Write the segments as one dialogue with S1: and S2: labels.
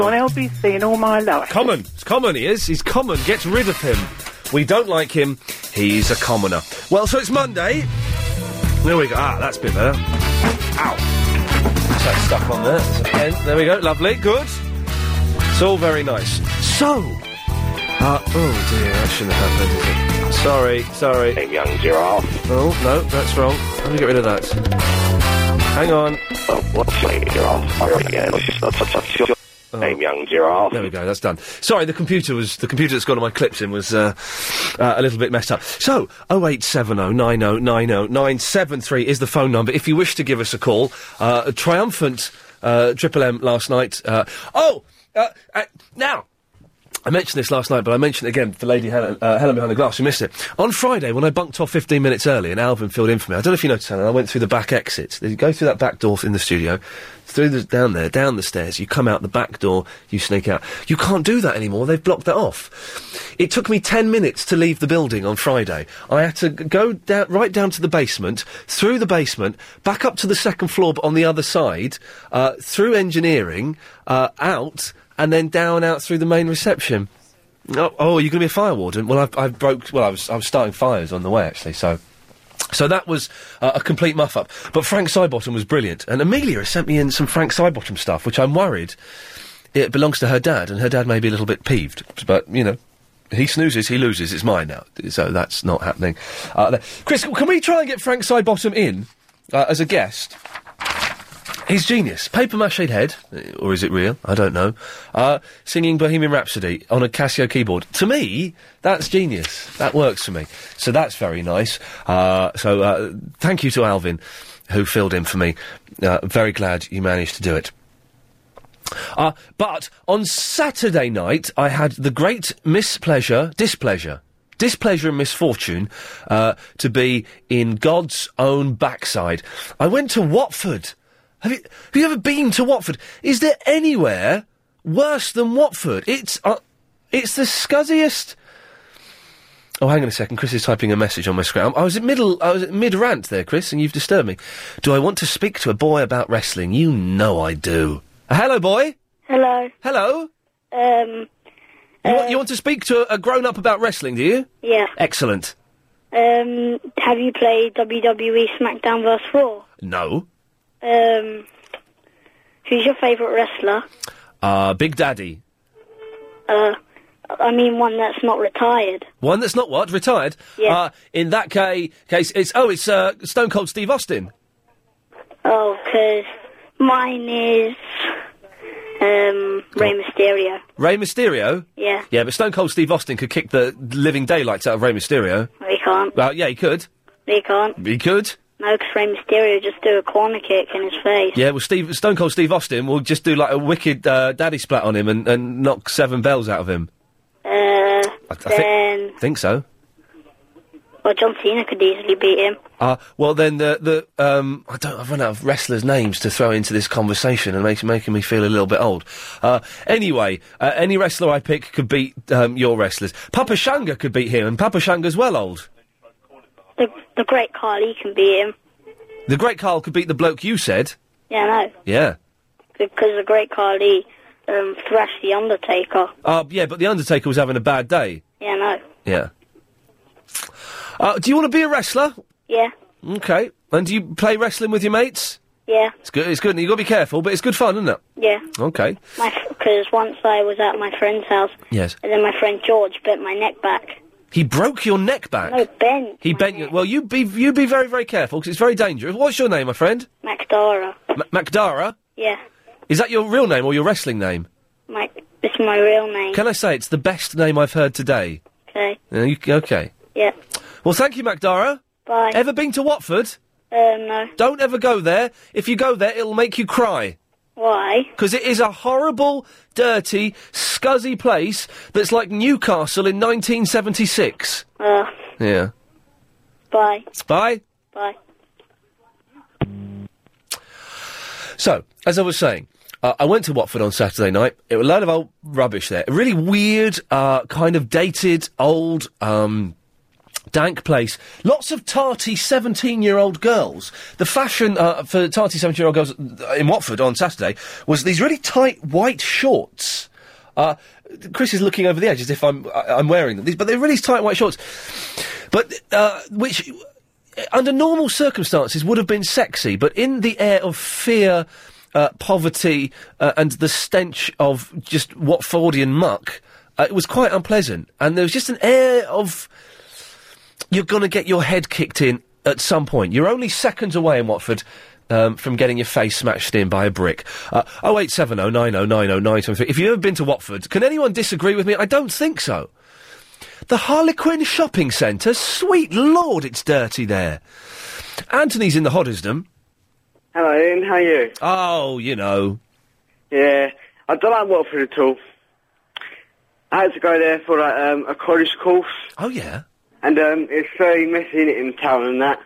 S1: on LBC in all my life.
S2: Common. It's common, he is. He's common. Gets rid of him. We don't like him. He's a commoner. Well, so it's Monday. There we go. Ah, that's a bit better. Ow. So that's stuck on there. There's a pen. There we go. Lovely. Good. It's all very nice. So. Uh, oh dear, that shouldn't have happened. Sorry, sorry. Hey, young giraffe. Oh, no, that's wrong. Let me get rid of that. Hang on. Oh, what's giraffe? Name young giraffe. Oh. There we go. That's done. Sorry, the computer was the computer that's got all my clips in was uh, uh, a little bit messed up. So, oh eight seven oh nine oh nine oh nine seven three is the phone number. If you wish to give us a call, uh, a triumphant uh, Triple M last night. Uh, oh, uh, uh, now I mentioned this last night, but I mentioned it again for Lady Helen, uh, Helen behind the glass. You missed it on Friday when I bunked off 15 minutes early, and Alvin filled in for me. I don't know if you noticed, Helen. I went through the back exit. You go through that back door in the studio, through the down there, down the stairs. You come out the back door. You sneak out. You can't do that anymore. They've blocked that off. It took me 10 minutes to leave the building on Friday. I had to g- go down, right down to the basement, through the basement, back up to the second floor, but on the other side, uh, through engineering, uh, out and then down out through the main reception. Oh, oh you're going to be a fire warden? Well, I've, I've broke. Well, I was I was starting fires on the way actually, so. So that was uh, a complete muff up. But Frank Sybottom was brilliant. And Amelia has sent me in some Frank Sybottom stuff, which I'm worried it belongs to her dad, and her dad may be a little bit peeved. But, you know, he snoozes, he loses. It's mine now. So that's not happening. Uh, there- Chris, can we try and get Frank Sybottom in uh, as a guest? He's genius. Paper mache head, eh, or is it real? I don't know. Uh, singing Bohemian Rhapsody on a Casio keyboard. To me, that's genius. That works for me. So that's very nice. Uh, so uh, thank you to Alvin, who filled in for me. Uh, very glad you managed to do it. Uh, but on Saturday night, I had the great mispleasure, displeasure, displeasure and misfortune uh, to be in God's own backside. I went to Watford. Have you, have you ever been to Watford? Is there anywhere worse than Watford? It's uh, it's the scuzziest. Oh, hang on a second. Chris is typing a message on my screen. I'm- I was at middle. I was at mid rant there, Chris, and you've disturbed me. Do I want to speak to a boy about wrestling? You know I do. Hello, boy.
S3: Hello.
S2: Hello.
S3: Um.
S2: You, want, you want to speak to a grown up about wrestling, do you?
S3: Yeah.
S2: Excellent.
S3: Um. Have you played WWE SmackDown vs Raw?
S2: No.
S3: Um. Who's your favourite wrestler?
S2: Uh, Big Daddy.
S3: Uh. I mean, one that's not retired.
S2: One that's not what retired.
S3: Yeah.
S2: Uh, in that ca- case, it's oh, it's uh, Stone Cold Steve Austin.
S3: Oh, 'cause mine is um Rey Mysterio.
S2: Rey Mysterio.
S3: Yeah.
S2: Yeah, but Stone Cold Steve Austin could kick the living daylights out of Rey Mysterio.
S3: They can't.
S2: Well, yeah, he could.
S3: They can't.
S2: He could.
S3: No, 'cause Rey Mysterio just do a corner kick in his face.
S2: Yeah, well, Steve, Stone Cold Steve Austin will just do like a wicked uh, daddy splat on him and, and knock seven bells out of him.
S3: Uh.
S2: I thi-
S3: then.
S2: Think so.
S3: Well, John Cena could easily beat him.
S2: Uh, well, then the the um, I don't I've run out of wrestlers' names to throw into this conversation and makes making me feel a little bit old. Uh, anyway, uh, any wrestler I pick could beat um, your wrestlers. Papa Shanga could beat him, and Papa Shanga's well old.
S3: The the Great Khali can beat him.
S2: The Great Carl could beat the bloke you said.
S3: Yeah, no,
S2: Yeah.
S3: because the Great Khali um, thrashed the Undertaker.
S2: Uh, yeah, but the Undertaker was having a bad day.
S3: Yeah, no.
S2: Yeah. Uh, do you want to be a wrestler?
S3: Yeah,
S2: Okay. And do you play wrestling with your mates?
S3: yeah,
S2: It's good. It's good. You got to be careful, but it's good fun, isn't it?
S3: yeah.
S2: Okay.
S3: Because once I was at my friend's house,
S2: Yes.
S3: and then my friend George bent my neck back.
S2: He broke your neck back.
S3: No, bent.
S2: He bent you. Well, you be you be very very careful because it's very dangerous. What's your name, my friend?
S3: MacDara.
S2: M- Macdara.
S3: Yeah,
S2: Is that your real name or your wrestling name?
S3: my. This is my real name.
S2: Can I say it's the best name I've heard today?
S3: Okay.
S2: Uh, you, okay.
S3: Yeah.
S2: Well, thank you, Macdara.
S3: Bye.
S2: Ever been to Watford?
S3: Um. No.
S2: Don't ever go there. If you go there, it'll make you cry.
S3: Why?
S2: Because it is a horrible, dirty, scuzzy place that's like Newcastle in 1976.
S3: Uh.
S2: Yeah.
S3: Bye.
S2: Bye.
S3: Bye.
S2: So, as I was saying, uh, I went to Watford on Saturday night. It was a load of old rubbish there. Really weird, uh, kind of dated, old, um, Dank place. Lots of tarty 17 year old girls. The fashion uh, for tarty 17 year old girls uh, in Watford on Saturday was these really tight white shorts. Uh, Chris is looking over the edge as if I'm, I- I'm wearing them. These- But they're really tight white shorts. But, uh, which, under normal circumstances, would have been sexy, but in the air of fear, uh, poverty, uh, and the stench of just Watfordian muck, uh, it was quite unpleasant. And there was just an air of you're going to get your head kicked in at some point. You're only seconds away in Watford um, from getting your face smashed in by a brick. Uh, 0870 90 90 923. If you've ever been to Watford, can anyone disagree with me? I don't think so. The Harlequin Shopping Centre? Sweet lord, it's dirty there. Anthony's in the Hoddesdom.
S4: Hello, Ian. How are you?
S2: Oh, you know.
S4: Yeah, I don't like Watford at all. I had to go there for a, um, a college course.
S2: Oh yeah.
S4: And um, it's very messy innit, in town and that.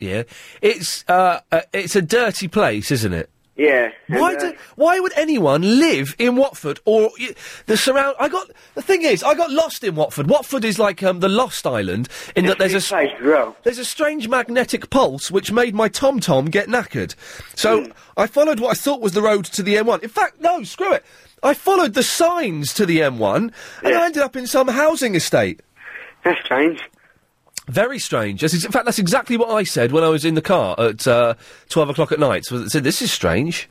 S2: Yeah. It's, uh, uh, it's a dirty place, isn't it?
S4: Yeah. and,
S2: Why
S4: uh,
S2: do, Why would anyone live in Watford or y- the surround? I got the thing is, I got lost in Watford. Watford is like um, the Lost Island in that there's a s- there's a strange magnetic pulse which made my tom tom get knackered. So
S4: Hmm.
S2: I followed what I thought was the road to the M1. In fact, no, screw it. I followed the signs to the M1 and I ended up in some housing estate.
S4: That's strange.
S2: Very strange. That's ex- in fact, that's exactly what I said when I was in the car at uh, twelve o'clock at night. So I said, "This is strange."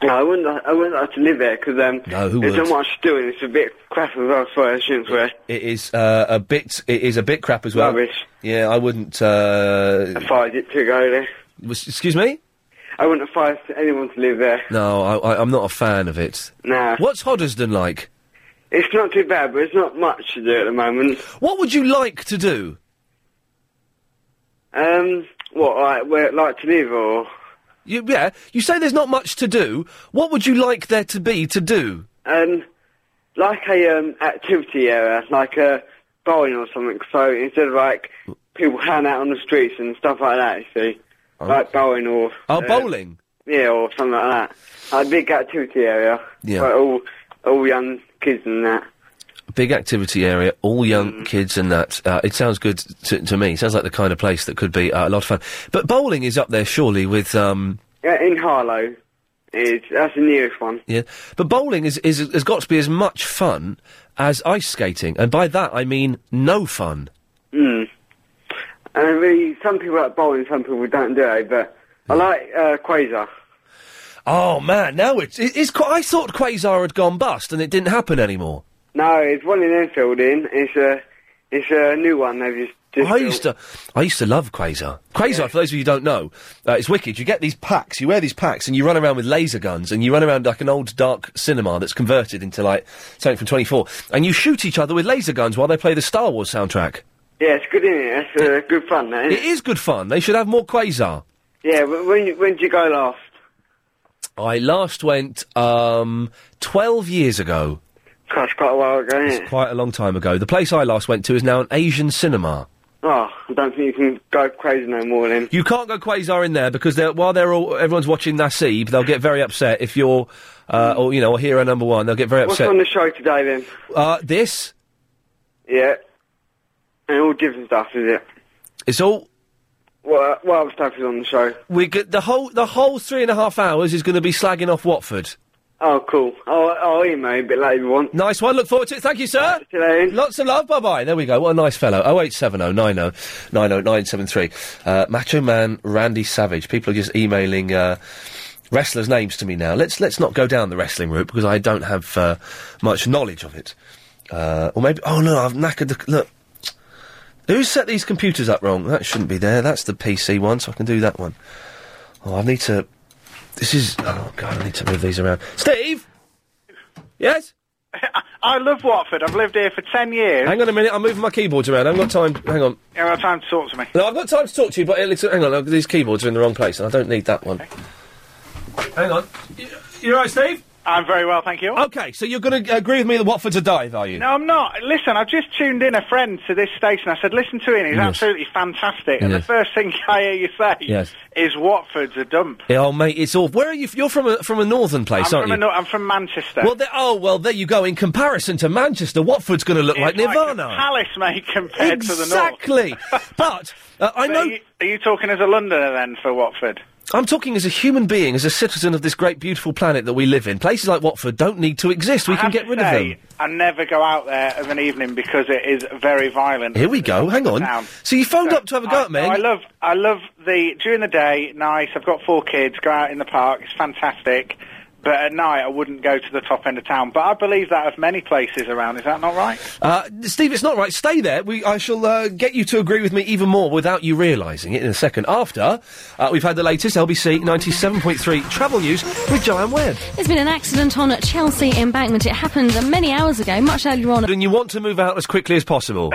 S4: No, I wouldn't. I wouldn't like to live there because um,
S2: No, who
S4: there's
S2: would?
S4: not much to do and it's a bit crap as well. Sorry, I shouldn't swear.
S2: It is uh, a bit. It is a bit crap as well.
S4: Rubbish.
S2: Yeah, I wouldn't. Uh,
S4: If I did to go there,
S2: was- excuse me.
S4: I wouldn't advise anyone to live there.
S2: No, I, I, I'm not a fan of it.
S4: Nah.
S2: What's Hoddesdon like?
S4: It's not too bad, but it's not much to do at the moment.
S2: What would you like to do?
S4: Um, what? Like, where, like to live or?
S2: You, yeah, you say there's not much to do. What would you like there to be to do?
S4: Um, like a um, activity area, like a bowling or something. So instead of like people hanging out on the streets and stuff like that, you see, like bowling or
S2: Oh,
S4: uh,
S2: bowling.
S4: yeah, or something like that. Like a big activity area.
S2: Yeah.
S4: for all all young kids and that.
S2: Big activity area, all young
S4: Mm.
S2: kids and that. Uh, it sounds good to, to me. Sounds like the kind of place that could be uh, a lot of fun. But bowling is up there surely with um,
S4: Yeah, in Harlow, it's that's the nearest one.
S2: Yeah, but bowling is, is has got to be as much fun as ice skating, and by that I mean no fun.
S4: Mm. And really, some people like bowling, some people don't do it. But I like uh, Quasar.
S2: Oh man, now it's, it, it's. qu- I thought Quasar had gone bust, and it didn't happen anymore.
S4: No, it's one in Enfield. In it's a it's a new one. They've just, just
S2: I used to, I used to love Quasar. Quasar, for those of you who don't know, uh, it's wicked. You get these packs, you wear these packs, and you run around with laser guns, and you run around like an old dark cinema that's converted into like something from 24, and you shoot each other with laser guns while they play the Star Wars soundtrack.
S4: Yeah, it's good, isn't it? It's uh, good fun, that,
S2: It
S4: isn't it?
S2: is good fun. They should have more Quasar.
S4: Yeah, wh- when, you- when did you go last?
S2: I last went um, 12 years ago.
S4: Gosh, quite a while ago,
S2: It's quite a long time ago. The place I last went to is now an Asian cinema.
S4: Oh, I don't think you can go crazy no more then.
S2: You can't go Quasar in there because they're, while they're all, everyone's watching Nasib, they'll get very upset if you're, uh, or you know, or hero number one. They'll get very
S4: What's
S2: upset.
S4: on the show today then?
S2: Uh, this
S4: Yeah. And all different stuff, is it?
S2: it's all.
S4: What, what other stuff is on the show?
S2: We get the whole the whole three and a half hours is going to be slagging off Watford.
S4: Oh, cool. Oh, oh, you may a bit later if you want.
S2: Nice one. Look forward to it. Thank you, sir. Lots of love. Bye bye. There we go. What a nice Oh, fellow. 0870 90 90 973. Uh, Macho Man Randy Savage. People are just emailing uh, wrestlers' names to me now. Let's let's not go down the wrestling route because I don't have uh, much knowledge of it. Uh, or maybe. Oh no, I've knackered the. Look. Who set these computers up wrong? That shouldn't be there. That's the PC one, so I can do that one. Oh, I need to. This is. Oh god, I need to move these around. Steve. Yes.
S5: I love Watford. I've lived here for ten years.
S2: Hang on a minute, I'm moving my keyboards around. I haven't got time. Hang on.
S5: You have time to talk to me.
S2: No, I've got time to talk to you, but it's, hang on, uh, these keyboards are in the wrong place, and I don't need that one. Hang on. You, you all right, Steve?
S5: I'm very well, thank you.
S2: Okay, so you're going to agree with me that Watford's a dive, are you?
S5: No, I'm not. Listen, I've just tuned in a friend to this station. I said, listen to him, he's
S2: Yes.
S5: absolutely fantastic. And the
S2: Yes.
S5: first thing I hear you say
S2: Yes.
S5: is Watford's a dump.
S2: Yeah, oh, mate, it's all. Where are you? f- You're from a from a northern place,
S5: I'm,
S2: aren't
S5: from
S2: you?
S5: a no- I'm from Manchester.
S2: well, there, oh well, there you go. In comparison to Manchester, Watford's going to look like
S5: It's like the
S2: Nirvana.
S5: Palace, mate, compared to the North.
S2: Exactly. but uh, I know.
S5: Are you, are you talking as a Londoner then for Watford?
S2: I'm talking as a human being, as a citizen of this great, beautiful planet that we live in. Places like Watford don't need to exist. We
S5: I
S2: can
S5: have
S2: get
S5: to
S2: rid
S5: say,
S2: of them.
S5: I never go out there of an evening because it is very violent.
S2: Here we go. Hang on.
S5: Down.
S2: So you phoned up to have a go at me.
S5: No, Um, I love, I love the during the day. Nice. I've got four kids. Go out in the park. It's fantastic. But at night, I wouldn't go to the top end of town. But I believe that of many places around. Is that not right?
S2: Uh, Steve, it's not right. Stay there. We, I shall uh, get you to agree with me even more without you realising it in a second. After uh, we've had the latest LBC 97.3 travel news with Joanne Webb.
S6: There's been an accident on Chelsea Embankment. It happened uh, many hours ago, much earlier on.
S2: And you want to move out as quickly as possible.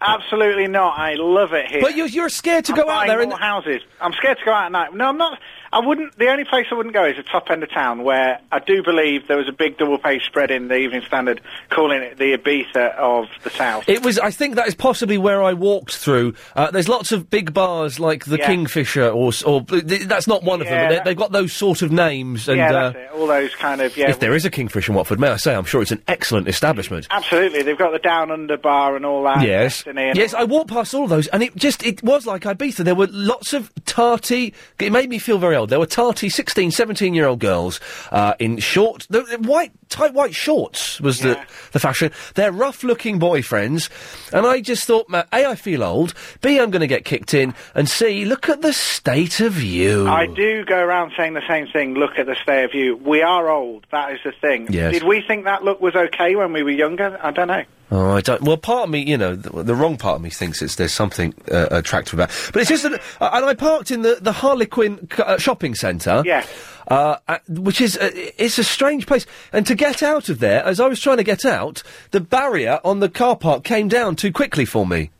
S5: Absolutely not. I love it here.
S2: But you're- you're scared to
S5: I'm
S2: go out
S5: buying
S2: there and-
S5: More houses. I'm scared to go out at night. No, I'm not. I wouldn't. The only place I wouldn't go is the top end of town, where I do believe there was a big double page spread in the Evening Standard, calling it the Ibiza of the South.
S2: It was. I think that is possibly where I walked through. Uh, there's lots of big bars like the
S5: Yeah.
S2: Kingfisher, or, s- or th- th- that's not one of
S5: Yeah,
S2: them. But
S5: that-
S2: they, they've got those sort of names. And
S5: yeah,
S2: uh,
S5: that's it. All those kind of yeah.
S2: if there is a Kingfisher in Watford, may I say, I'm sure it's an excellent establishment.
S5: Absolutely, they've got the down under bar and all that.
S2: Yes.
S5: Destiny and
S2: Yes, I walked past all of those, and it just, it was like Ibiza. There were lots of tarty, it made me feel very old. There were tarty 16, 17 year old girls uh, in short, the, the white, tight white shorts was the, the fashion. They're rough looking boyfriends, and I just thought, ma- A, I feel old, B, I'm going to get kicked in, and C, look at the state of you.
S5: I do go around saying the same thing. Look at the state of you. We are old. That is the thing.
S2: Yes.
S5: Did we think that look was okay when we were younger? I don't know.
S2: Oh, I don't. Well, part of me, you know, the, the wrong part of me thinks it's there's something uh, attractive about. But it's just that, uh, and I parked in the the Harlequin c- uh, shopping centre. Yeah. Uh, uh, which is uh, it's a strange place, and to get out of there, as I was trying to get out, the barrier on the car park came down too quickly for me.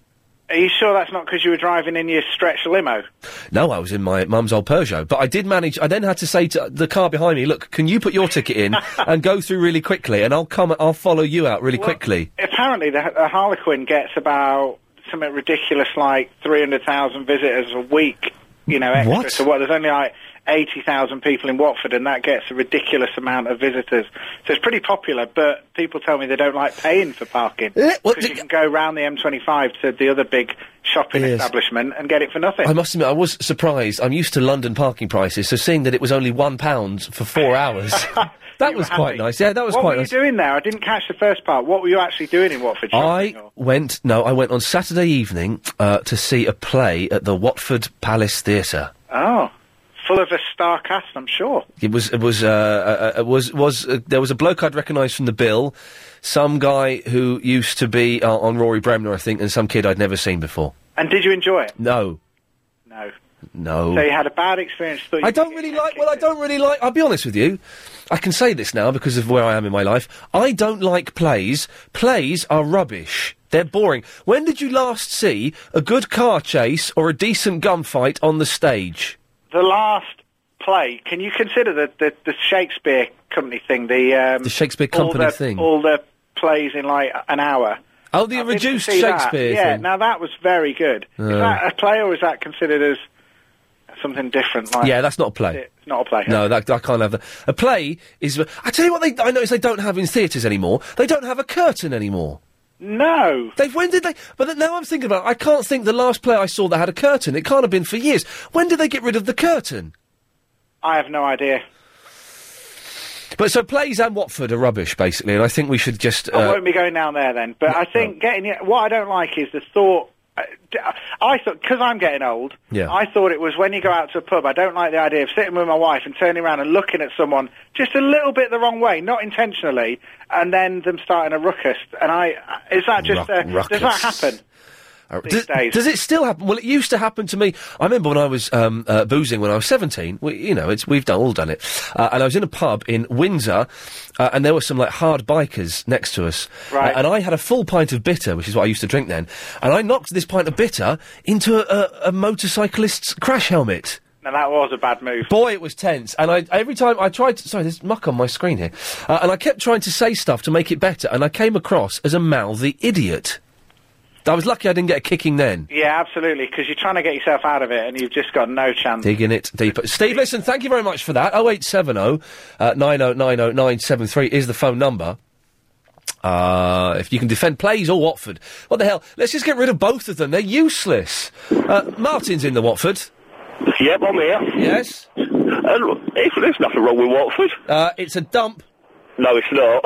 S5: Are you sure that's not because you were driving in your stretch limo?
S2: No, I was in my mum's old Peugeot, but I did manage. I then had to say to the car behind me, "Look, can you put your ticket in and go through really quickly, and I'll come, I'll follow you out really quickly."
S5: Apparently, the, the Harlequin gets about something ridiculous like 300,000 visitors a week, you know, extra.
S7: What?
S5: So, what, there's only like 80,000 people in Watford, and that gets a ridiculous amount of visitors. So, it's pretty popular, but people tell me they don't like paying for parking.
S2: Eh,
S5: Because you can go round the M25 to the other big shopping
S2: Yes.
S5: establishment and get it for nothing.
S2: I must admit, I was surprised. I'm used to London parking prices, so seeing that it was only one pound for four hours, that was quite nice. Yeah, that was
S5: what
S2: quite
S5: were
S2: nice.
S5: you doing there? I didn't catch the first part. What were you actually doing in Watford?
S2: I went. No, I went on Saturday evening uh, to see a play at the Watford Palace Theatre.
S5: Oh, full of a star cast, I'm sure.
S2: It was. It was. Uh, uh, uh, was. Was. Uh, there was a bloke I'd recognise from the bill, some guy who used to be uh, on Rory Bremner, I think, and some kid I'd never seen before.
S5: And did you enjoy it?
S2: No,
S5: No.
S2: no.
S5: So you had a bad experience. Thought you
S2: Oh. I don't really like. Well, I don't really like. I'll be honest with you. I can say this now because of where I am in my life. I don't like plays. Plays are rubbish. They're boring. When did you last see a good car chase or a decent gunfight on the stage?
S5: The last play. Can you consider the the, the Shakespeare Company thing? The um,
S2: The Shakespeare
S5: all
S2: Company
S5: the-
S2: thing.
S5: All the plays in like an hour.
S2: Oh, the
S5: I did
S2: reduced
S5: see that.
S2: Shakespeare
S5: Yeah.
S2: thing.
S5: Now that was very good.
S2: Oh.
S5: Is that a play or is that considered as something different? Like
S2: Yeah, that's not a play.
S5: It's not a play.
S2: No, that, I can't have that. A play is. I tell you what, they, I notice they don't have in theatres anymore. They don't have a curtain anymore.
S5: No.
S2: They've when did they? But th- now I'm thinking about. it, I can't think the last play I saw that had a curtain. It can't have been for years. When did they get rid of the curtain?
S5: I have no idea.
S2: But so plays and Watford are rubbish, basically, and I think we should just.
S5: I
S2: Uh,
S5: won't be going down there then. But I think getting it, what I don't like is the thought. I- I thought because I'm getting old.
S2: Yeah.
S5: I thought it was when you go out to a pub. I don't like the idea of sitting with my wife and turning around and looking at someone just a little bit the wrong way, not intentionally, and then them starting a ruckus. And I is that just
S2: Ruck-
S5: uh, does that
S2: ruckus.
S5: happen?
S2: uh,
S5: these
S2: does,
S5: days.
S2: does it still happen? Well, it used to happen to me. I remember when I was um, uh, boozing when I was seventeen. We, you know, it's we've done all done it. Uh, and I was in a pub in Windsor, uh, and there were some like hard bikers next to us.
S5: Right.
S2: Uh, and I had a full pint of bitter, which is what I used to drink then. And I knocked this pint of bitter into a, a, a motorcyclist's crash helmet.
S5: Now that was a bad move.
S2: Boy, it was tense. And I, every time I tried to, sorry, there's muck on my screen here. Uh, and I kept trying to say stuff to make it better, and I came across as a mouthy idiot. I was lucky I didn't get a kicking then.
S5: Yeah, absolutely, because you're trying to get yourself out of it and you've just got no chance.
S2: Digging it deeper. Steve, listen, thank you very much for that. 0870 uh, 9090973 is the phone number. Uh, if you can defend plays or Watford. What the hell? Let's just get rid of both of them. They're useless. Uh, Martin's in the Watford.
S7: Yep, I'm here.
S2: Yes?
S7: Uh, look, if there's nothing wrong with Watford.
S2: Uh, it's a dump.
S7: No, it's not.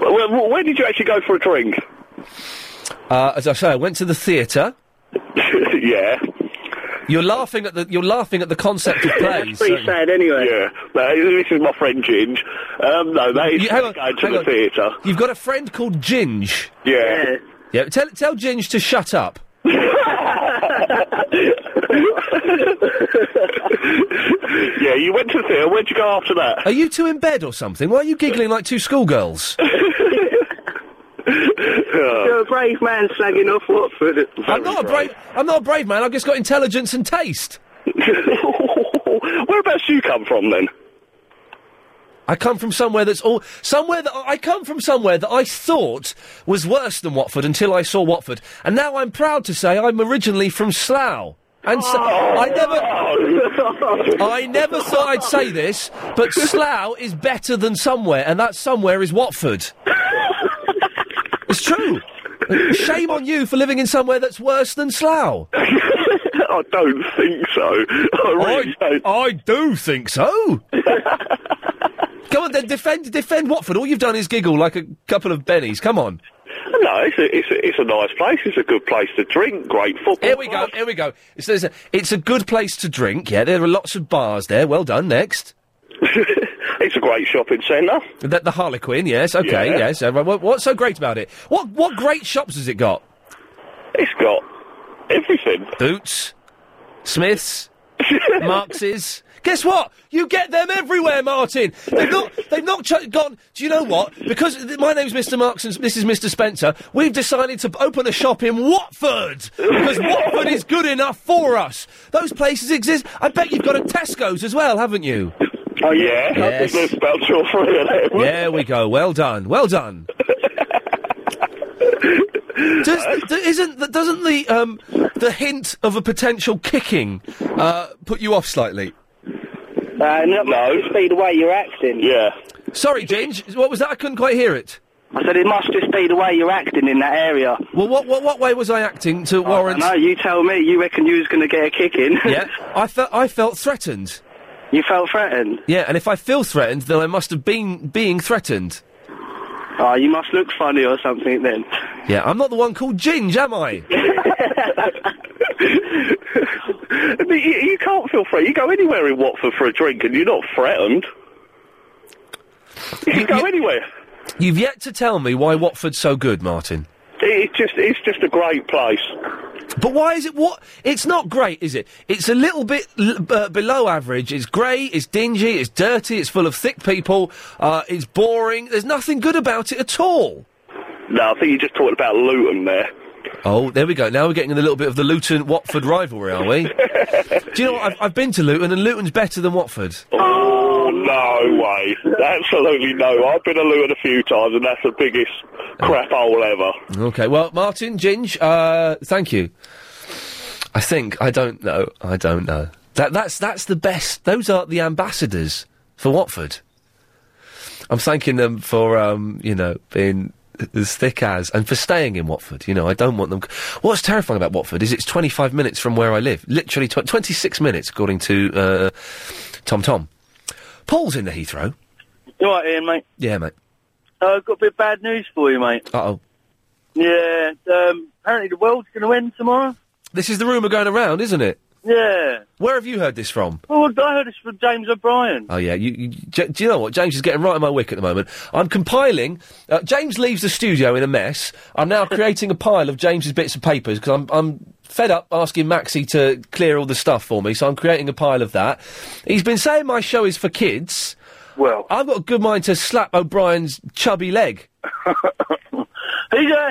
S7: Where, where- where did you actually go for a drink?
S2: Uh, as I say, I went to the theatre.
S7: yeah.
S2: You're laughing at the you're laughing at the concept of plays. so-
S7: sad anyway. Yeah. No, this is my friend Ginge. Um, no, mate,
S2: You- hang on,
S7: going to
S2: hang
S7: the
S2: on.
S7: theatre.
S2: You've got a friend called Ginge.
S7: Yeah.
S2: Yeah. Tell tell Ginge to shut up.
S7: yeah, you went to the theatre. Where'd you go after that?
S2: Are you two in bed or something? Why are you giggling like two schoolgirls?
S8: You're a brave man slagging off Watford.
S2: I'm not a brave. I'm not a brave man. I've just got intelligence and taste.
S7: Whereabouts you come from then?
S2: I come from somewhere that's all somewhere that I come from somewhere that I thought was worse than Watford until I saw Watford, and now I'm proud to say I'm originally from Slough. And so,
S8: Oh.
S2: I
S9: Oh,
S2: never, I never thought I'd say this, but Slough is better than somewhere, and that somewhere is Watford. it's true. Shame on you for living in somewhere that's worse than Slough.
S7: I don't think so. I really don't.
S2: I do think so. Come on, then defend defend Watford. All you've done is giggle like a couple of bennies. Come on.
S7: No, it's a, it's, a, it's a nice place. It's a good place to drink. Great football.
S2: Here we go. Here we go. It's, it's a, it's a good place to drink. Yeah, there are lots of bars there. Well done. Next.
S7: it's a great shopping centre.
S2: The, the Harlequin. Yes. Okay.
S7: Yeah.
S2: Yes. everyone- what, what's so great about it? What what great shops has it got?
S7: It's got everything.
S2: Boots, Smiths, Marx's. Guess what? You get them everywhere, Martin. They've not. They've not ch- gone. Do you know what? Because th- my name's Mr. Marx and s- this is Mr. Spencer. We've decided to open a shop in Watford because Watford is good enough for us. Those places exist. I bet you've got a Tesco's as well, haven't you?
S7: Oh yeah,
S2: Yes.
S7: I think there's about two or three of them.
S2: There we go. Well done. Well done. Does, do, isn't the, doesn't the um, the hint of a potential kicking uh, put you off slightly?
S9: Uh, not no. just be the way you're acting.
S7: Yeah.
S2: Sorry, Ginge. What was that? I couldn't quite hear it.
S9: I said it must just be the way you're acting in that area.
S2: Well, what what, what way was I acting to warrant?
S9: No, you tell me. You reckon you was going to get a kick in?
S2: yeah, I felt I felt threatened.
S9: You felt threatened.
S2: Yeah, and if I feel threatened, then I must have been being threatened.
S9: Oh, you must look funny or something then.
S2: Yeah, I'm not the one called Ginge, am I?
S7: You, you can't feel free. You go anywhere in Watford for a drink and you're not threatened. You can go anywhere.
S2: You've yet to tell me why Watford's so good, Martin.
S7: It- It's just it's just a great place.
S2: But why is it what? It's not great, is it? It's a little bit l- b- uh, below average. It's grey, it's dingy, it's dirty, it's full of thick people, uh, it's boring. There's nothing good about it at all.
S7: No, I think you just talked about Luton there.
S2: Oh, there we go. Now we're getting in a little bit of the Luton Watford rivalry, are we? Do you know what? I've, I've been to Luton, and Luton's better than Watford.
S7: Oh no way! Absolutely no. I've been to Luton a few times and that's the biggest crap hole ever.
S2: Okay, well, Martin, Ginge, uh, thank you. I think, I don't know, I don't know. That, that's, that's the best, those are the ambassadors for Watford. I'm thanking them for, um, you know, being as thick as, and for staying in Watford, you know, I don't want them... What's terrifying about Watford is it's 25 minutes from where I live, literally tw- 26 minutes, according to, uh, Tom Tom. Paul's in the Heathrow.
S9: You all right, Ian, mate?
S2: Yeah, mate.
S9: Uh, I've got a bit of bad news for you, mate.
S2: Uh-oh.
S9: Yeah, um, apparently the world's going to end tomorrow.
S2: This is the rumour going around, isn't it?
S9: Yeah.
S2: Where have you heard this from?
S9: Oh, I heard this from James O'Brien.
S2: Oh yeah, you, you, J- do you know what? James is getting right on my wick at the moment. I'm compiling. Uh, James leaves the studio in a mess. I'm now creating a pile of James's bits of papers because I'm I'm fed up asking Maxie to clear all the stuff for me. So I'm creating a pile of that. He's been saying my show is for kids. Well, I've got a good mind to slap O'Brien's chubby leg.
S9: He, uh,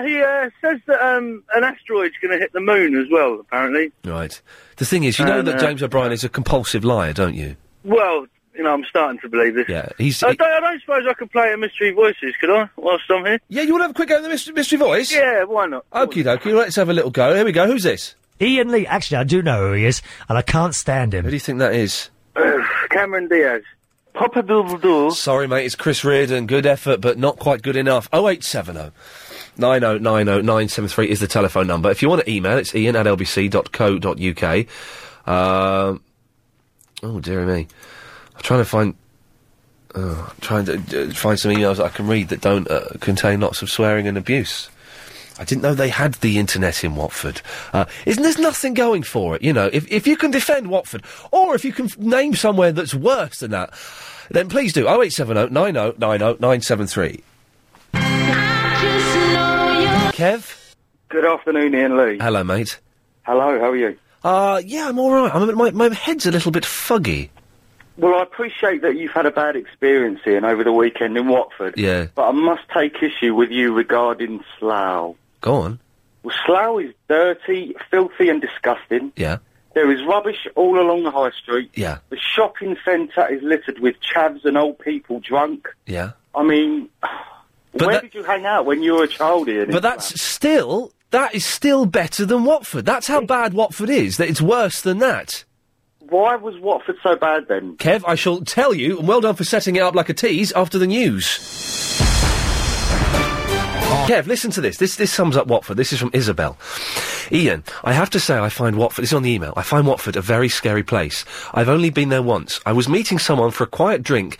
S9: he uh, says that um, an asteroid's going to hit the moon as well, apparently.
S2: Right. The thing is, you know
S9: And,
S2: that
S9: uh,
S2: James O'Brien is a compulsive liar, don't you?
S9: Well, you know, I'm starting to believe this.
S2: Yeah. He's.
S9: I, don't, I don't suppose I could play a Mystery Voices, could I, whilst I'm here?
S2: Yeah, you want to have a quick go at the Mystery, mystery Voice?
S9: Yeah, why not?
S2: Okie dokie, let's have a little go. Here we go. Who's this?
S10: Ian Lee. Actually, I do know who he is, and I can't stand him. Who
S2: do you think that is?
S9: Cameron Diaz.
S2: Papa Doodle Doo. Sorry, mate, it's Chris Reardon. Good effort, but not quite good enough. Oh, 0870 oh, 9090973 is the telephone number. If you want to email, it's ian at lbc.co.uk. Um, oh, dear me. I'm trying to find. Oh, I'm trying to uh, find some emails that I can read that don't uh, contain lots of swearing and abuse. I didn't know they had the internet in Watford. Uh, isn't there's nothing going for it? You know, if if you can defend Watford, or if you can f- name somewhere that's worse than that, then please do. 0870 90 90 973. Kev?
S11: Good afternoon, Ian Lee.
S2: Hello, mate.
S11: Hello, how are you?
S2: Uh, yeah, I'm all right. I'm, my, my head's a little bit fuggy.
S11: Well, I appreciate that you've had a bad experience, Ian, over the weekend in Watford.
S2: Yeah.
S11: But I must take issue with you regarding Slough.
S2: Go on.
S11: Well, Slough is dirty, filthy and disgusting.
S2: Yeah.
S11: There is rubbish all along the high street.
S2: Yeah.
S11: The shopping centre is littered with chavs and old people drunk.
S2: Yeah.
S11: I mean, where
S2: that-
S11: did you hang out when you were a child, Ian?
S2: But that's still. That is still better than Watford. That's how bad Watford is. That it's worse than that.
S11: Why was Watford so bad then?
S2: Kev, I shall tell you, and well done for setting it up like a tease after the news. Kev, listen to this. This this sums up Watford. This is from Isabel. Ian, I have to say I find Watford this is on the email. I find Watford a very scary place. I've only been there once. I was meeting someone for a quiet drink.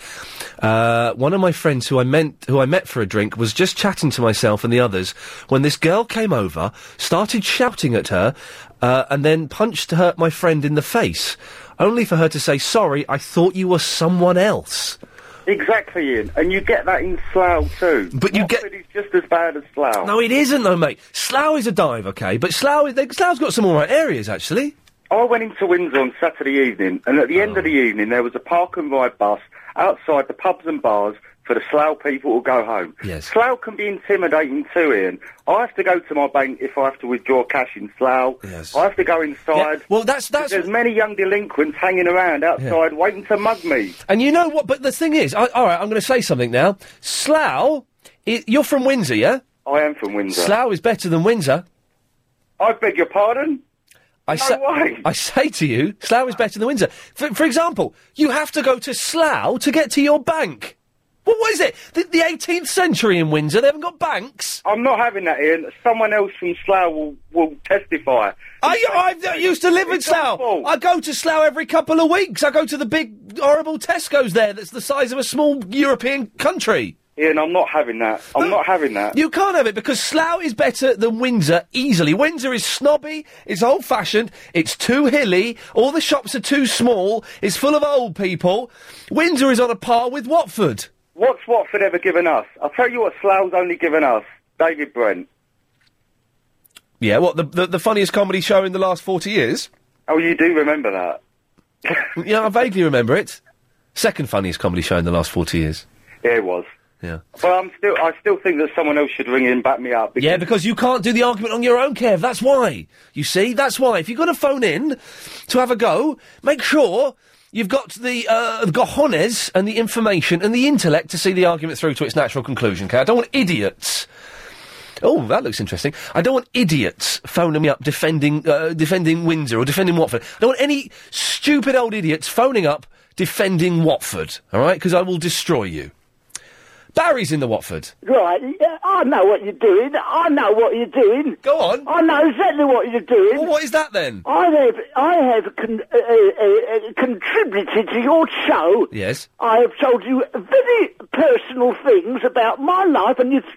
S2: Uh, one of my friends who I meant who I met for a drink was just chatting to myself and the others when this girl came over, started shouting at her, uh, and then punched her my friend in the face, only for her to say, "Sorry, I thought you were someone else."
S11: Exactly, Ian. And you get that in Slough too.
S2: But you
S11: get is just as bad as Slough.
S2: No, it isn't though, mate. Slough is a dive, okay, but Slough is, they, Slough's got some all right areas actually.
S11: I went into Windsor on Saturday evening, and at the end of the
S2: Oh.
S11: evening, there was a park and ride bus outside the pubs and bars for the Slough people to go home.
S2: Yes.
S11: Slough can be intimidating too, Ian. I have to go to my bank if I have to withdraw cash in Slough.
S2: Yes.
S11: I have to go inside.
S2: Well, that's that's.
S11: There's many young delinquents hanging around outside waiting to mug me.
S2: And you know what? But the thing is, I, all right, I'm going to say something now. Slough, i you're from Windsor, yeah?
S11: I am from Windsor.
S2: Slough is better than Windsor.
S11: I beg your pardon.
S2: I
S11: No
S2: say,
S11: way.
S2: I say to you, Slough is better than Windsor. For, for example, you have to go to Slough to get to your bank. Well, what is it? The, the 18th century in Windsor, they haven't got banks.
S11: I'm not having that, Ian. Someone else from Slough will, will testify.
S2: I, I used to live in Slough. I go to Slough every couple of weeks. I go to the big, horrible Tesco's there that's the size of a small European country.
S11: Ian, I'm not having that. I'm not having that.
S2: You can't have it because Slough is better than Windsor easily. Windsor is snobby, it's old fashioned, it's too hilly, all the shops are too small, it's full of old people. Windsor is on a par with Watford.
S11: What's Watford ever given us? I'll tell you what Slough's only given us. David Brent.
S2: Yeah, what, the, the, the funniest comedy show in the last 40 years?
S11: Oh, you do remember that.
S2: yeah, I vaguely remember it. Second funniest comedy show in the last 40 years.
S11: Yeah, it was.
S2: Yeah.
S11: But I'm still, I still think that someone else should ring in and back me up.
S2: Yeah, because you can't do the argument on your own, Kev. That's why. You see, that's why. If you're going to phone in to have a go, make sure you've got the uh, gojones and the information and the intellect to see the argument through to its natural conclusion, okay? I don't want idiots. Oh, that looks interesting. I don't want idiots phoning me up defending uh, defending Windsor or defending Watford. I don't want any stupid old idiots phoning up defending Watford, all right? Because I will destroy you. Barry's in the Watford.
S12: Right, yeah, I know what you're doing. I know what you're doing.
S2: Go on.
S12: I know exactly what you're doing.
S2: Well, what is that then?
S12: I have, I have con- uh, uh, uh, contributed to your show.
S2: Yes.
S12: I have told you very personal things about my life, and it's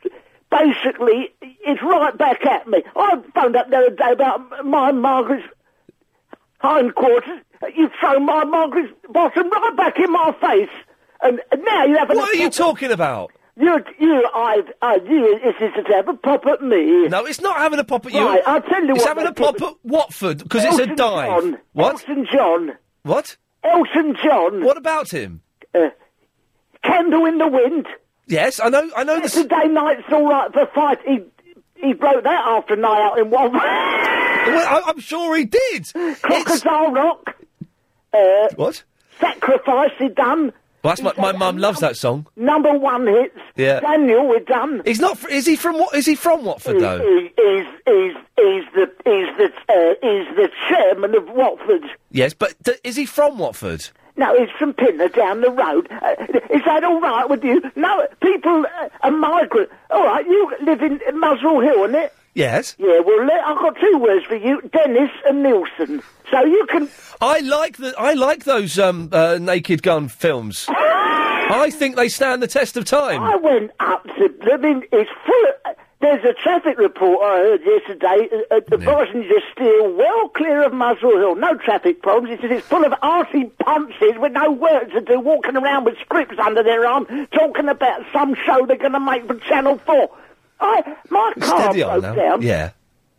S12: basically it's right back at me. I found out the other day about my Margaret's hindquarters. You've thrown my Margaret's bottom right back in my face, and and now you have. an
S2: What are you
S12: attack-
S2: talking about?
S12: you, you, I, I, you, this is to have a pop at me.
S2: No, it's not having a pop at you.
S12: Right, I'll tell you
S2: It's
S12: what.
S2: having a pop at Watford because it's a
S12: Elton
S2: dive.
S12: John.
S2: What?
S12: Elton John.
S2: What?
S12: Elton John.
S2: What about him?
S12: Uh, Candle in the Wind.
S2: Yes, I know. I know.
S12: Saturday night's all right for fighting
S9: he wrote that after a night out in one. well, I,
S2: I'm sure he did.
S9: Crocodile Rock. Uh,
S2: What?
S9: Sacrifice he um, done.
S2: Well, that's my, my mum loves that song.
S9: Number one hits.
S2: Yeah.
S9: Daniel, we're done.
S2: He's not. Fr- is he from what? Is he from Watford though?
S9: He's, he's, he's, he's the he's the uh, he's the chairman of Watford.
S2: Yes, but d- is he from Watford?
S9: No, he's from Pinner down the road. Uh, is that all right with you? No, people uh, are migrant. All right, you live in Muswell Hill, isn't it?
S2: Yes.
S9: Yeah, well, let- I've got two words for you: Dennis and Nielsen. So you can.
S2: I like the. I like those um, uh, Naked Gun films. I think they stand the test of time.
S9: I went up to blooming. It's full. Of, there's a traffic report I heard yesterday. Uh, uh, advising you to steer well clear of Muswell Hill. No traffic problems. It says it's full of arty punches with no work to do, walking around with scripts under their arm, talking about some show they're going to make for Channel Four. I my car
S13: Oh,
S2: Steady on
S9: broke
S2: now.
S9: down.
S2: Yeah.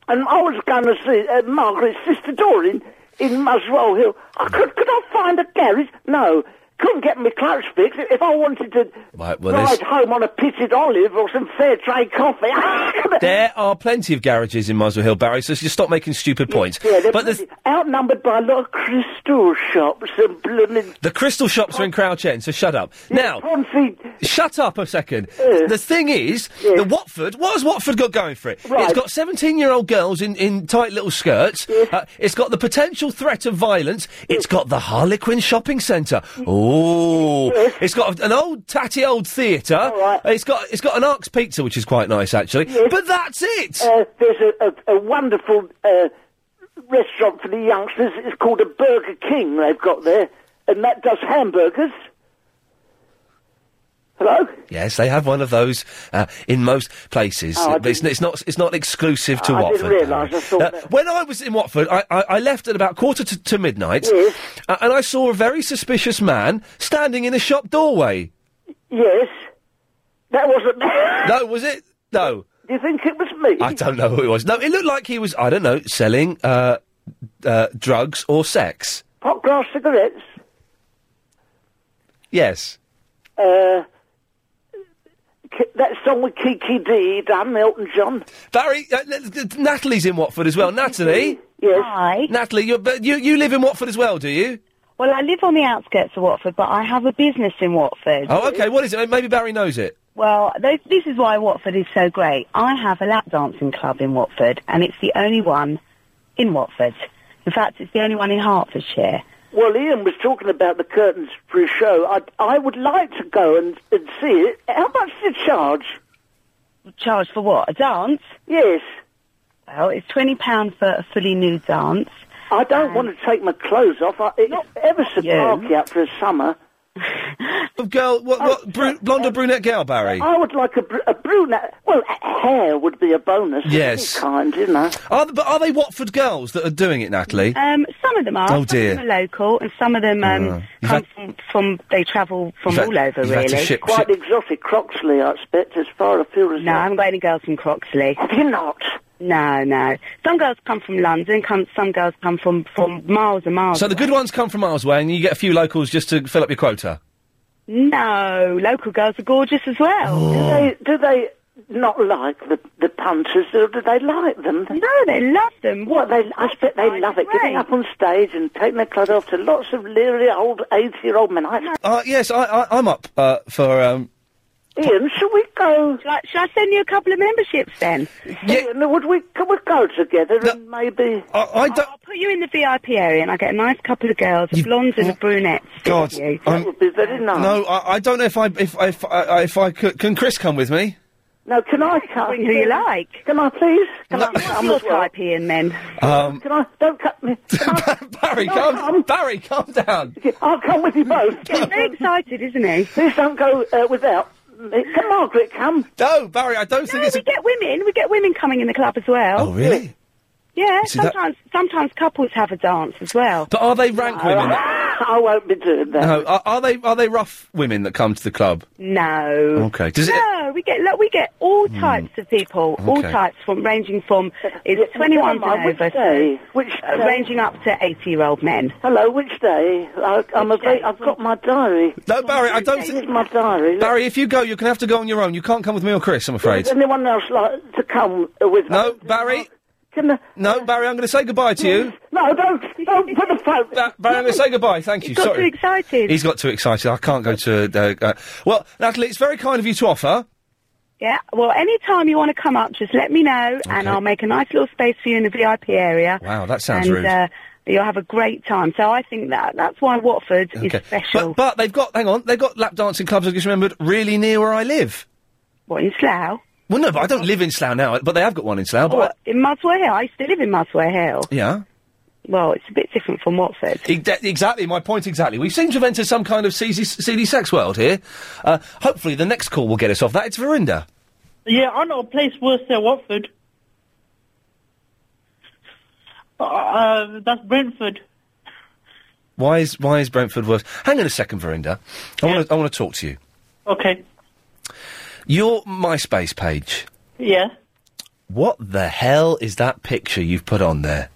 S9: And I was going to see uh, Margaret's sister Doreen in Muswell Hill. I could, could I find a garage? No. Couldn't get my clutch fixed. If I wanted to
S2: Right. Well,
S9: ride
S2: there's,
S9: home on a pitted olive or some fair trade coffee, Ah,
S2: there are plenty of garages in Muswell Hill, Barry. So just stop making stupid points.
S9: yeah, they're bloody outnumbered by a lot of crystal shops and blooming
S2: The crystal shops are in Crouch End, so shut up. Now, shut up a second. The thing is, the Watford, what has Watford got going for it? It's
S14: Right.
S2: got 17 year old girls in, in tight little skirts. Uh, it's got the potential threat of violence. It's got the Harlequin shopping centre. Ooh. It's got an old tatty old theatre. It's got it's got an Arcs Pizza, which is quite nice actually. But that's it.
S9: Uh, there's a, a, a wonderful uh, restaurant for the youngsters. It's called a Burger King. They've got there, and that does hamburgers. Hello.
S2: Yes, they have one of those uh, in most places.
S9: Oh, I
S2: but it's, it's not it's not exclusive to
S9: I
S2: Watford.
S9: didn't realise. I thought
S2: Uh,
S9: that.
S2: when I was in Watford, I, I, I left at about quarter to, to midnight, uh, and I saw a very suspicious man standing in a shop doorway.
S9: Yes, that wasn't me.
S2: No, was it? No.
S9: Do you think it was me?
S2: I don't know who it was. No, it looked like he was, I don't know, selling uh, uh, drugs or sex.
S9: Hot grass cigarettes.
S2: Yes.
S9: Uh, K- that song with Kiki D done, Elton John.
S2: Barry, uh, let- let- Natalie's in Watford as well. Natalie?
S9: Yes.
S15: Hi.
S2: Natalie, you're, but you, you live in Watford as well, do you?
S15: Well, I live on the outskirts of Watford, but I have a business in Watford.
S2: Oh, okay. What is it? Maybe Barry knows it.
S15: Well, th- this is why Watford is so great. I have a lap dancing club in Watford, and it's the only one in Watford. In fact, it's the only one in Hertfordshire.
S9: Well, Ian was talking about the curtains for his show. I, I would like to go and, and see it. How much do you charge?
S15: Charge for what? A dance?
S9: Yes.
S15: Well, it's £20 for a fully nude dance.
S9: I don't want to take my clothes off. I, it's ever so
S15: you.
S9: darky out for the summer.
S2: Of girl, what,
S15: Oh,
S2: what
S15: uh,
S2: bru- blonde or brunette girl, Barry?
S9: I would like a, br- a brunette. Well, a- hair would be a bonus. of
S2: Yes.
S9: any kind, you know.
S2: Are the, but are they Watford girls that are doing it, Natalie?
S15: Um, some of them are.
S2: Oh, dear.
S15: Some of them are local, and some of them um,
S2: Ah. You've
S15: come
S2: had-
S15: from, from, they travel from
S2: you've had-
S15: all over,
S2: you've had to
S15: really.
S2: ship- Quite
S9: exotic Croxley, I expect, as far afield as
S15: No, I haven't got any girls from Croxley.
S9: Have you not?
S15: No, no. Some girls come from London, come, some girls come from, from miles and miles.
S2: So the good ones come from miles away, and you get a few locals just to fill up your quota.
S15: No, local girls are gorgeous as well.
S9: Do they, do they not like the, the punters, or do they like them?
S15: No, they love them.
S9: What they, I expect they love it, getting up on stage and taking their clothes off to lots of leery old 80-year-old men. I,
S2: Uh, yes, I, I, I'm up uh, for. Um,
S9: Ian, shall we go?
S15: Shall I, shall I send you a couple of memberships then?
S9: Ian, would we, could we go together and maybe...
S2: I, I don't...
S15: I'll put you in the VIP area and I get a nice couple of girls, a blonde and a brunette.
S2: God,
S15: you.
S2: I'm-
S9: would be very nice.
S2: no, I, I don't know if I if if I, I- if I could. Can Chris come with me?
S9: No, can I come?
S15: Bring who you like.
S9: Can I please? Can I
S15: What's
S9: come
S15: your
S9: as well?
S15: type, Ian, then?
S2: Um,
S9: Can I? Don't cut me.
S2: Barry, calm,
S15: Um,
S2: Barry, calm down.
S9: I'll come with you both.
S15: He's very excited, isn't he?
S9: Please don't go uh, without me. Can Margaret come?
S2: No, Barry, I don't
S15: No, we get women. We get women coming in the club as well.
S2: Oh, really?
S15: Yeah,
S2: See, that-
S15: sometimes sometimes couples have a dance as well.
S2: But are they rank women?
S15: I won't be doing that.
S2: No, are, are they are they rough women that come to the club?
S15: No.
S2: Okay, does it-
S15: no, we get look, we get all
S2: Hmm.
S15: types of people, all
S2: Okay.
S15: types from ranging from is twenty one
S12: I
S15: and
S12: would
S15: over,
S12: say, which
S15: uh,
S12: day?
S15: ranging up to eighty year old men.
S12: Hello, which day? I, I'm a very, I've got my diary.
S2: No, Barry, I don't think.
S12: my diary. Look,
S2: Barry, if you go, you're going to have to go on your own. You can't come with me or Chris, I'm afraid.
S12: Does anyone else like to come uh, with
S2: No,
S12: us?
S2: Barry.
S12: Can I,
S2: No, Barry, I'm going to say goodbye to you.
S12: no, don't, don't put the phone.
S2: Barry, I'm going to say goodbye. Thank you.
S15: Got too
S2: Sorry.
S15: excited.
S2: He's got too excited. I can't go to. Uh, uh, well, Natalie, it's very kind of you to offer.
S15: Yeah. Well, any time you want to come up, just let me know, and I'll make a nice little space for you in the VIP area.
S2: Wow, that sounds
S15: and,
S2: rude.
S15: Uh, You'll have a great time. So I think that that's why Watford is special.
S2: But, but they've got, hang on, they've got lap dancing clubs, I just remembered, really near where I live.
S15: What, in Slough?
S2: Well, no, but I don't live in Slough now, but they have got one in Slough. But
S15: Or in Muswell Hill. I used to live in Muswell Hill.
S2: yeah.
S15: Well, it's a bit different from Watford.
S2: E- de- exactly, my point exactly. We seem to have entered some kind of seedy, seedy sex world here. Uh, hopefully, the next call will get us off that. It's Verinda.
S16: Yeah, I know a place worse than Watford. Uh, Uh, that's Brentford.
S2: Why is, why is Brentford worse? Hang on a second, Verinda. I want to I want to talk to you.
S16: Okay.
S2: Your MySpace page.
S16: Yeah.
S2: What the hell is that picture you've put on there?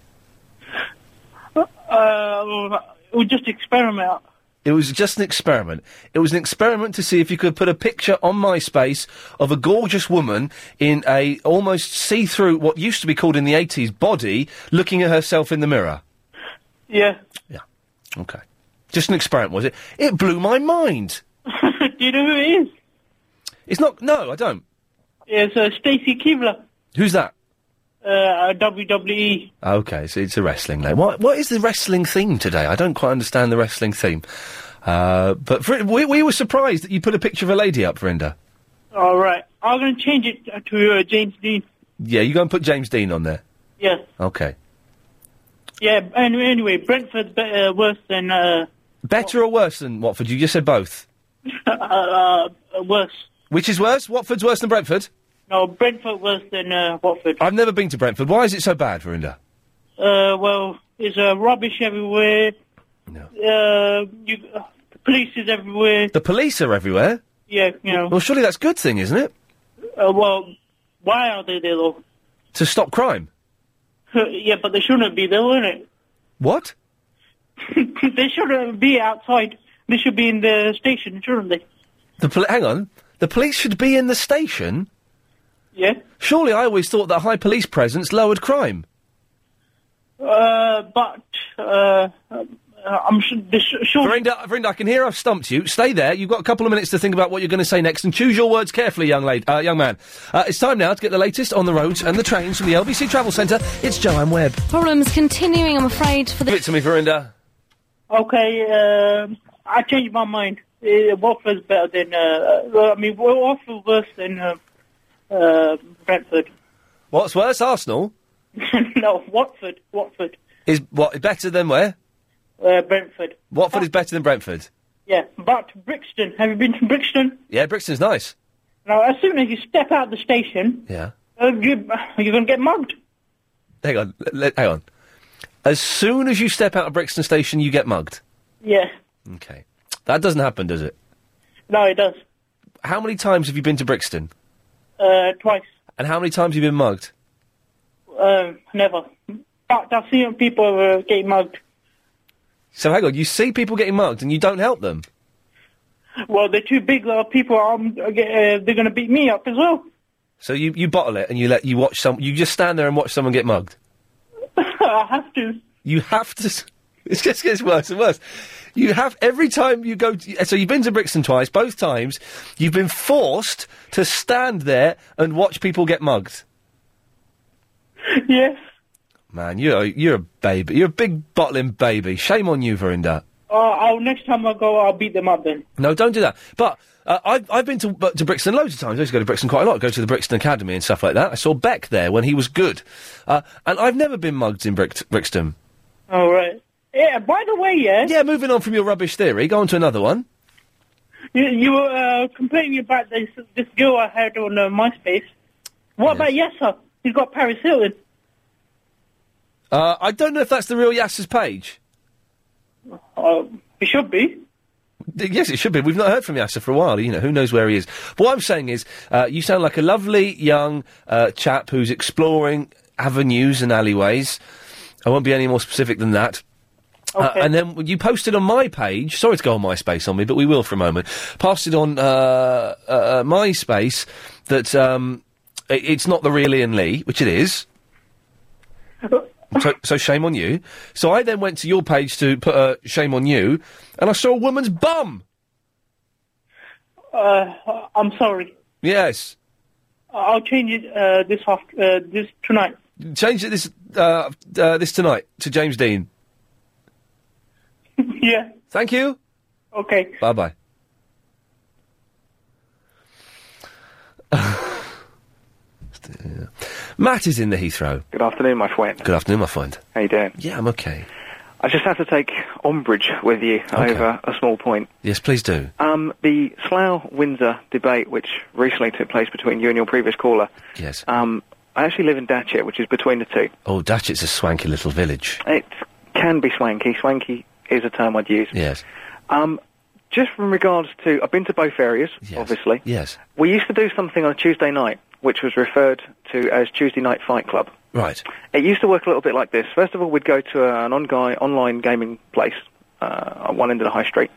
S16: Uh, we just experiment.
S2: It was just an experiment. It was an experiment to see if you could put a picture on MySpace of a gorgeous woman in a almost see-through, what used to be called in the 80s, body, looking at herself in the mirror.
S16: Yeah.
S2: Okay. Just an experiment, was it? It blew my mind.
S16: Do you know who it is?
S2: It's not. No, I don't.
S16: It's uh, Stacy Keebler,
S2: Who's that?
S16: uh, uh, WWE.
S2: Okay, so it's a wrestling name. What, what is the wrestling theme today? I don't quite understand the wrestling theme. Uh, but for, we, we were surprised that you put a picture of a lady up, Verinda.
S16: All right. I'm going to change it to uh, James Dean.
S2: Yeah, you go and put James Dean on there.
S16: Yeah.
S2: Okay.
S16: Yeah. Anyway, anyway Brentford's better, worse than uh,
S2: Better or worse than Watford? You just said both.
S16: uh, uh, worse.
S2: Which is worse? Watford's worse than Brentford?
S16: No, Brentford worse than uh, Watford.
S2: I've never been to Brentford. Why is it so bad, Verinda?
S16: Uh, well, there's uh, rubbish everywhere. Uh, you, uh, police is everywhere.
S2: The police are everywhere.
S16: Yeah, you know.
S2: Well, surely that's a good thing, isn't it?
S16: Uh, well, why are they there though?
S2: To stop crime.
S16: yeah, but they shouldn't be there, wouldn't
S2: What?
S16: it? they shouldn't be outside. They should be in the station, shouldn't they?
S2: The poli- hang on. The police should be in the station.
S16: Yeah.
S2: Surely, I always thought that high police presence lowered crime.
S16: Uh, but uh, uh, I'm sure. They sh- sure
S2: Verinda, Verinda, uh, I can hear I've stumped you. Stay there. You've got a couple of minutes to think about what you're going to say next, and choose your words carefully, young lady, uh, young man. Uh, it's time now to get the latest on the roads and the trains from the LBC Travel Centre. It's Joanne Webb.
S6: Problems continuing, I'm afraid, for
S2: Give
S6: the
S2: it to me, Verinda.
S16: Okay, um I changed my mind. Uh, Watford's better than. Uh, uh, I mean, Wa- Watford worse than uh, uh, Brentford.
S2: What's worse, Arsenal
S16: no, Watford, Watford,
S2: is what better than where?
S16: uh, Brentford.
S2: Watford is better than Brentford.
S16: Yeah, but Brixton. Have you been to Brixton?
S2: Yeah, Brixton's nice.
S16: Now, as soon as you step out the station,
S2: Yeah.
S16: uh, you, you're going to get mugged.
S2: Hang on. L- l- hang on. As soon as you step out of Brixton Station, you get mugged.
S16: Yeah,
S2: Okay. That doesn't happen, does it?
S16: no, it does.
S2: How many times have you been to Brixton?
S16: Uh, twice,
S2: And how many times have you been mugged?
S16: um, never. But I've seen people uh, get mugged.
S2: So hang on, you see people getting mugged and you don't help them.
S16: Well, they're too big. Uh, people are. Um, uh, they're going to beat me up as well.
S2: So you, you bottle it and you let you watch some you just stand there and watch someone get mugged.
S16: I
S9: Oh,
S16: have to.
S2: You have to s- it just gets worse and worse. You have every time you go to, so you've been to Brixton twice, both times you've been forced to stand there and watch people get mugged.
S16: Yes.
S2: Man, you're you're a baby. You're a big bottling baby. Shame on you, Verinda.
S16: Uh, I'll, next time I go, I'll beat them up then.
S2: No, don't do that. But uh, I've, I've been to, but to Brixton loads of times. I used to go to Brixton quite a lot. go to the Brixton Academy and stuff like that. I saw Beck there when he was good. Uh, and I've never been mugged in Brixt- Brixton.
S16: All Oh, right. Yeah. By the way, yeah.
S2: Yeah, moving on from your rubbish theory, go on to another one.
S16: You, you were uh, complaining about this this girl I had on uh, MySpace. What about Yes Sir? He's got Paris Hilton.
S2: Uh, I don't know if that's the real Yasser's page.
S16: Uh, it should be.
S2: Yes, it should be. We've not heard from Yasser for a while. You know, who knows where he is. But what I'm saying is, uh, you sound like a lovely young uh, chap who's exploring avenues and alleyways. I won't be any more specific than that. Uh, and then you posted on my page. Sorry to go on MySpace on me, but we will for a moment. Posted on uh, uh, uh, MySpace that um, i- it's not the real Ian Lee, which it is. So, so shame on you. So I then went to your page to put uh, shame on you, and I saw a woman's bum.
S16: Uh, I'm sorry.
S2: Yes.
S16: I'll change it uh, this half, uh, this tonight.
S2: Change it this uh, uh, this tonight to James Dean.
S16: yeah.
S2: Thank you.
S16: Okay.
S2: Bye bye. Matt is in the Heathrow.
S17: Good afternoon, my friend.
S2: Good afternoon, my friend.
S17: How you doing?
S2: Yeah, I'm okay.
S17: I just have to take umbrage with you
S2: Okay.
S17: over a small point.
S2: Yes, please do.
S17: Um, the Slough Windsor debate, which recently took place between you and your previous caller.
S2: Yes.
S17: Um, I actually live in Datchet, which is between the two.
S2: Oh, Datchet's a swanky little village.
S17: It can be swanky. Swanky is a term I'd use.
S2: Yes.
S17: Um, just from regards to, I've been to both areas, obviously.
S2: Yes.
S17: We used to do something on a Tuesday night, which was referred to as Tuesday Night Fight Club.
S2: Right.
S17: It used to work a little bit like this. First of all, we'd go to an on- online gaming place uh, on one end of the high street.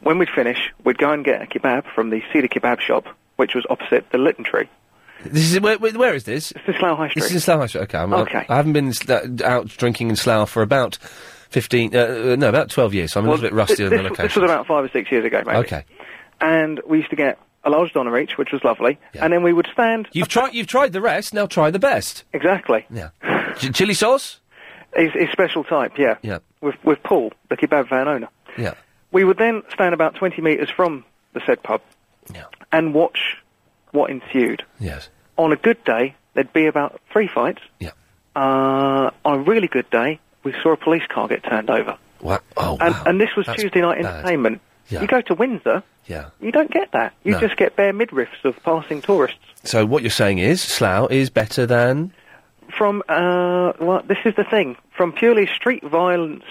S17: When we'd finish, we'd go and get a kebab from the Cedar Kebab Shop, which was opposite the Lytton Tree.
S2: This is where, where- where is this?
S17: It's in Slough High Street.
S2: This is in Slough High Street. Okay. I'm,
S17: Okay.
S2: I haven't been in Sl- out drinking in Slough for about fifteen. Uh, uh, no, about twelve years. So I'm a
S17: Well,
S2: little bit rusty
S17: thi-
S2: on
S17: this,
S2: the
S17: This
S2: location.
S17: was about five or six years ago, maybe.
S2: Okay.
S17: And we used to get a large doner each, which was lovely. And then we would stand.
S2: You've tried. You've tried the rest. Now try the best.
S17: Exactly.
S2: Yeah. Ch- chili sauce.
S17: His, his special type, yeah.
S2: Yeah.
S17: With with Paul, the kebab van owner.
S2: Yeah.
S17: We would then stand about 20 metres from the said pub and watch what ensued.
S2: Yes.
S17: On a good day, there'd be about three fights.
S2: Yeah.
S17: Uh, on a really good day, we saw a police car get turned over.
S2: What? Oh,
S17: and,
S2: wow.
S17: and this was
S2: That's
S17: Tuesday night
S2: bad.
S17: entertainment.
S2: Yeah.
S17: You go to Windsor,
S2: Yeah.
S17: you don't get that. You
S2: No.
S17: just get bare midriffs of passing tourists.
S2: So what you're saying is Slough is better than
S17: From, uh, well, this is the thing. From purely street violence,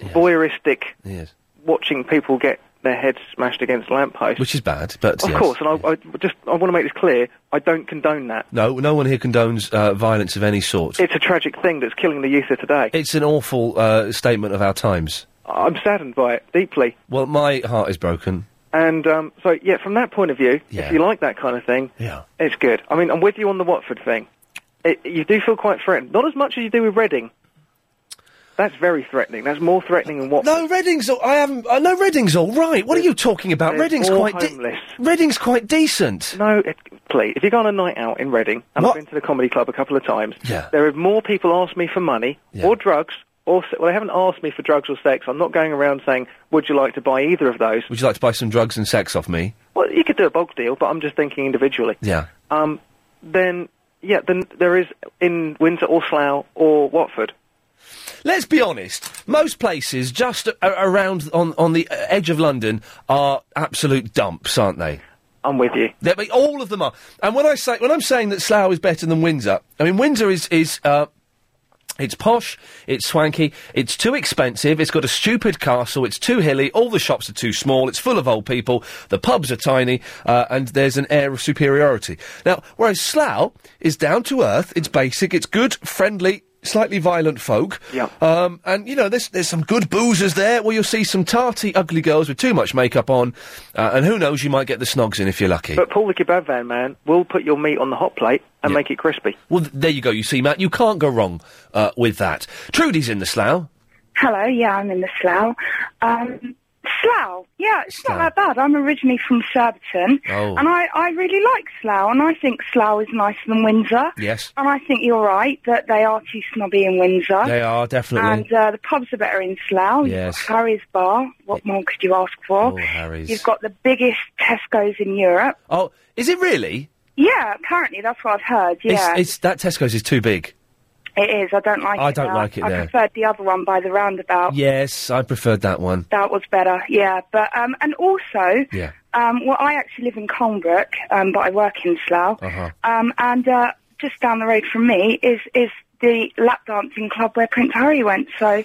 S17: voyeuristic,
S2: yes,
S17: watching people get their heads smashed against lampposts.
S2: which is bad, but
S17: Of
S2: yes.
S17: course, and I, I just I want to make this clear. I don't condone that.
S2: No, no one here condones uh, violence of any sort.
S17: It's a tragic thing that's killing the youth of today.
S2: It's an awful uh, statement of our times.
S17: I'm saddened by it deeply.
S2: Well, my heart is broken.
S17: And um, so, yeah, from that point of view,
S2: Yeah.
S17: if you like that kind of thing,
S2: Yeah.
S17: it's good. I mean, I'm with you on the Watford thing. It, you do feel quite threatened, not as much as you do with Reading. That's very threatening. That's more threatening than Watford.
S2: No, Reading's. all- I haven't. I know Reading's all right. What are you talking about?
S17: They're
S2: Reading's
S17: all
S2: quite. De-
S17: homeless.
S2: Reading's quite decent.
S17: No, it, please. If you go on a night out in Reading, and I've been to the comedy club a couple of times,
S2: Yeah.
S17: there are more people ask me for money or drugs. Or se- well, they haven't asked me for drugs or sex. I'm not going around saying, "Would you like to buy either of those?"
S2: Would you like to buy some drugs and sex off me?
S17: Well, you could do a bulk deal, but I'm just thinking individually.
S2: Yeah.
S17: Um, then, yeah, then there is in Windsor or Slough or Watford.
S2: Let's be honest. Most places just a- around on on the uh, edge of London are absolute dumps, aren't they?
S17: I'm with you.
S2: all of them are. And when I say when I'm saying that Slough is better than Windsor, I mean Windsor is is. Uh, it's posh, it's swanky, it's too expensive, it's got a stupid castle, it's too hilly, all the shops are too small, it's full of old people, the pubs are tiny, uh, and there's an air of superiority. Now, whereas Slough is down to earth, it's basic, it's good, friendly, slightly violent folk. Yeah. Um, and you know, there's there's some good boozers there. Well, you'll see some tarty, ugly girls with too much makeup on, uh, and who knows, you might get the snogs in if you're lucky.
S17: But Paul the kebab van man will put your meat on the hot plate and make it crispy.
S2: well, th- there you go. You see, Matt, you can't go wrong uh, with that. Trudy's in the Slough.
S18: Hello, yeah, I'm in the Slough. Um, Slough, yeah, it's not that bad. I'm originally from Surbiton,
S2: Oh.
S18: and I, I really like Slough, and I think Slough is nicer than Windsor.
S2: Yes.
S18: And I think you're right that they are too snobby in Windsor.
S2: They are definitely.
S18: And uh, the pubs are better in Slough. You've
S2: Yes.
S18: got Harry's Bar. What more could you ask for?
S2: Oh, Harry's.
S18: You've got the biggest Tesco's in Europe.
S2: Oh, is it really?
S18: Yeah, apparently that's what I've heard. Yeah,
S2: It's, it's that Tesco's is too big.
S18: it is. I don't like
S2: I
S18: it.
S2: don't
S18: now.
S2: like it
S18: I
S2: there.
S18: preferred the other one by the roundabout.
S2: Yes, I preferred that one.
S18: That was better, yeah. But um, and also,
S2: Yeah.
S18: um, well, I actually live in Colnbrook, um, but I work in Slough,
S2: Uh huh.
S18: um, and uh, just down the road from me is is the lap dancing club where Prince Harry went. So,
S2: Of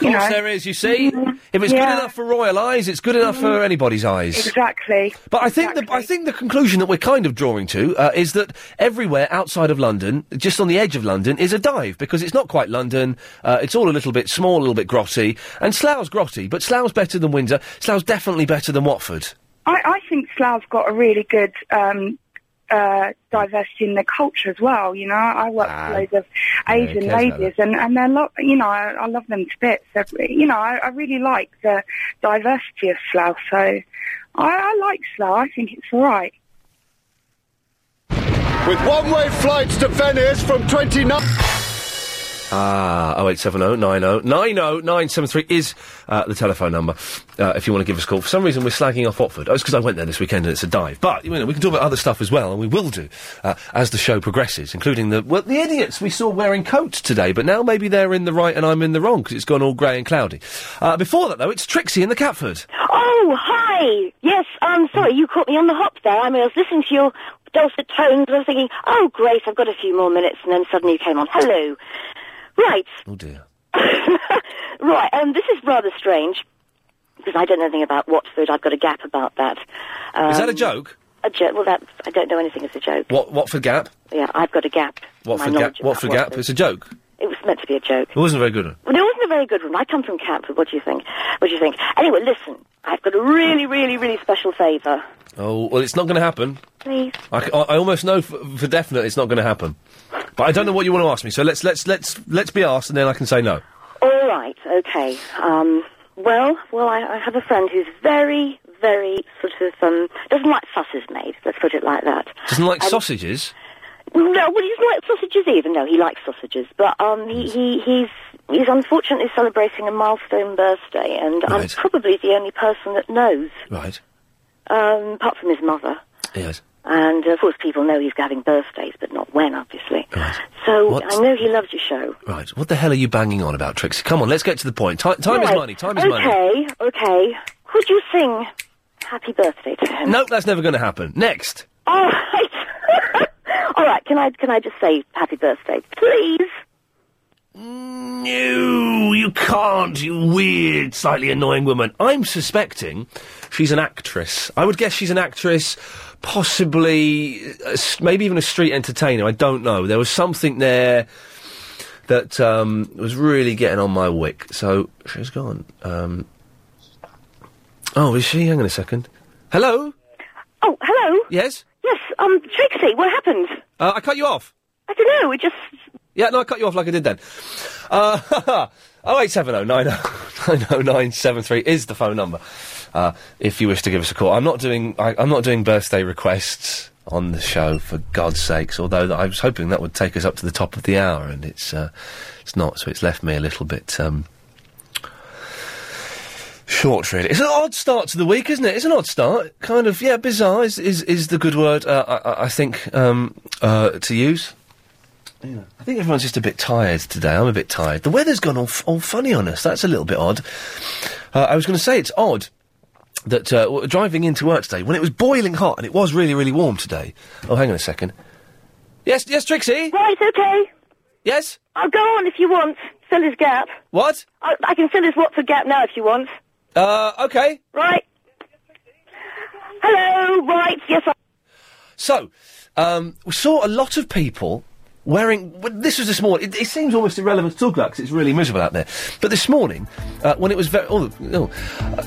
S18: you
S2: course,
S18: know,
S2: there is. You see, if it's
S18: Mm-hmm. Yeah. Mm-hmm.
S2: good enough for royal eyes, it's good enough for anybody's eyes.
S18: exactly.
S2: But I think the I think the conclusion that we're kind of drawing to uh, is that everywhere outside of London, just on the edge of London, is a dive because it's not quite London. Uh, it's all a little bit small, a little bit grotty, and Slough's grotty, but Slough's better than Windsor. Slough's definitely better than Watford.
S18: I, I think Slough's got a really good um, uh, diversity in their culture as well. You know, I work with loads of Asian
S19: Ah, cares about
S18: ladies, and and they're lo- you know I, I love them to bits. They're, you know, I, I really like the diversity of Slough. So I, I like Slough. I think it's all right.
S20: With one-way flights to Venice from 29...
S2: Ah, oh eight seven oh nine oh nine oh nine seven three is uh, the telephone number uh, if you want to give us a call. For some reason, we're slagging off Watford. Oh, it's because I went there this weekend and it's a dive. But you know, we can talk about other stuff as well, and we will do uh, as the show progresses, including the well, the idiots we saw wearing coats today. But now maybe they're in the right and I'm in the wrong because it's gone all grey and cloudy. Uh, before that, though, it's Trixie in the Catford.
S19: Oh, hi! Yes, I'm sorry, you caught me on the hop there. I mean, I was listening to your dulcet tones and I was thinking, oh, great, I've got a few more minutes, and then suddenly you came on. Hello. Right.
S2: Oh, dear.
S19: right, um, this is rather strange, because I don't know anything about Watford. I've got a gap about that. Um,
S2: is that a joke?
S19: A joke? Well, that, I don't know anything as a joke.
S2: What Watford Gap?
S19: Yeah, I've got a gap. in my
S2: Watford Gap?
S19: knowledge about
S2: Watford Gap?
S19: Watford.
S2: It's a joke.
S19: It was meant to be a joke.
S2: It wasn't a very good. one.
S19: Well, it wasn't a very good one. I come from Camford. What do you think? What do you think? Anyway, listen, I've got a really, really, really special favour.
S2: Oh well, it's not going to happen.
S19: Please.
S2: I, c- I- I almost know for, for definite it's not going to happen, but I don't know what you want to ask me. So let's let's let's let's be asked, and then I can say no.
S19: All right, okay. Um, well, well, I, I have a friend who's very, very sort of um, doesn't like sausages made. Let's put it like that.
S2: Doesn't like
S19: Um,
S2: sausages.
S19: No, well, he doesn't like sausages either. No, he likes sausages, but um, he, he he's he's unfortunately celebrating a milestone birthday, and I'm
S2: Right.
S19: probably the only person that knows,
S2: Right.
S19: um, apart from his mother.
S2: Yes.
S19: And uh, of course, people know he's having birthdays, but not when, obviously. So
S2: What-
S19: I know he loves your show.
S2: Right. What the hell are you banging on about, Trixie? Come on, let's get to the point. Ti- time is
S19: Right.
S2: money. Time is
S19: okay,
S2: money.
S19: Okay, Could you sing "Happy Birthday" to him?
S2: Nope, that's never going to happen. Next.
S19: All right. All right. Can I can I just say "Happy Birthday," please?
S2: No, you can't, you weird, slightly annoying woman. I'm suspecting she's an actress. I would guess she's an actress, possibly, a s- maybe even a street entertainer. I don't know. There was something there that um, was really getting on my wick. So she's gone. Um, oh, is she? Hang on a second. Hello?
S19: Oh, hello.
S2: Yes?
S19: Yes. Um, Trixie, what happened?
S2: Uh, I cut you off.
S19: I don't know. It just.
S2: Yeah, no, I cut you off like I did then. Uh, 08709090973 is the phone number. Uh, if you wish to give us a call, I'm not doing I, I'm not doing birthday requests on the show for God's sakes. Although I was hoping that would take us up to the top of the hour, and it's uh, it's not. So it's left me a little bit um, short, really. It's an odd start to the week, isn't it? It's an odd start, kind of yeah, bizarre is is, is the good word uh, I- I, I think um, uh, to use. Yeah. I think everyone's just a bit tired today. I'm a bit tired. The weather's gone all, f- all funny on us. That's a little bit odd. Uh, I was going to say it's odd that uh, w- driving into work today when it was boiling hot and it was really, really warm today. Oh, hang on a second. Yes, yes, Trixie.
S19: Right. Okay.
S2: Yes.
S19: I'll go on if you want. Fill his gap.
S2: What?
S19: I, I can fill his Watford gap now if you want.
S2: Uh, okay.
S19: Right. Hello. Right. Yes. I-
S2: So, um, we saw a lot of people wearing. w- This was this morning. It, it seems almost irrelevant to talk about because it's really miserable out there. But this morning, uh, when it was very. Oh, no,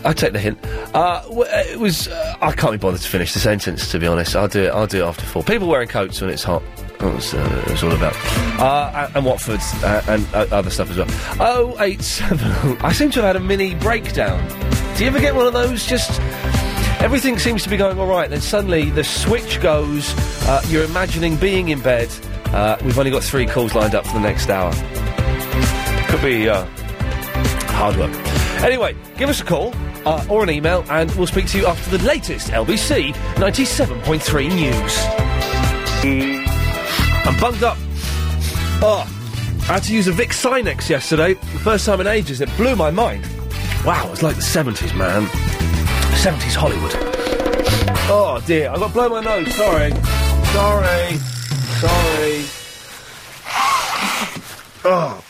S2: I take the hint. Uh, w- it was. Uh, I can't be bothered to finish the sentence. To be honest, I'll do it. I'll do it after four. People wearing coats when it's hot. That was, uh, it was all about. Uh, and, and Watford uh, and uh, other stuff as well. Oh eight seven. I seem to have had a mini breakdown. Do you ever get one of those? Just Everything seems to be going all right, then suddenly the switch goes. Uh, you're imagining being in bed. Uh, we've only got three calls lined up for the next hour. Could be uh, hard work. Anyway, give us a call uh, or an email, and we'll speak to you after the latest LBC 97.3 news. I'm bunged up. Oh, I had to use a Vic Sinex yesterday, the first time in ages. It blew my mind. Wow, it's like the 70s, man. 70s Hollywood. Oh dear, I got blow my nose. Sorry, sorry, sorry. Oh,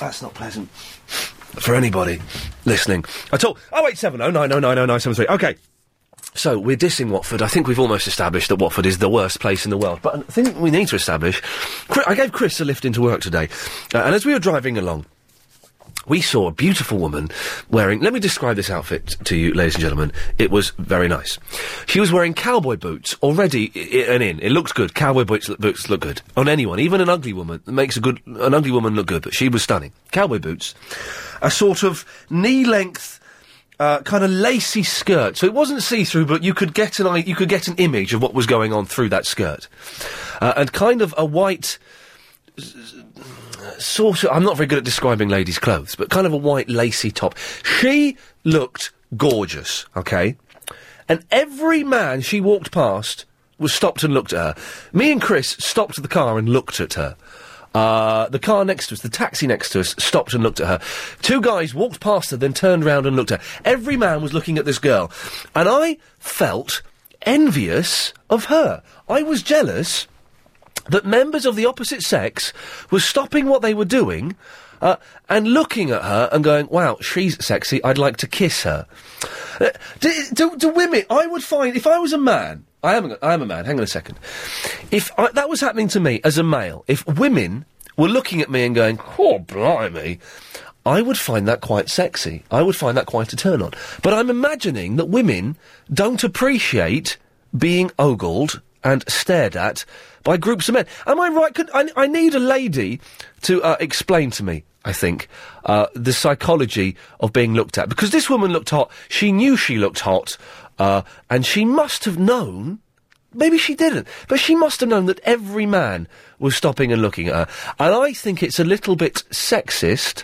S2: that's not pleasant for anybody listening at all. Oh eight seven oh nine oh nine oh nine seven three. Okay. So we're dissing Watford. I think we've almost established that Watford is the worst place in the world. But I think we need to establish. Chri- I gave Chris a lift into work today, uh, and as we were driving along, we saw a beautiful woman wearing. Let me describe this outfit to you, ladies and gentlemen. It was very nice. She was wearing cowboy boots already i- i- and in. It looks good. Cowboy boots, boots look good on anyone, even an ugly woman. It makes a good an ugly woman look good, but she was stunning. Cowboy boots, a sort of knee length. Uh, kind of lacy skirt, so it wasn't see-through, but you could get an i- you could get an image of what was going on through that skirt, uh, and kind of a white sort of, I'm not very good at describing ladies' clothes, but kind of a white lacy top. She looked gorgeous, okay? And every man she walked past was stopped and looked at her. Me and Chris stopped the car and looked at her. Uh, the car next to us, the taxi next to us, stopped and looked at her. Two guys walked past her, then turned round and looked at her. Every man was looking at this girl. And I felt envious of her. I was jealous that members of the opposite sex were stopping what they were doing uh, and looking at her and going, "Wow, she's sexy. I'd like to kiss her." Uh, do, do, do women? I would find if I was a man. I am. a- I am a man. Hang on a second. If I, that was happening to me as a male, if women were looking at me and going, "Oh, blimey," I would find that quite sexy. I would find that quite a turn on. But I'm imagining that women don't appreciate being ogled and stared at by groups of men. Am I right? Could, I, I need a lady to uh, explain to me, I think, uh, the psychology of being looked at. Because this woman looked hot. She knew she looked hot. Uh, and she must have known Maybe she didn't, but she must have known that every man was stopping and looking at her. And I think it's a little bit sexist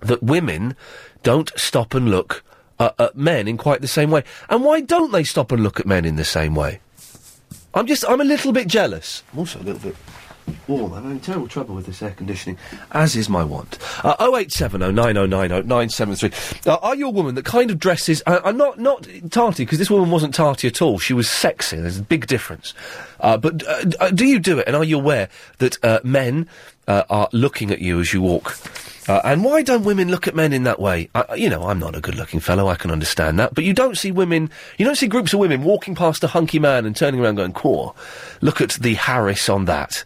S2: that women don't stop and look uh, at men in quite the same way. And why don't they stop and look at men in the same way? I'm just, I'm a little bit jealous. I'm also a little bit. warm. I'm having terrible trouble with this air conditioning, as is my want. Uh, 0870 9090 973. Uh, are you a woman that kind of dresses. Uh, I'm not, not tarty, because this woman wasn't tarty at all. She was sexy. There's a big difference. Uh, but uh, d- uh, do you do it, and are you aware that uh, men uh, are looking at you as you walk? Uh, and why don't women look at men in that way? I, you know, I'm not a good-looking fellow. I can understand that, but you don't see women. You don't see groups of women walking past a hunky man and turning around going, "Core, look at the Harris on that."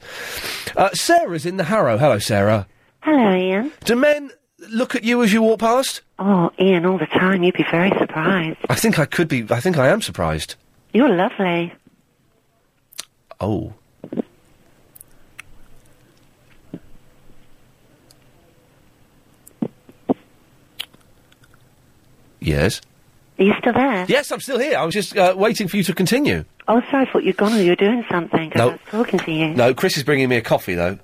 S2: Uh, Sarah's in the Harrow. Hello, Sarah.
S21: Hello, Ian.
S2: Do men look at you as you walk past?
S21: Oh, Ian, all the time. You'd be very surprised.
S2: I think I could be. I think I am surprised.
S21: You're lovely.
S2: Oh. Yes.
S21: Are you still there?
S2: Yes, I'm still here. I was just uh, waiting for you to continue.
S21: Oh, sorry, I thought you'd gone or you were doing something. 'cause
S2: No.
S21: I was talking to you.
S2: No, Chris is bringing me a coffee though.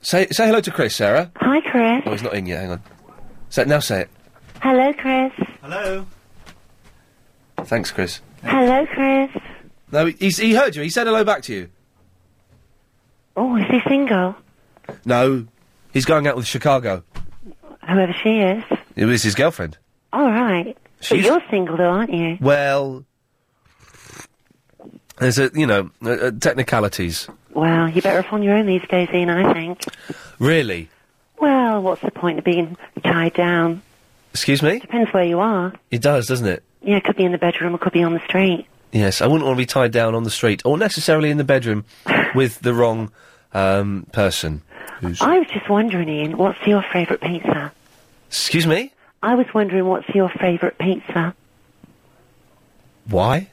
S2: Say say hello to Chris, Sarah.
S21: Hi, Chris.
S2: Oh, he's not in yet. Hang on. Say now. Say it.
S21: Hello, Chris.
S2: Hello. Thanks, Chris.
S21: Hello, Chris.
S2: No, he- he's, he heard you. He said hello back to you.
S21: Oh, is he single?
S2: No, he's going out with Chicago.
S21: Whoever she is.
S2: It was his girlfriend.
S21: All right.
S2: She's-
S21: But you're single, though, aren't you?
S2: Well, there's a you know uh, uh, technicalities.
S21: Well, you're better off on your own these days, Ian, I think.
S2: Really?
S21: Well, what's the point of being tied down?
S2: Excuse me?
S21: Depends where you are.
S2: It does, doesn't it?
S21: Yeah, it could be in the bedroom, it could be on the street.
S2: Yes, I wouldn't want to be tied down on the street or necessarily in the bedroom with the wrong um, person. Who's...
S21: I was just wondering, Ian, what's your favourite pizza?
S2: Excuse me?
S21: I was wondering, what's your favourite pizza?
S2: Why?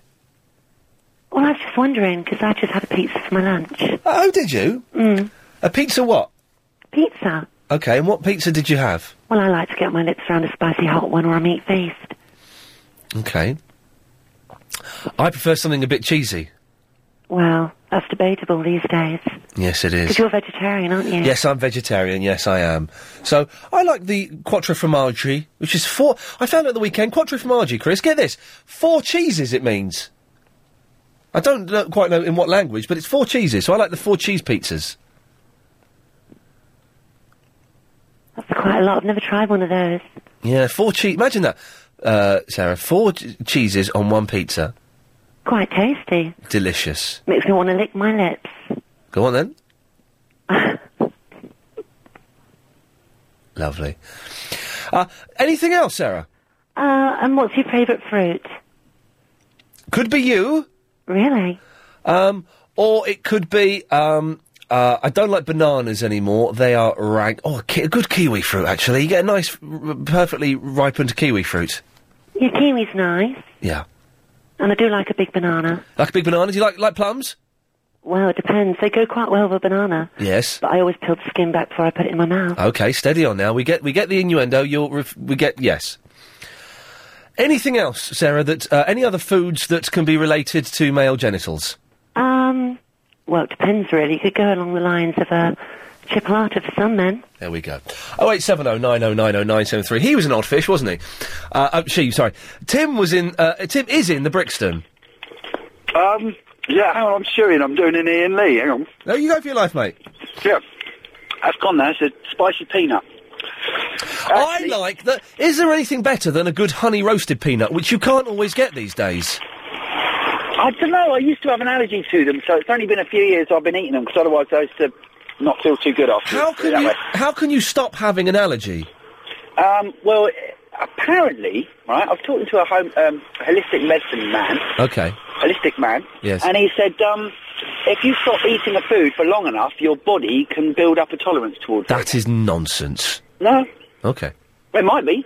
S21: Well, I was just wondering, because I just had a pizza for my lunch.
S2: Oh, did you?
S21: Mm.
S2: A pizza what?
S21: Pizza.
S2: Okay, and what pizza did you have?
S21: Well, I like to get my lips around a spicy hot one or a meat feast.
S2: Okay. I prefer something a bit cheesy.
S21: Well, that's debatable these days.
S2: Yes, it
S21: Because
S2: is.
S21: you're vegetarian, aren't you?
S2: Yes, I'm vegetarian. Yes, I am. So I like the quattrofromaggi, which is four. I found out the weekend quattrofromaggi, Chris. Get this, four cheeses. It means. I don't know, quite know in what language, but it's four cheeses. So I like the four cheese pizzas.
S21: Quite a lot. I've never tried one of those.
S2: Yeah, four cheese. Imagine that, uh, Sarah. Four ch- cheeses on one pizza.
S21: Quite tasty.
S2: Delicious.
S21: Makes me want to lick my lips.
S2: Go on then. Lovely. Uh, anything else, Sarah?
S21: Uh, and what's your favourite fruit?
S2: Could be you.
S21: Really?
S2: Um, or it could be. Um, uh, I don't like bananas anymore. They are rank. Oh, a, ki- a good kiwi fruit, actually. You get a nice, r- perfectly ripened kiwi fruit.
S21: Your kiwi's nice,
S2: Yeah.
S21: and I do like a big banana.
S2: Like a big banana. Do you like, like plums?
S21: Well, it depends. They go quite well with a banana,
S2: Yes.
S21: but I always peel the skin back before I put it in my mouth.
S2: Okay, steady on now. We get we get the innuendo. You'll ref- we get yes. Anything else, Sarah? That uh, any other foods that can be related to male genitals?
S21: Um, well, it depends really. You could go along the lines of a chipolata for some men.
S2: There we go. Oh eight seven oh nine oh nine oh nine seven three. He was an odd fish, wasn't he? Uh, uh, she, sorry. Tim was in. Uh, Tim is in the Brixton.
S22: Um, yeah, hang on, I'm chewing. I'm doing an Ian Lee. Hang on.
S2: No, you go for your life, mate.
S22: Yeah. That's gone now. It's a spicy peanut.
S2: I like that. Is there anything better than a good honey roasted peanut, which you can't always get these days?
S22: I don't know. I used to have an allergy to them, so it's only been a few years I've been eating them, because otherwise I used to not feel too good after.
S2: How can you? How can you stop having an allergy?
S22: Um, well, apparently, right, I was talking to a home, um, holistic medicine man,
S2: Okay.
S22: holistic man,
S2: Yes.
S22: and he said, um, if you stop eating a food for long enough, your body can build up a tolerance towards it.
S2: That is nonsense.
S22: No,
S2: Okay.
S22: it might be.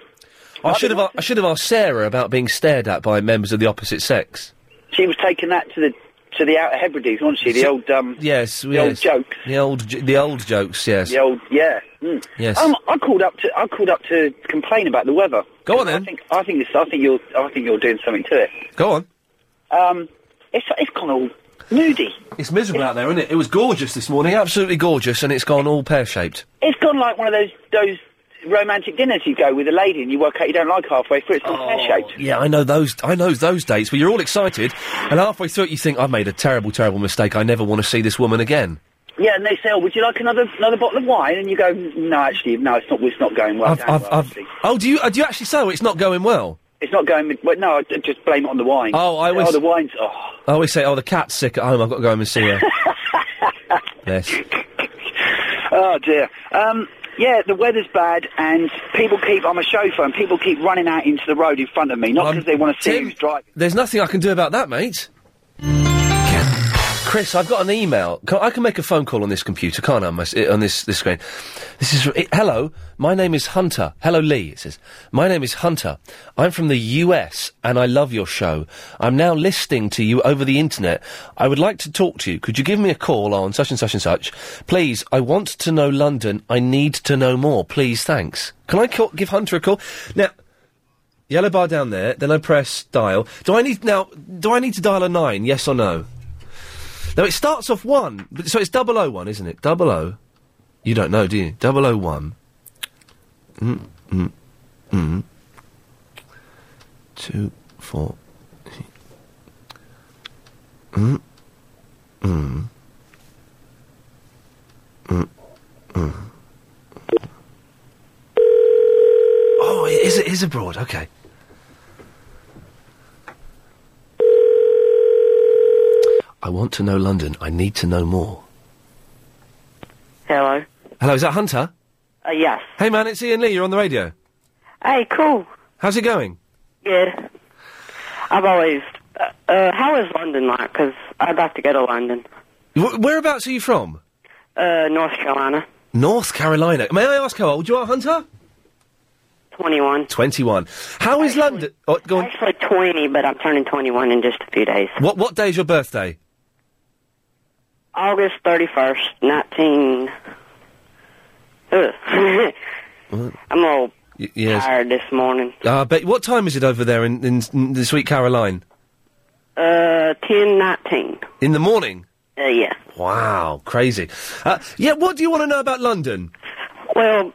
S2: I should have. I should have asked Sarah about being stared at by members of the opposite sex.
S22: She was taking that to the to the Outer Hebrides, wasn't she? The
S2: So-
S22: old, um,
S2: Yes.
S22: The old joke.
S2: The old. j- The old jokes. Yes.
S22: the old, yeah. Mm.
S2: Yes.
S22: Um, I called up to I called up to complain about the weather.
S2: Go on
S22: then. I think I think it's, I think you're I think you're doing something to it.
S2: Go on.
S22: Um, it's it's gone all moody.
S2: It's miserable out there, isn't it? It was gorgeous this morning. Absolutely gorgeous, and it's gone all pear shaped.
S22: It's gone like one of those those romantic dinners you go with a lady and you work out you don't like halfway through. It's gone
S2: Oh.
S22: pear shaped.
S2: Yeah, I know those. I know those dates where you're all excited, and halfway through it, you think, "I've made a terrible, terrible mistake. I never want to see this woman again."
S22: Yeah, and they say, "Oh, would you like another another bottle of wine?" And you go, "No, actually, no, it's not. It's not going well.
S2: I've,
S22: down
S2: I've,
S22: well."
S2: I've, oh, do you? uh, Do you actually say oh, it's not going well?
S22: It's not going. Well, no, I d- just blame it on the wine.
S2: Oh, I was-
S22: Oh, the wine's. Oh,
S2: I always say, "Oh, the cat's sick at home. I've got to go home and see her." yes.
S22: oh dear. Um, yeah, the weather's bad, and people keep. I'm a chauffeur, and people keep running out into the road in front of me, not because they want to see who's driving.
S2: There's nothing I can do about that, mate. Chris, I've got an email. Can, I can make a phone call on this computer, can't I? on my s- on this this screen, this is it, hello. My name is Hunter. Hello, Lee. It says, "My name is Hunter. I'm from the U.S. and I love your show. I'm now listening to you over the internet. I would like to talk to you. Could you give me a call on such and such and such? Please. I want to know London. I need to know more. Please, thanks. Can I call, give Hunter a call now?" Yellow bar down there. Then I press dial. Do I need now? Do I need to dial a nine? Yes or no? No, it starts off one, but- so it's double O one, isn't it? Double O. You don't know, do you? Double O one. Mm mm mm. Two four. Mm mm. Mm mm. Oh, it is, it is abroad. Okay. I want to know London. I need to know more.
S23: Hello.
S2: Hello, is that Hunter?
S23: Uh, yes.
S2: Hey, man, it's Ian Lee. You're on the radio.
S23: Hey, cool.
S2: How's it going?
S23: Good. I've always. Uh, uh, how is London like? Because I'd like to go to London.
S2: Wh- whereabouts are you from?
S23: Uh, North Carolina.
S2: North Carolina. May I ask how old you are, Hunter?
S23: 21.
S2: 21. How is London? Oh, go on.
S23: Actually, 20, but I'm turning 21 in just a few days.
S2: What, what day is your birthday?
S23: August 31st, 19. Ugh.
S2: What?
S23: I'm all
S2: Y- yes.
S23: tired this morning.
S2: Uh, but what time is it over there in, in, in the Sweet Caroline?
S23: Uh, 10, 19.
S2: In the morning?
S23: Uh, yeah.
S2: Wow, crazy. Uh, yeah, what do you want to know about London?
S23: Well,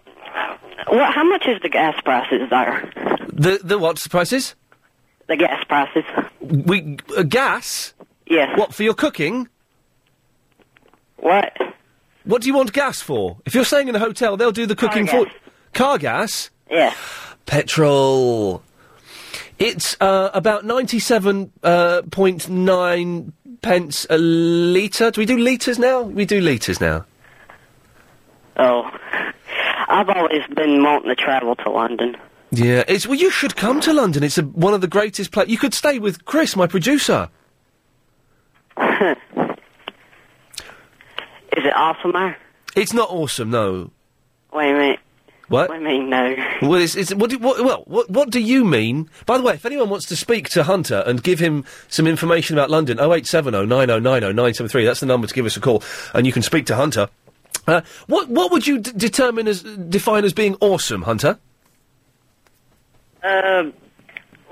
S23: what, how much is the gas prices there?
S2: The the what's the prices?
S23: The gas prices.
S2: We uh, gas.
S23: Yes.
S2: What for your cooking?
S23: What?
S2: What do you want gas for? If you're staying in a hotel, they'll do the cooking for car gas.
S23: Yeah.
S2: Petrol. It's uh, about ninety-seven uh, point nine pence a litre. Do we do litres now? We do litres now.
S23: Oh.
S9: I've always been wanting to travel to London.
S2: Yeah, it's well. You should come to London. It's a, one of the greatest places. You could stay with Chris, my producer.
S9: Is it awesome there?
S2: It's not awesome, no.
S9: Wait a minute.
S2: What?
S9: What do you mean, no?
S2: Well, it's, it's, what, do, what, well, what, what do you mean? By the way, if anyone wants to speak to Hunter and give him some information about London, 0870 9090 973, that's the number to give us a call, and you can speak to Hunter. Uh, what, what would you d- determine as, define as being awesome, Hunter?
S9: Uh,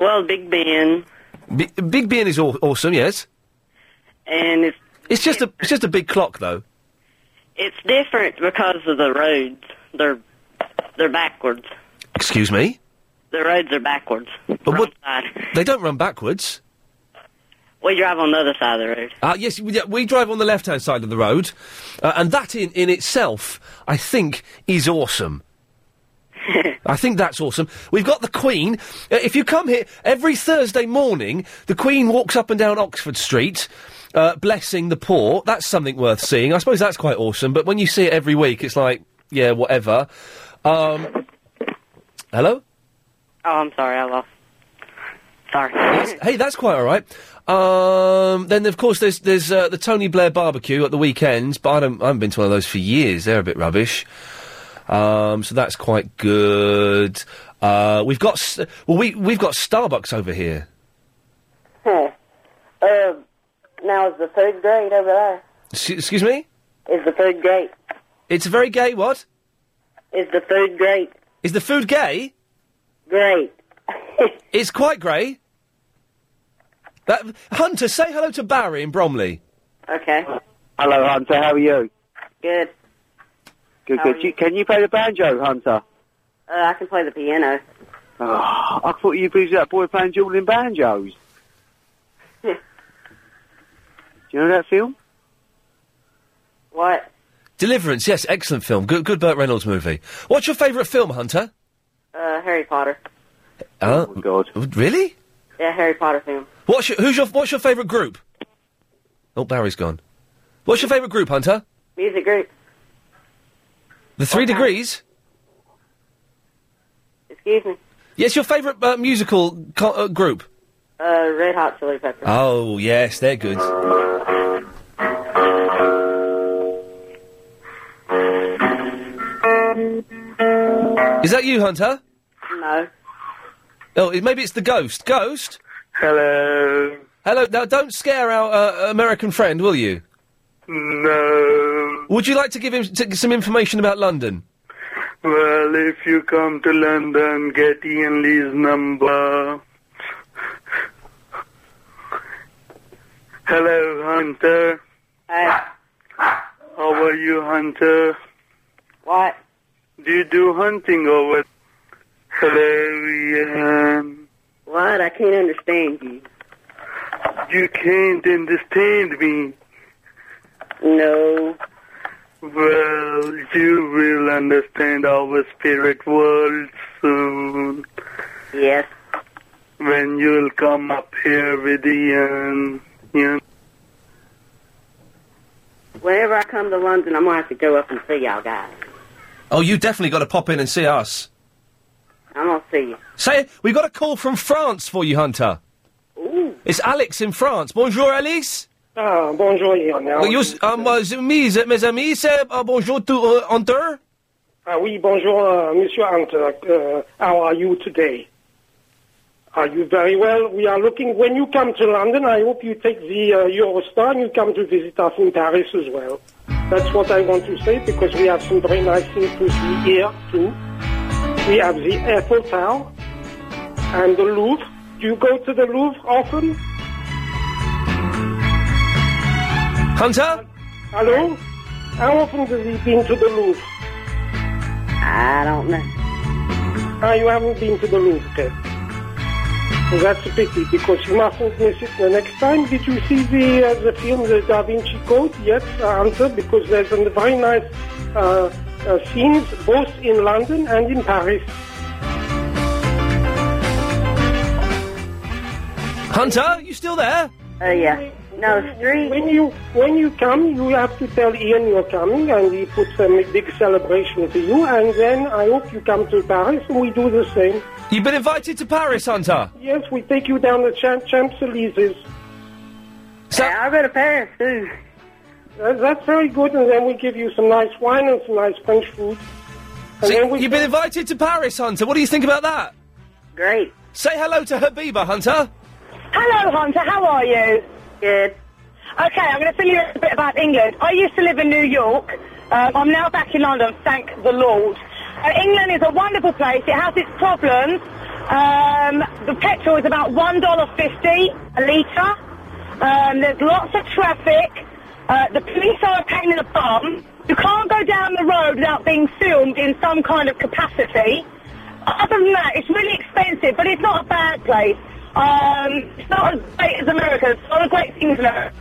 S9: well, Big Ben,
S2: B- big Ben is aw- awesome, yes?
S9: and it's
S2: It's just, a, it's just a big clock, though.
S9: it's different because of the roads. They're they're backwards.
S2: Excuse me?
S9: The roads are backwards.
S2: But what,
S9: Side.
S2: they don't run backwards.
S9: We drive on the other side of the road.
S2: Uh, yes, we, yeah, we drive on the left hand side of the road, uh, and that in, in itself, I think, is awesome. I think that's awesome. We've got the Queen. Uh, if you come here every Thursday morning, the Queen walks up and down Oxford Street, uh, blessing the poor. That's something worth seeing. I suppose that's quite awesome, but when you see it every week, it's like, yeah, whatever. Um, hello?
S9: Oh, I'm sorry, I lost. Sorry.
S2: hey, that's quite all right. Um, then of course there's there's uh, the Tony Blair barbecue at the weekends, but I don't I haven't been to one of those for years. They're a bit rubbish. Um, so that's quite good. Uh, we've got s- well we we've got Starbucks over here.
S15: Um, now is the third grade over there.
S2: S- excuse me.
S15: Is the food great?
S2: It's a very gay what?
S15: Is the food great?
S2: Is the food gay?
S15: Great.
S2: it's quite grey. That Hunter, say hello to Barry in Bromley.
S15: Okay.
S4: Hello, Hunter. How are you?
S15: Good.
S4: Good,
S15: How
S4: good.
S15: are
S4: You- can you play the banjo, Hunter?
S15: Uh, I can play the piano.
S4: Oh, I thought you busy that boy playing dueling banjos.
S15: Yeah.
S4: Do you know that film?
S15: What?
S2: Deliverance, yes, excellent film. Good, good Burt Reynolds movie. What's your favourite film, Hunter?
S15: Uh, Harry Potter.
S2: Oh, God. Really?
S15: Yeah, Harry Potter film.
S2: What's your, who's your, what's your favourite group? Oh, Barry's gone. What's your favourite group, Hunter?
S15: Music group.
S2: The Three Degrees?
S15: Excuse me.
S2: Yes, your favourite uh, musical co- uh, group?
S15: Uh, Red Hot Chili Peppers.
S2: Oh, yes, they're good.
S3: Uh,
S2: Is that you, Hunter?
S15: No.
S2: Oh, it- maybe it's the ghost. Ghost? Hello. Hello. Now, don't scare our uh, American friend, will you?
S1: No.
S2: Would you like to give him t- some information about London?
S1: Well, if you come to London, get Ian Lee's number. Hello, Hunter.
S15: Hey.
S1: How are you, Hunter?
S15: What?
S1: Do you do hunting over? Hello, Ian.
S15: What? I can't understand you.
S1: You can't understand me.
S15: No.
S1: Well, you will understand our spirit world soon.
S15: Yes.
S1: When you'll come up here with Ian. Ian.
S15: Whenever I come to London, I'm gonna have to go up and see y'all guys.
S2: Oh, you definitely got to pop in and see us.
S15: I'm gonna see you.
S2: Say, we got a call from France for you, Hunter.
S15: Ooh.
S2: It's Alex in France. Bonjour, Alice. Ah, bonjour,
S24: 啊
S2: Ian. um, mes amis, c'est uh, bonjour to uh, Hunter.
S24: Ah oui, bonjour, uh, Monsieur Hunter. Uh, how are you today? Are you very well? We are looking. When you come to London, I hope you take the uh, Eurostar and you come to visit us in Paris as well. That's what I want to say because we have some very nice things to see here too. We have the Eiffel Tower and the Louvre. Do you go to the Louvre often?
S2: Hunter?
S24: Hello? How often have you been to the Louvre?
S15: I don't know.
S24: Ah, you haven't been to the Louvre. then. Well, that's a pity because you mustn't miss it the next time. Did you see the uh, the film The Da Vinci Code yet, uh, Hunter? Because there's some very nice uh, uh, scenes both in London and in Paris.
S2: Hunter, you still there?
S15: Uh, yeah.
S24: No, three. When you when you come, you have to tell Ian you're coming, and he puts a m- big celebration to you. And then I hope you come to Paris, and we do the same.
S2: You've been invited to Paris, Hunter.
S24: Yes, we take you down the Champ- Champs Elysees.
S2: So
S24: yeah, I go to Paris too. that's very good, and then we give you some nice wine and some nice French food. And
S2: So
S24: then we
S2: you've been invited to Paris, Hunter. What do you think about that?
S24: Great.
S2: Say hello to Habiba, Hunter.
S15: Hello, Hunter. How are you? Good. Okay, I'm going to tell you a bit about England. I used to live in New York. Um, I'm now back in London. Thank the Lord. Uh, England is a wonderful place. It has its problems. Um, the petrol is about one dollar fifty a litre. Um, there's lots of traffic. Uh, the police are a pain in the bum. You can't go down the road without being filmed in some kind of capacity. Other than that, it's really expensive, but it's not a bad place. Um, it's not as great as America. It's not a great thing as America.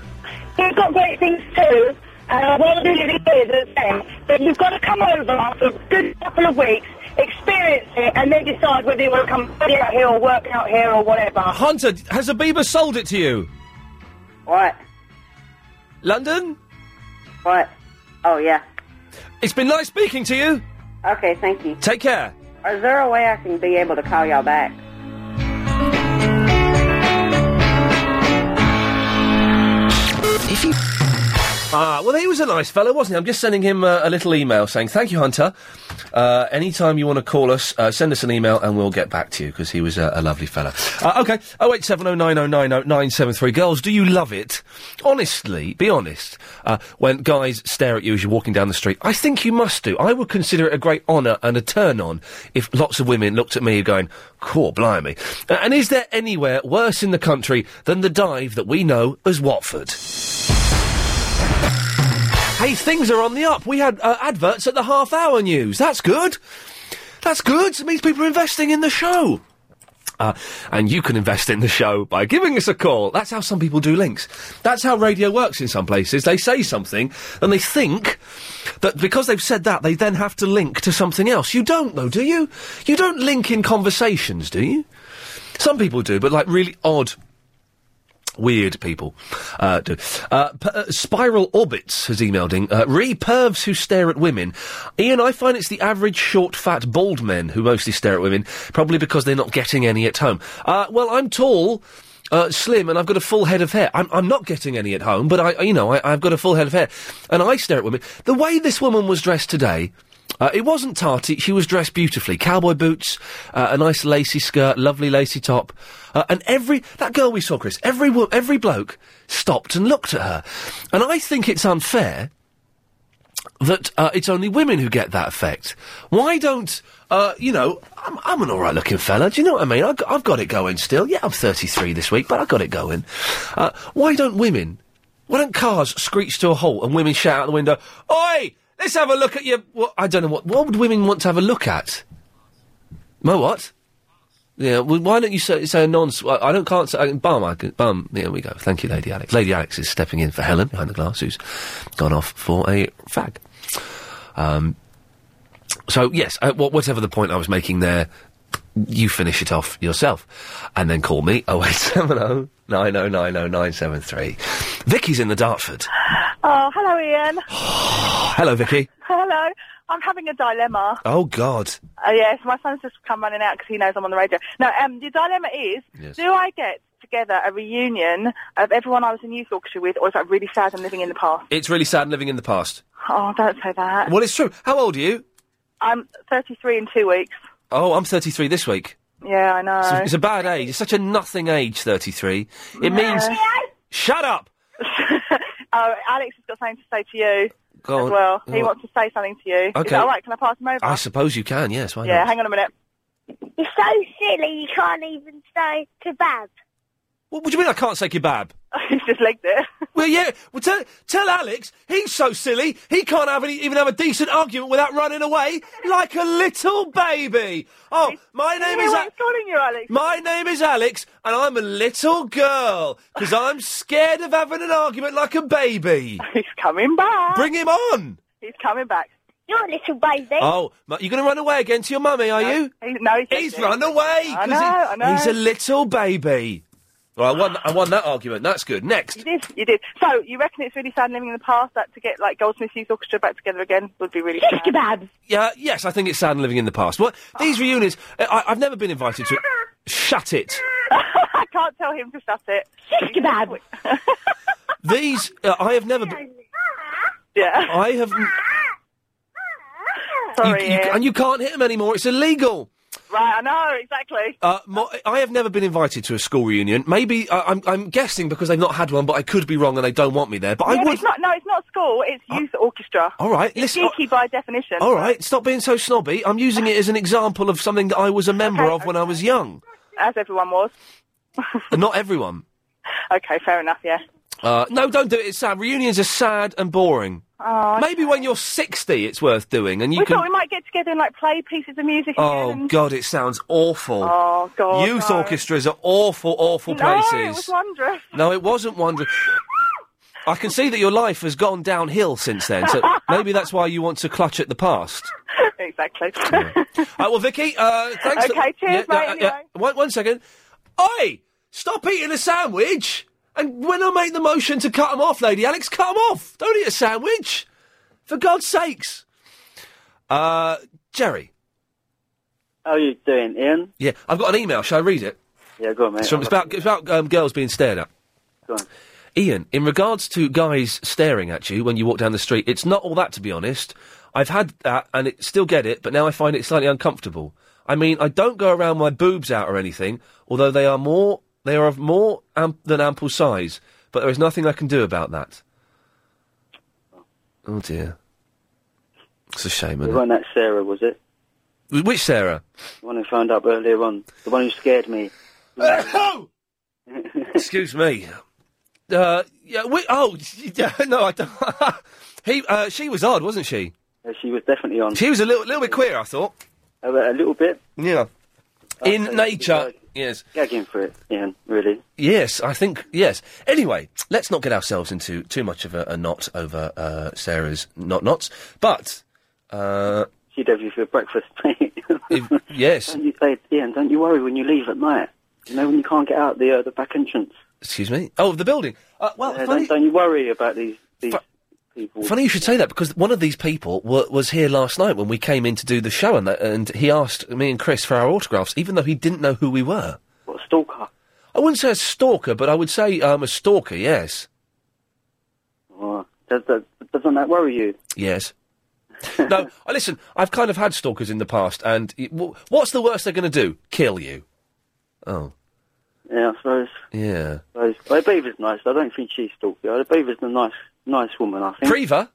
S15: We've got great things too. Uh, one of the living is as I said, But you've got to come over after a good couple of weeks, experience it, and then decide whether you want to come study out here or work out here or whatever.
S2: Hunter, has Habiba sold it to you?
S15: What?
S2: London?
S15: What?
S25: Oh, yeah.
S2: It's been nice speaking to you.
S25: Okay, thank you.
S2: Take care.
S25: Is there a way I can be able to call y'all back?
S2: If you. Ah, well, he was a nice fellow, wasn't he? I'm just sending him uh, a little email saying, thank you, Hunter. Uh, anytime you want to call us, uh, send us an email and we'll get back to you because he was a, a lovely fella. Uh, okay, 08709090973. Girls, do you love it? Honestly, be honest, uh, when guys stare at you as you're walking down the street, I think you must do. I would consider it a great honour and a turn on if lots of women looked at me going, Cool, blimey. Uh, and is there anywhere worse in the country than the dive that we know as Watford? Hey, things are on the up. We had uh, adverts at the half hour news. That's good. That's good. It means people are investing in the show. Uh, and you can invest in the show by giving us a call. That's how some people do links. That's how radio works in some places. They say something and they think that because they've said that, they then have to link to something else. You don't, though, do you? You don't link in conversations, do you? Some people do, but like really odd Weird people uh, do. Uh, P- uh, Spiral Orbits has emailed in. Uh, re pervs who stare at women. Ian, I find it's the average short, fat, bald men who mostly stare at women, probably because they're not getting any at home. Uh, well, I'm tall. Uh, slim, and I've got a full head of hair. I'm, I'm not getting any at home, but I, you know, I, I've got a full head of hair, and I stare at women. The way this woman was dressed today, uh, it wasn't tarty. She was dressed beautifully. Cowboy boots, uh, a nice lacy skirt, lovely lacy top. Uh, and every, that girl we saw, Chris, every, wo- every bloke stopped and looked at her. And I think it's unfair that uh, it's only women who get that effect. Why don't, uh, you know, I'm, I'm an all right looking fella. Do you know what I mean? I, have got it going still. Yeah, I'm 33 this week, but I've got it going. Uh, why don't women, why don't cars screech to a halt and women shout out the window, Oi, let's have a look at your. Well, I don't know what. What would women want to have a look at? My what? Yeah, well, why don't you say, say a non? I I don't can't say I, bum. I can, bum. There we go. Thank you, Lady Alex. Lady Alex is stepping in for Helen behind the glass, who's gone off for a fag. Um, so yes, uh, wha- whatever the point I was making there, you finish it off yourself, and then call me oh, 0870 9090973. Vicky's in the Dartford.
S26: Oh, hello, Ian.
S2: Oh, hello, Vicky.
S26: Hello. I'm having a dilemma.
S2: Oh God.
S26: Oh, yes, my son's just come running out because he knows I'm on the radio. No, um, the dilemma is,
S2: Yes.
S26: do I get together a reunion of everyone I was in Youth Orchestra with, or is that really sad and living in the past?
S2: It's really sad living in the past.
S26: Oh, don't say that.
S2: Well, it's true. How old are you?
S26: I'm 33 in two weeks.
S2: Oh, I'm 33 this week.
S26: Yeah, I know.
S2: It's a, it's a bad age. It's such a nothing age, 33. It means. Shut up!
S26: oh, Alex has got something to say to you
S2: Go
S26: as
S2: on.
S26: well. He
S2: Go
S26: wants to say something to you. Is
S2: Okay.
S26: that all right? Can I pass him over?
S2: I suppose you can, yes. Why
S26: yeah,
S2: not?
S26: hang on a minute.
S27: You're so silly, you can't even say kebab.
S2: What, what do you mean I can't say kebab?
S26: He's just legged it.
S2: Well, yeah. Well, tell, tell Alex he's so silly he can't have any, even have a decent argument without running away like a little baby. Oh, my name
S26: Hear
S2: is.
S26: what
S2: A-
S26: he's calling you, Alex.
S2: My name is Alex, and I'm a little girl because I'm scared of having an argument like a baby.
S26: He's coming back.
S2: Bring him on.
S26: He's coming back.
S27: You're a little baby.
S2: Oh, mu- you're going to run away again to your mummy, are you?
S26: He's, no, he's,
S2: He's run away.
S26: I
S2: 'cause
S26: know,
S2: he-
S26: I know.
S2: He's a little baby. Well, I won. I won that argument. That's good. Next.
S26: You did, you did. So you reckon it's really sad living in the past that to get like Goldsmith's Youth Orchestra back together again would be really sad.
S2: kebabs. Yeah. Yes, I think it's sad living in the past. What these
S26: Ah.
S2: reunions? I- I, I've never been invited to. Shut it.
S26: I can't tell him to shut it. Shish kebab.
S2: These. Uh, I have never. Been,
S26: yeah.
S2: I have.
S26: Sorry,
S2: You- you-
S26: Ian.
S2: and you can't hit them anymore. It's illegal.
S26: Right, I know exactly.
S2: Uh, mo I have never been invited to a school reunion. Maybe I, I'm, I'm guessing because they've not had one, but I could be wrong and they don't want me there. But
S26: Yeah,
S2: I would.
S26: It's not, no, it's not school. It's youth orchestra.
S2: All right,
S26: It's
S2: listen,
S26: geeky by definition.
S2: All right, stop being so snobby. I'm using it as an example of something that I was a member of when I was young.
S26: As everyone was.
S2: not everyone.
S26: Okay, fair enough. Yeah.
S2: Uh, no, don't do it. It's sad. Reunions are sad and boring.
S26: Oh,
S2: Maybe when you're 60, it's worth doing, and you
S26: we
S2: can.
S26: thought we might get together and like play pieces of music.
S2: Oh
S26: again.
S2: God, it sounds awful.
S26: Oh, God,
S2: Youth
S26: no.
S2: orchestras are awful, awful places.
S26: No, it was wondrous.
S2: No, it wasn't wonder. I can see that your life has gone downhill since then, so maybe that's why you want to clutch at the past.
S26: exactly.
S2: Uh, well, Vicky, uh, thanks. for-
S26: Okay, cheers, mate, anyway.
S2: one, one second. Oi! Stop eating a sandwich! And when I make the motion to cut 'em off, Lady Alex, cut 'em off! Don't eat a sandwich! For God's sakes! Uh, Jerry.
S13: How are you doing, Ian?
S2: Yeah, I've got an email. Shall I read it?
S13: Yeah, go on, mate.
S2: It's, from, it's about, it's about um, girls being stared at.
S13: Go on.
S2: Ian, in regards to guys staring at you when you walk down the street, it's not all that, to be honest. I've had that and it, still get it, but now I find it slightly uncomfortable. I mean, I don't go around my boobs out or anything, although they are more they are of more am- than ample size. But there is nothing I can do about that. Oh dear, it's a shame.
S13: The
S2: Isn't
S13: one that Sarah, was it?
S2: it? Which Sarah?
S13: The one who found out earlier on. The one who scared me.
S2: Excuse me. Uh, yeah. We, oh, yeah, no, I don't. he, uh, she was odd, wasn't she?
S13: Yeah, she was definitely on.
S2: She was a little, little bit queer, I thought.
S13: A, a little bit.
S2: Yeah. In nature, yes.
S13: Gagging for it, Ian, really.
S2: Yes, I think yes. Anyway, let's not get ourselves into too much of a, a knot over uh, Sarah's not knots. But uh,
S13: She'd have you for breakfast, mate.
S2: if, yes,
S13: Don't you say, Ian, don't you worry when you leave at night. You know, when you can't get out the uh, the back entrance.
S2: excuse me. Oh, the building. Uh, well,
S13: Yeah,
S2: funny-
S13: don't, don't you worry about these, these people.
S2: Funny you should say that because one of these people wa was here last night when we came in to do the show, and, that, and he asked me and Chris for our autographs, even though he didn't know who we were.
S13: What stalker?
S2: I wouldn't say a stalker, but I would say um, a stalker. Yes,
S13: Oh, does that, doesn't that worry you?
S2: yes. no, I listen. I've kind of had stalkers in the past, and y- w- what's the worst they're going to do? Kill you. Oh,
S13: Yeah, I suppose.
S2: yeah.
S13: Those, a beaver's nice. I don't think she's stalky. A beaver's a nice, nice woman. I think.
S2: Prever?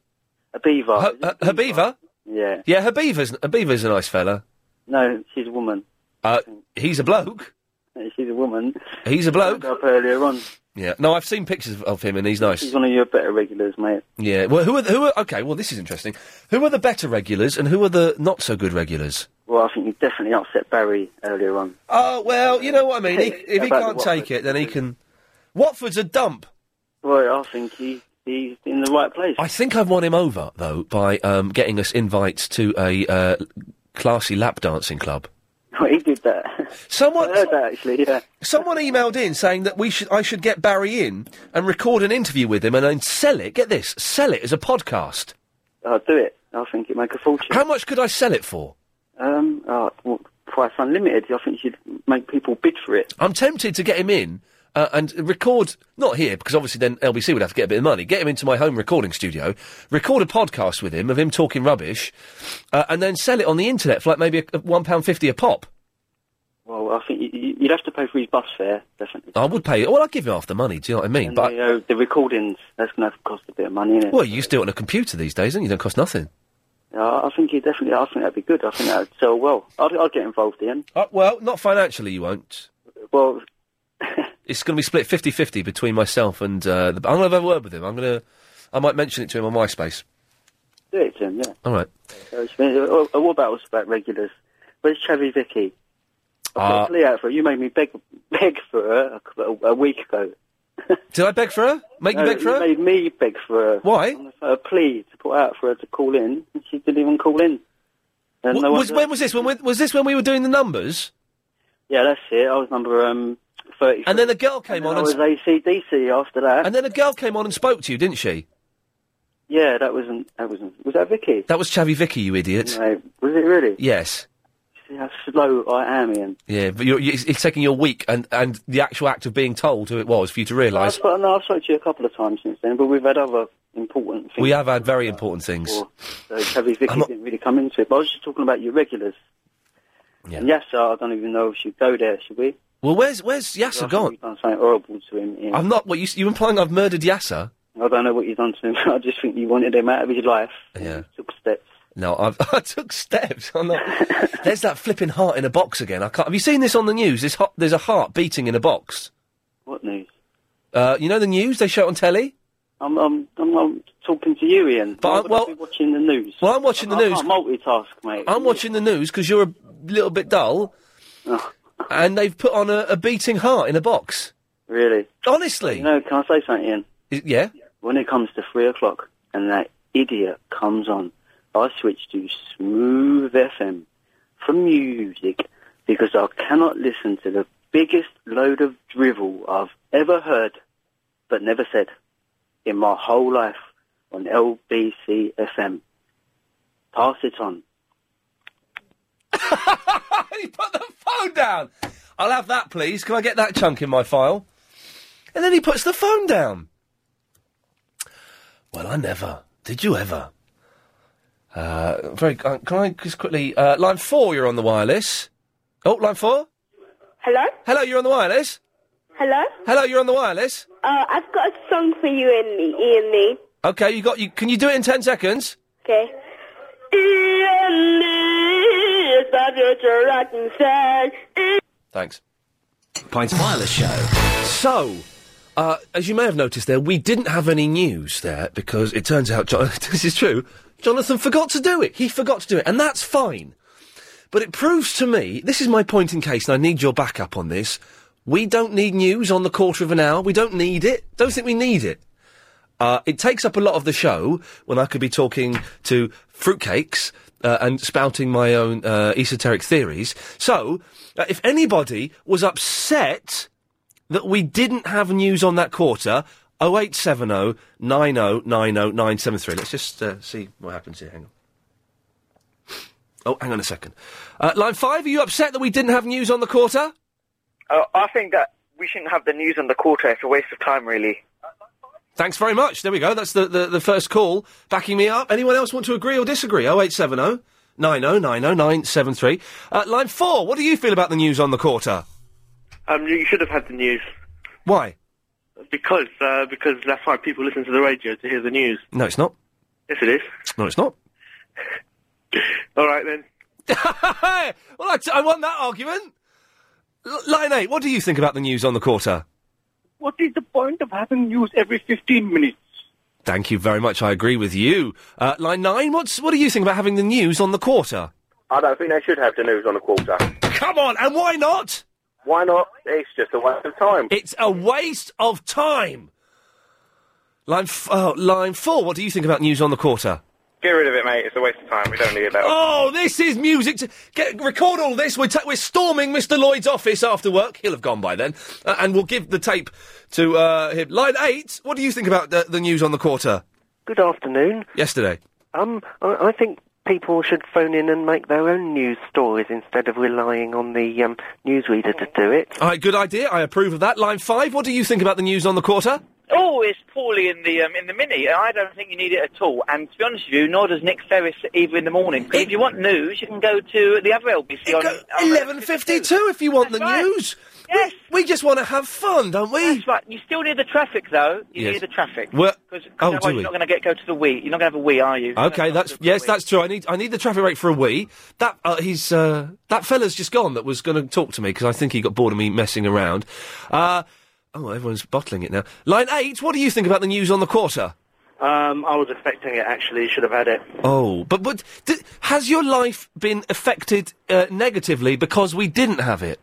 S13: A beaver.
S2: Her, uh, her, her beaver?
S13: yeah.
S2: Yeah, her beaver's her beaver's a nice fella.
S13: No, she's a woman.
S2: Uh, he's a bloke.
S13: Yeah, She's a woman.
S2: He's a bloke.
S13: Up earlier on.
S2: Yeah. No, I've seen pictures of, of him, and he's nice.
S13: She's one of your better regulars, mate.
S2: Yeah. Well, who are the, who are okay? Well, this is interesting. Who are the better regulars and who are the not so good regulars?
S13: Well, I think you definitely upset Barry earlier on.
S2: Oh well, you know what I mean. He, if he
S13: About the
S2: can't
S13: Watford.
S2: take it, then he can. Watford's a dump.
S13: Well, I think he, he's in the right place.
S2: I think I've won him over though by um, getting us invites to a uh, classy lap dancing club.
S13: Oh, he did that.
S2: Someone
S13: I heard that actually. Yeah.
S2: Someone emailed in saying that we should I should get Barry in and record an interview with him and then sell it. Get this, sell it as a podcast.
S13: I'll do it. I think it'd make a fortune.
S2: How much could I sell it for?
S13: Um. Oh, well, price unlimited. I think she'd make people bid for it.
S2: I'm tempted to get him in uh, and record, not here, because obviously then LBC would have to get a bit of money, get him into my home recording studio, record a podcast with him of him talking rubbish, uh, and then sell it on the internet for like maybe a, a £1.50 a pop.
S13: Well, I think you- you- you'd have to pay for his bus fare, definitely.
S2: I would pay, well, I'd give him half the money, do you know what I mean?
S13: And
S2: But,
S13: the, uh, the recordings, that's going to cost a bit of money, innit?
S2: well, you used to do it on a computer these days, and you don't cost nothing.
S13: Yeah, I I think he definitely, I think that'd be good. I think that'd sell well. I'd, I'd get involved, Ian.
S2: Uh, well, not financially, you won't.
S13: Well,
S2: It's going to be split 50-50 between myself and, uh, the, I'm going to have a word with him. I'm going to, I might mention it to him on MySpace.
S13: do it, Jim, yeah.
S2: All right.
S13: So it's been- uh, uh, what about us about regulars? Where's Chevy Vicky? I put
S2: Uh,
S13: a plea out for her. You made me beg, beg for her a, a week ago.
S2: did I beg for her? Make
S13: No,
S2: you beg for her?
S13: made me beg for her.
S2: Why?
S13: A plea to put out for her to call in, and she didn't even call in. And
S2: Wh-
S13: no one-
S2: was, when was this? When, we- was this when we were doing the numbers?
S13: Yeah, that's it. I was number um, 33.
S2: And then a girl came
S13: I
S2: on and
S13: was ACDC after that.
S2: And then a girl came on and spoke to you, didn't she?
S13: Yeah, that wasn't, that wasn't, was that Vicky?
S2: That was Chavy Vicky, you idiot.
S13: No, was it really?
S2: Yes.
S13: See how slow I am, Ian.
S2: Yeah, but you're, you- it's, it's taking you a week and, and the actual act of being told who it was for you to
S13: I've,
S2: realise.
S13: spo- no, I've spoken to you a couple of times since then, but we've had other important
S2: We have had very important things.
S13: before. So Chevy Vicky didn't really come into it. But I was just talking about your regulars.
S2: Yeah.
S13: And Yasser, I don't even know if she'd go there, should we?
S2: Well, where's where's Yasser gone?
S13: You've done something horrible to him. Ian.
S2: I'm not. What you you implying? I've murdered Yasser?
S13: I don't know what you've done to him. I just think you wanted him out of his life.
S2: Yeah.
S13: Took steps.
S2: No, I've, I took steps. I'm not. There's that flipping heart in a box again. I can't. Have you seen this on the news? This hot, there's a heart beating in a box.
S13: What news?
S2: Uh, you know the news they show it on telly.
S13: I'm I'm I'm, I'm talking to you, Ian. But I'm well, watching the news.
S2: Well, I'm watching the
S13: I
S2: news.
S13: can't multitask, mate.
S2: I'm watching the news because you're a little bit dull, and they've put on a, a beating heart in a box.
S13: Really?
S2: Honestly?
S13: You know, can I say something, Ian?
S2: yeah.
S13: When it comes to three o'clock and that idiot comes on, I switch to smooth FM for music because I cannot listen to the biggest load of drivel I've ever heard, but never said in my whole life on LBC FM. Pass it on.
S2: he put the phone down. I'll have that, please. Can I get that chunk in my file? And then he puts the phone down. Well, I never. Did you ever? Uh, very. Uh, can I just quickly? Uh, line four, you're on the wireless. Oh, line four.
S3: Hello.
S2: Hello, you're on the wireless.
S3: Hello.
S2: Hello, you're on the wireless.
S26: Um,
S3: Uh, I've got a song for you and me, Ian Lee.
S2: Okay, you got. You can you do it in ten seconds?
S3: Okay. Ian Lee is my future rotten fan.
S2: Thanks. Pint Wireless Show. So, uh, as you may have noticed there, we didn't have any news there because it turns out, Jon this is true, Jonathan forgot to do it. He forgot to do it, and that's fine. But it proves to me, this is my point in case, and I need your backup on this. We don't need news on the quarter of an hour. We don't need it. Don't think we need it. Uh, it takes up a lot of the show when I could be talking to fruitcakes uh, and spouting my own uh, esoteric theories. So, uh, if anybody was upset that we didn't have news on that quarter, 0870 9090973. Let's just uh, see what happens here. Hang on. Oh, hang on a second. Uh, line five, are you upset that we didn't have news on the quarter?
S22: Uh, I think that we shouldn't have the news on the quarter. It's a waste of time, really.
S2: Thanks very much. There we go. That's the, the, the first call backing me up. Anyone else want to agree or disagree? Oh, 0870 oh, 9090973. Uh, line four, what do you feel about the news on the quarter?
S12: Um, you should have had the news
S2: Why?
S12: because uh, because that's why people listen to the radio to hear the news.
S2: No, it's not.
S12: Yes, it is.
S2: No, it's not.
S12: All right then.
S2: well, I, t- I won that argument. L- line eight, what do you think about the news on the quarter?
S16: What is the point of having news every 15 minutes?
S2: Thank you very much. I agree with you. Uh, line nine, what's, what do you think about having the news on the quarter?
S5: I don't think they should have the news on the quarter.
S2: Come on, and why not?
S5: Why not? It's just a waste of time.
S2: It's a waste of time. Line, f- oh, line four, what do you think about news on the quarter?
S5: Get rid of it, mate. It's a waste of time. We don't need that.
S2: Oh, this is music. To get, record all this. We're, ta- we're storming Mr. Lloyd's office after work. He'll have gone by then. Uh, and we'll give the tape to uh, him. Line 8, what do you think about the, the news on the quarter
S9: Good afternoon.
S2: yesterday?
S9: Um, I, I think people should phone in and make their own news stories instead of relying on the um, newsreader to do it.
S2: All right, good idea. I approve of that. Line 5, what do you think about the news on the quarter?
S22: Oh, it's poorly in the um, in the mini. I don't think you need it at all. And to be honest with you, nor does Nick Ferris either in the morning. 'Cause if you want news, you can go to the other LBC on. on
S2: 11.52 if you want the news. Yes. We, we just want to have fun, don't we? That's
S22: right. You still need the traffic, though. You
S2: Yes.
S22: need the traffic.
S2: Well-
S22: Because
S2: oh, do
S22: otherwise
S2: we?
S22: you're not going to get go to the Wii. You're not going to have a Wii, are you?
S2: Okay, that's yes, that's true. I need I need the traffic rate for a wee. That uh, he's uh, that fella's just gone. That was going to talk to me because I think he got bored of me messing around. Uh, oh, everyone's bottling it now. Line eight, what do you think about the news on the quarter?
S12: Um, I was expecting it actually. You should have had it.
S2: Oh, but but d- has your life been affected uh, negatively because we didn't have it?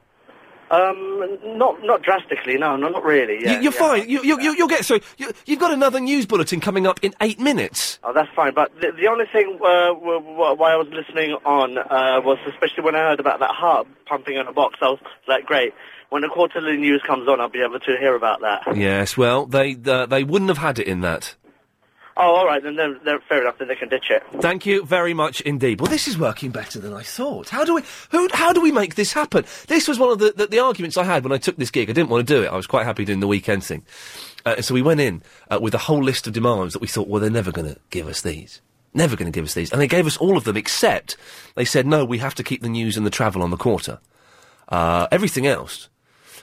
S13: Um, not not drastically. No, no, not really. Yeah,
S2: you, you're
S13: yeah.
S2: fine. You, you, you, you'll get through. You, you've got another news bulletin coming up in eight minutes.
S13: Oh, that's fine. But the, the only thing uh, w- w- why I was listening on uh, was especially when I heard about that heart pumping on a box. I was like, great. When the quarterly news comes on, I'll be able to hear about that.
S2: Yes, well, they uh, they wouldn't have had it in that.
S13: Oh, all right. Then they're, they're fair enough. Then they can ditch it.
S2: Thank you very much indeed. Well, this is working better than I thought. How do we who, how do we make this happen? This was one of the, the the arguments I had when I took this gig. I didn't want to do it. I was quite happy doing the weekend thing. Uh, so we went in uh, with a whole list of demands that we thought, well, they're never going to give us these. Never going to give us these. And they gave us all of them except they said, no, we have to keep the news and the travel on the quarter. Uh, everything else.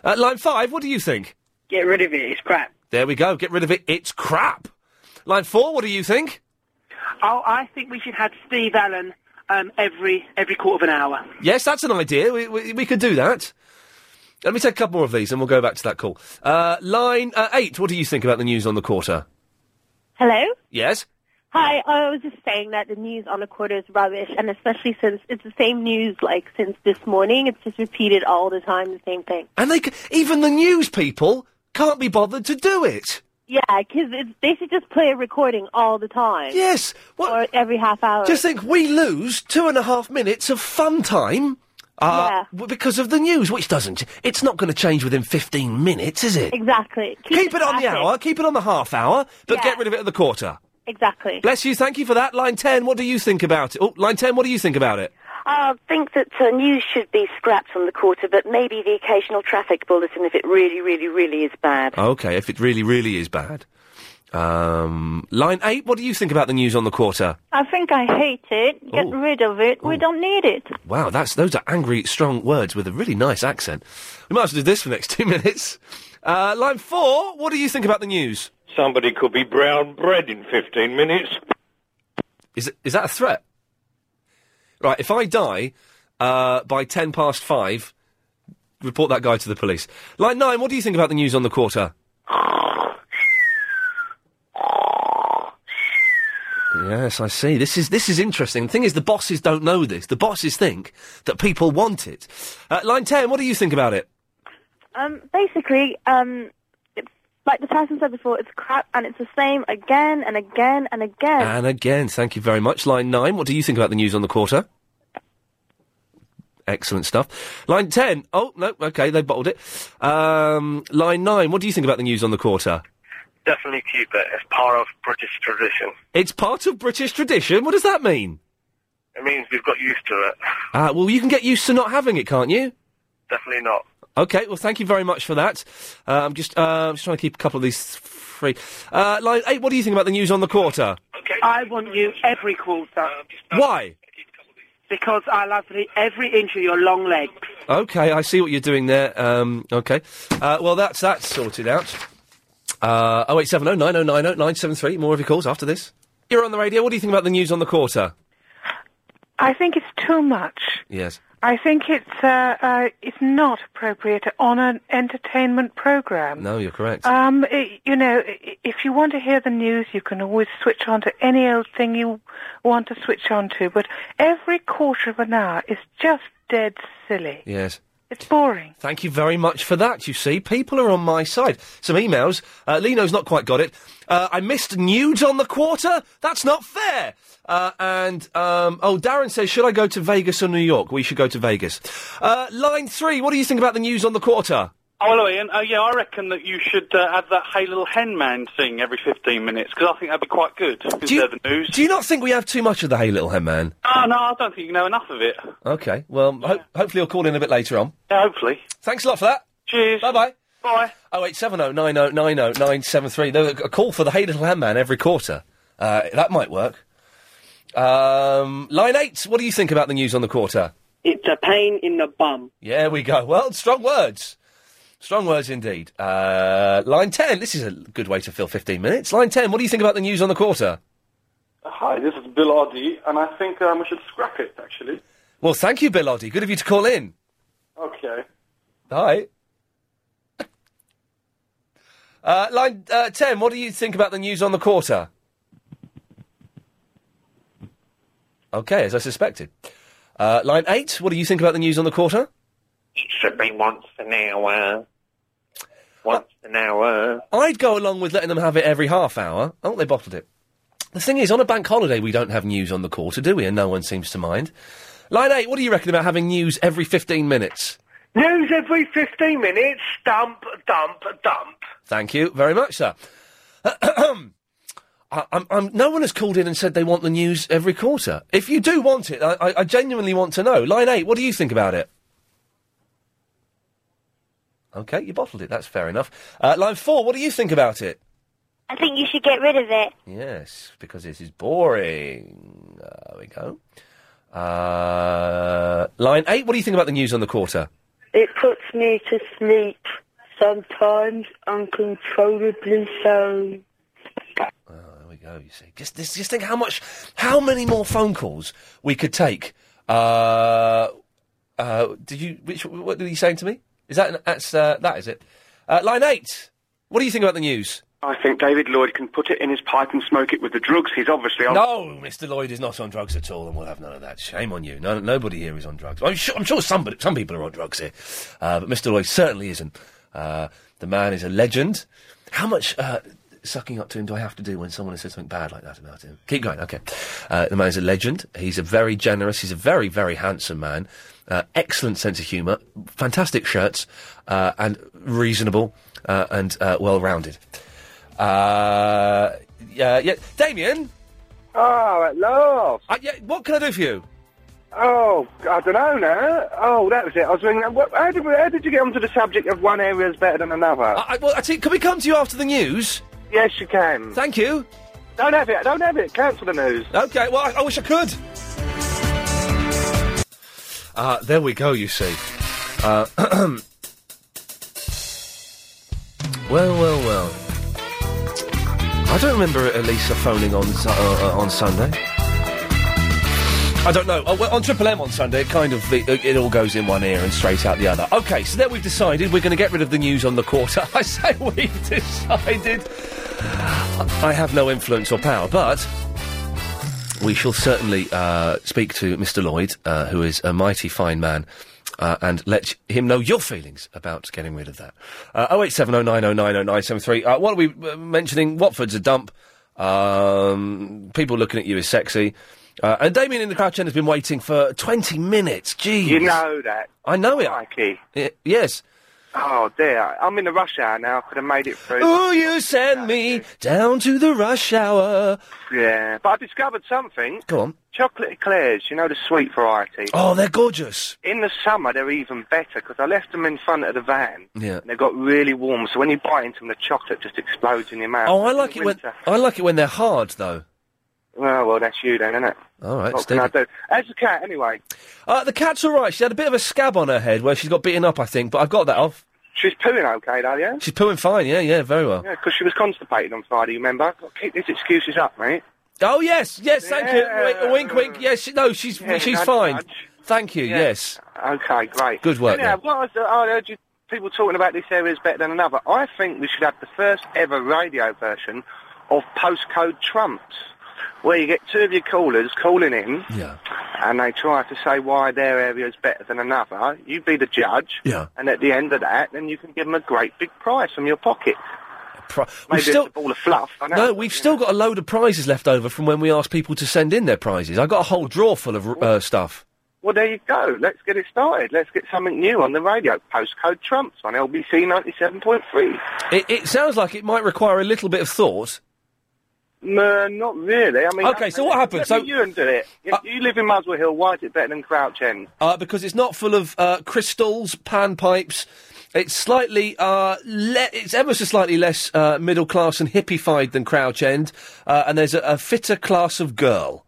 S2: Uh, line five, what do you think?
S8: Get rid of it. It's crap.
S2: There we go. Get rid of it. It's crap. Line four, what do you think?
S9: Oh, I think we should have Steve Allen um, every every quarter of an hour.
S2: Yes, that's an idea. We, we, we could do that. Let me take a couple more of these and we'll go back to that call. Uh, line uh, eight, what do you think about the news on the quarter?
S20: Hello?
S2: Yes?
S20: Hi, I was just saying that the news on the quarter is rubbish, and especially since it's the same news, like, since this morning. It's just repeated all the time, the same thing.
S2: And they, c- even the news people can't be bothered to do it.
S20: Yeah, because they should just play a recording all the time.
S2: Yes. What?
S20: Or every half hour.
S2: Just think, we lose two and a half minutes of fun time uh, w- because of the news, which doesn't. It's not going to change within 15 minutes, is it?
S20: Exactly.
S2: Keep, it on the
S20: classic.
S2: hour, keep it on the half hour, but
S20: Yeah.
S2: get rid of it at the quarter.
S20: Exactly.
S2: Bless you, thank you for that. Line 10, what do you think about it? Oh, line 10, what do you think about it?
S9: I think that uh, news should be scrapped on the quarter, but maybe the occasional traffic bulletin if it really, really, really is bad.
S2: Okay, if it really, really is bad. Um, line 8, what do you think about the news on the quarter?
S10: I think I hate it. Get
S2: Ooh.
S10: rid of it.
S2: Oh.
S10: We don't need it.
S2: Wow, that's those are angry, strong words with a really nice accent. We might as well do this for the next two minutes. Uh, line four, what do you think about the news?
S28: Somebody could be brown bread in 15 minutes.
S2: Is it, is that a threat? Right, if I die uh, by ten past five, report that guy to the police. Line nine, what do you think about the news on the quarter? Yes, I see. This is this is interesting. The thing is, the bosses don't know this. The bosses think that people want it. Uh, line ten, what do you think about it?
S19: Um, basically, um, it's like the person said before, it's crap and it's the same again and again and again.
S2: And again, thank you very much. Line 9, what do you think about the news on the quarter? Excellent stuff. Line 10, oh, no, okay, they bottled it. Um, line 9, what do you think about the news on the quarter?
S29: Definitely keep it. It's part of British tradition.
S2: It's part of British tradition. What does that mean?
S29: It means we've got used to it.
S2: Uh, well, you can get used to not having it, can't you?
S29: Definitely not.
S2: Okay, well, thank you very much for that. Uh, I'm just, uh, I'm just trying to keep a couple of these free. Uh, line 8, what do you think about the news on the quarter?
S9: I want you every quarter
S11: Um,
S2: Why?
S9: because I love the- every inch of your long legs.
S2: Okay, I see what you're doing there. Um, okay. Uh, well, that's that sorted out. Uh, 0870 9090 973. More of your calls after this. You're on the radio. What do you think about the news on the quarter?
S29: I think it's too much.
S2: Yes.
S29: I think it's uh, uh, it's not appropriate on an entertainment program.
S2: No, you're correct.
S29: Um, i you know, i- if you want to hear the news, you can always switch on to any old thing you want to switch on to. But every quarter of an hour is just dead silly.
S2: yes.
S29: It's boring.
S2: Thank you very much for that. You see, people are on my side. Some emails. Uh, Lino's not quite got it. Uh, I missed nudes on the quarter. That's not fair. Uh, and um, oh, Darren says, should I go to Vegas or New York? We should go to Vegas. Uh, line three. What do you think about the news on the quarter?
S11: Oh, hello, Ian. Oh, yeah, I reckon that you should uh, have that Hey Little Hen Man thing every 15 minutes, because I think that'd be quite good. Do you... the news.
S2: Do you not think we have too much of the Hey Little Hen Man?
S11: Oh, no, I don't think you know enough of it.
S2: Okay. Well, ho- hopefully you'll call in a bit later on.
S11: Yeah, hopefully.
S2: Thanks a lot for that.
S11: Cheers.
S2: Bye-bye.
S11: Bye.
S2: Oh eight seven oh nine oh nine oh nine seven three. There's a call for the Hey Little Handman every quarter. Uh, that might work. Um, line eight. What do you think about the news on the quarter?
S8: It's a pain in the bum.
S2: Yeah, we go. Well, strong words. Strong words indeed. Uh, line ten. This is a good way to fill fifteen minutes. Line ten. What do you think about the news on the quarter?
S30: Hi, this is Bill Oddie, and I think um, we should scrap it, actually.
S2: Well, thank you, Bill Oddie. Good of you to call in.
S30: Okay.
S2: Hi. Uh, line uh, 10, what do you think about the news on the quarter? Okay, as I suspected. Uh, line 8, what do you think about the news on the quarter?
S13: It should be once an hour. Once an hour.
S2: I'd go along with letting them have it every half hour. Oh, they bottled it. The thing is, on a bank holiday, we don't have news on the quarter, do we? And no one seems to mind. Line 8, what do you reckon about having news every 15 minutes?
S1: News every 15 minutes. Dump, dump, dump.
S2: Thank you very much, sir. I, I'm, I'm, no one has called in and said they want the news every quarter. If you do want it, I, I, I genuinely want to know. Line 8, what do you think about it? Okay, you bottled it. That's fair enough. Uh, line 4, what do you think about it?
S5: I think you should get rid of it.
S2: Yes, because this is boring. There we go. Uh, line 8, what do you think about the news on the quarter?
S3: It puts me to sleep sometimes uncontrollably so.
S2: go. You see, just just, just think how much, how many more phone calls we could take. Uh, uh, did you? Which? What were you saying to me? Is that an, that's uh, that is it? Uh, line eight. What do you think about the news?
S9: I think David Lloyd can put it in his pipe and smoke it with the drugs. He's obviously on.
S2: No, Mr. Lloyd is not on drugs at all, and we'll have none of that. Shame on you. No, nobody here is on drugs. I'm sure, I'm sure somebody, some people are on drugs here, uh, but Mr. Lloyd certainly isn't. Uh, the man is a legend. How much uh, sucking up to him do I have to do when someone has said something bad like that about him? Keep going, okay. Uh, the man's a legend. He's a very generous, he's a very, very handsome man. Uh, excellent sense of humour, fantastic shirts, uh, and reasonable uh, and uh, well rounded. Uh, yeah, yeah. Damien?
S18: Oh, at last.
S2: Uh, yeah, what can I do for you?
S18: Oh, I don't know now. Oh, that was it. I was ringing. wh- How did, we- how did you get onto the subject of one area is better than another?
S2: I, well, I think, can we come to you after the news?
S18: Yes, you can.
S2: Thank you.
S18: Don't have it. Don't have it. Cancel the news.
S2: Okay, well, I, I wish I could. Uh, there we go, you see. Uh, well, well, well. I don't remember Elisa phoning on Su- uh, uh, on Sunday. I don't know. Uh, well, on Triple M on Sunday, it kind of it, it all goes in one ear and straight out the other. Okay, so there we've decided we're going to get rid of the news on the quarter. I say we've decided. I have no influence or power, but we shall certainly uh, speak to Mr. Lloyd, uh, who is a mighty fine man, uh, and let him know your feelings about getting rid of that. Oh eight seven oh nine oh nine oh nine seven three. Uh, what are we uh, mentioning? Watford's a dump. Um, people looking at you is sexy. Uh, and Damien in the crouch end has been waiting for 20 minutes. Jeez.
S18: You know that.
S2: I know it. Y- yes.
S18: Oh dear, I'm in the rush hour now. I could have made it through.
S2: Ooh, you send me down to the rush hour.
S18: Yeah, but I discovered something.
S2: Go on.
S18: Chocolate eclairs, you know the sweet variety.
S2: Oh, they're gorgeous.
S18: In the summer, they're even better because I left them in front of the van.
S2: Yeah.
S18: And they got really warm, so when you bite into them, the chocolate just explodes in your mouth.
S2: Oh, I like it when I like it when they're hard though.
S18: Well, well, that's you then, isn't it?
S2: All right,
S18: What
S2: Steve.
S18: can I do? As a cat, anyway.
S2: Uh, the cat's all right. She had a bit of a scab on her head where she's got beaten up, I think, but I've got that off.
S18: She's pooing okay, though, yeah?
S2: She's pooing fine. Yeah, yeah, very well.
S18: Yeah, because she was constipated on Friday, you remember? Got to keep these excuses up, mate.
S2: Oh yes, yes, thank you. Wink, wink, wink. Yes, she, no, she's
S18: Yeah,
S2: she's
S18: nudge,
S2: fine.
S18: nudge.
S2: Thank you.
S18: Yeah.
S2: Yes.
S18: Okay, great.
S2: Good work.
S18: Anyhow,
S2: there.
S18: what I, was- I heard you people talking about this area is better than another. I think we should have the first ever radio version of Postcode Trumps, where you get two of your callers calling in,
S2: Yeah.
S18: and they try to say why their area is better than another. You be the judge,
S2: Yeah.
S18: and at the end of that, then you can give them a great big prize from your pocket.
S2: Pri-
S18: Maybe
S2: we've still
S18: it's a ball of fluff. I know.
S2: no, we've still got a load of prizes left over from when we asked people to send in their prizes. I got a whole drawer full of r- uh, stuff.
S18: Well, there you go. Let's get it started. Let's get something new on the radio. Postcode Trumps on LBC 97.3.
S2: It, it sounds like it might require a little bit of thought.
S18: No, not really. I mean,
S2: Okay, so what happened?
S18: Let
S2: So-
S18: me you and do it. You, you live in Muswell Hill. Why is it better than Crouch End?
S2: uh, because it's not full of uh, crystals, panpipes. It's slightly, uh, le- it's ever so slightly less uh, middle class and hippified than Crouch End, uh, and there's a, a fitter class of girl.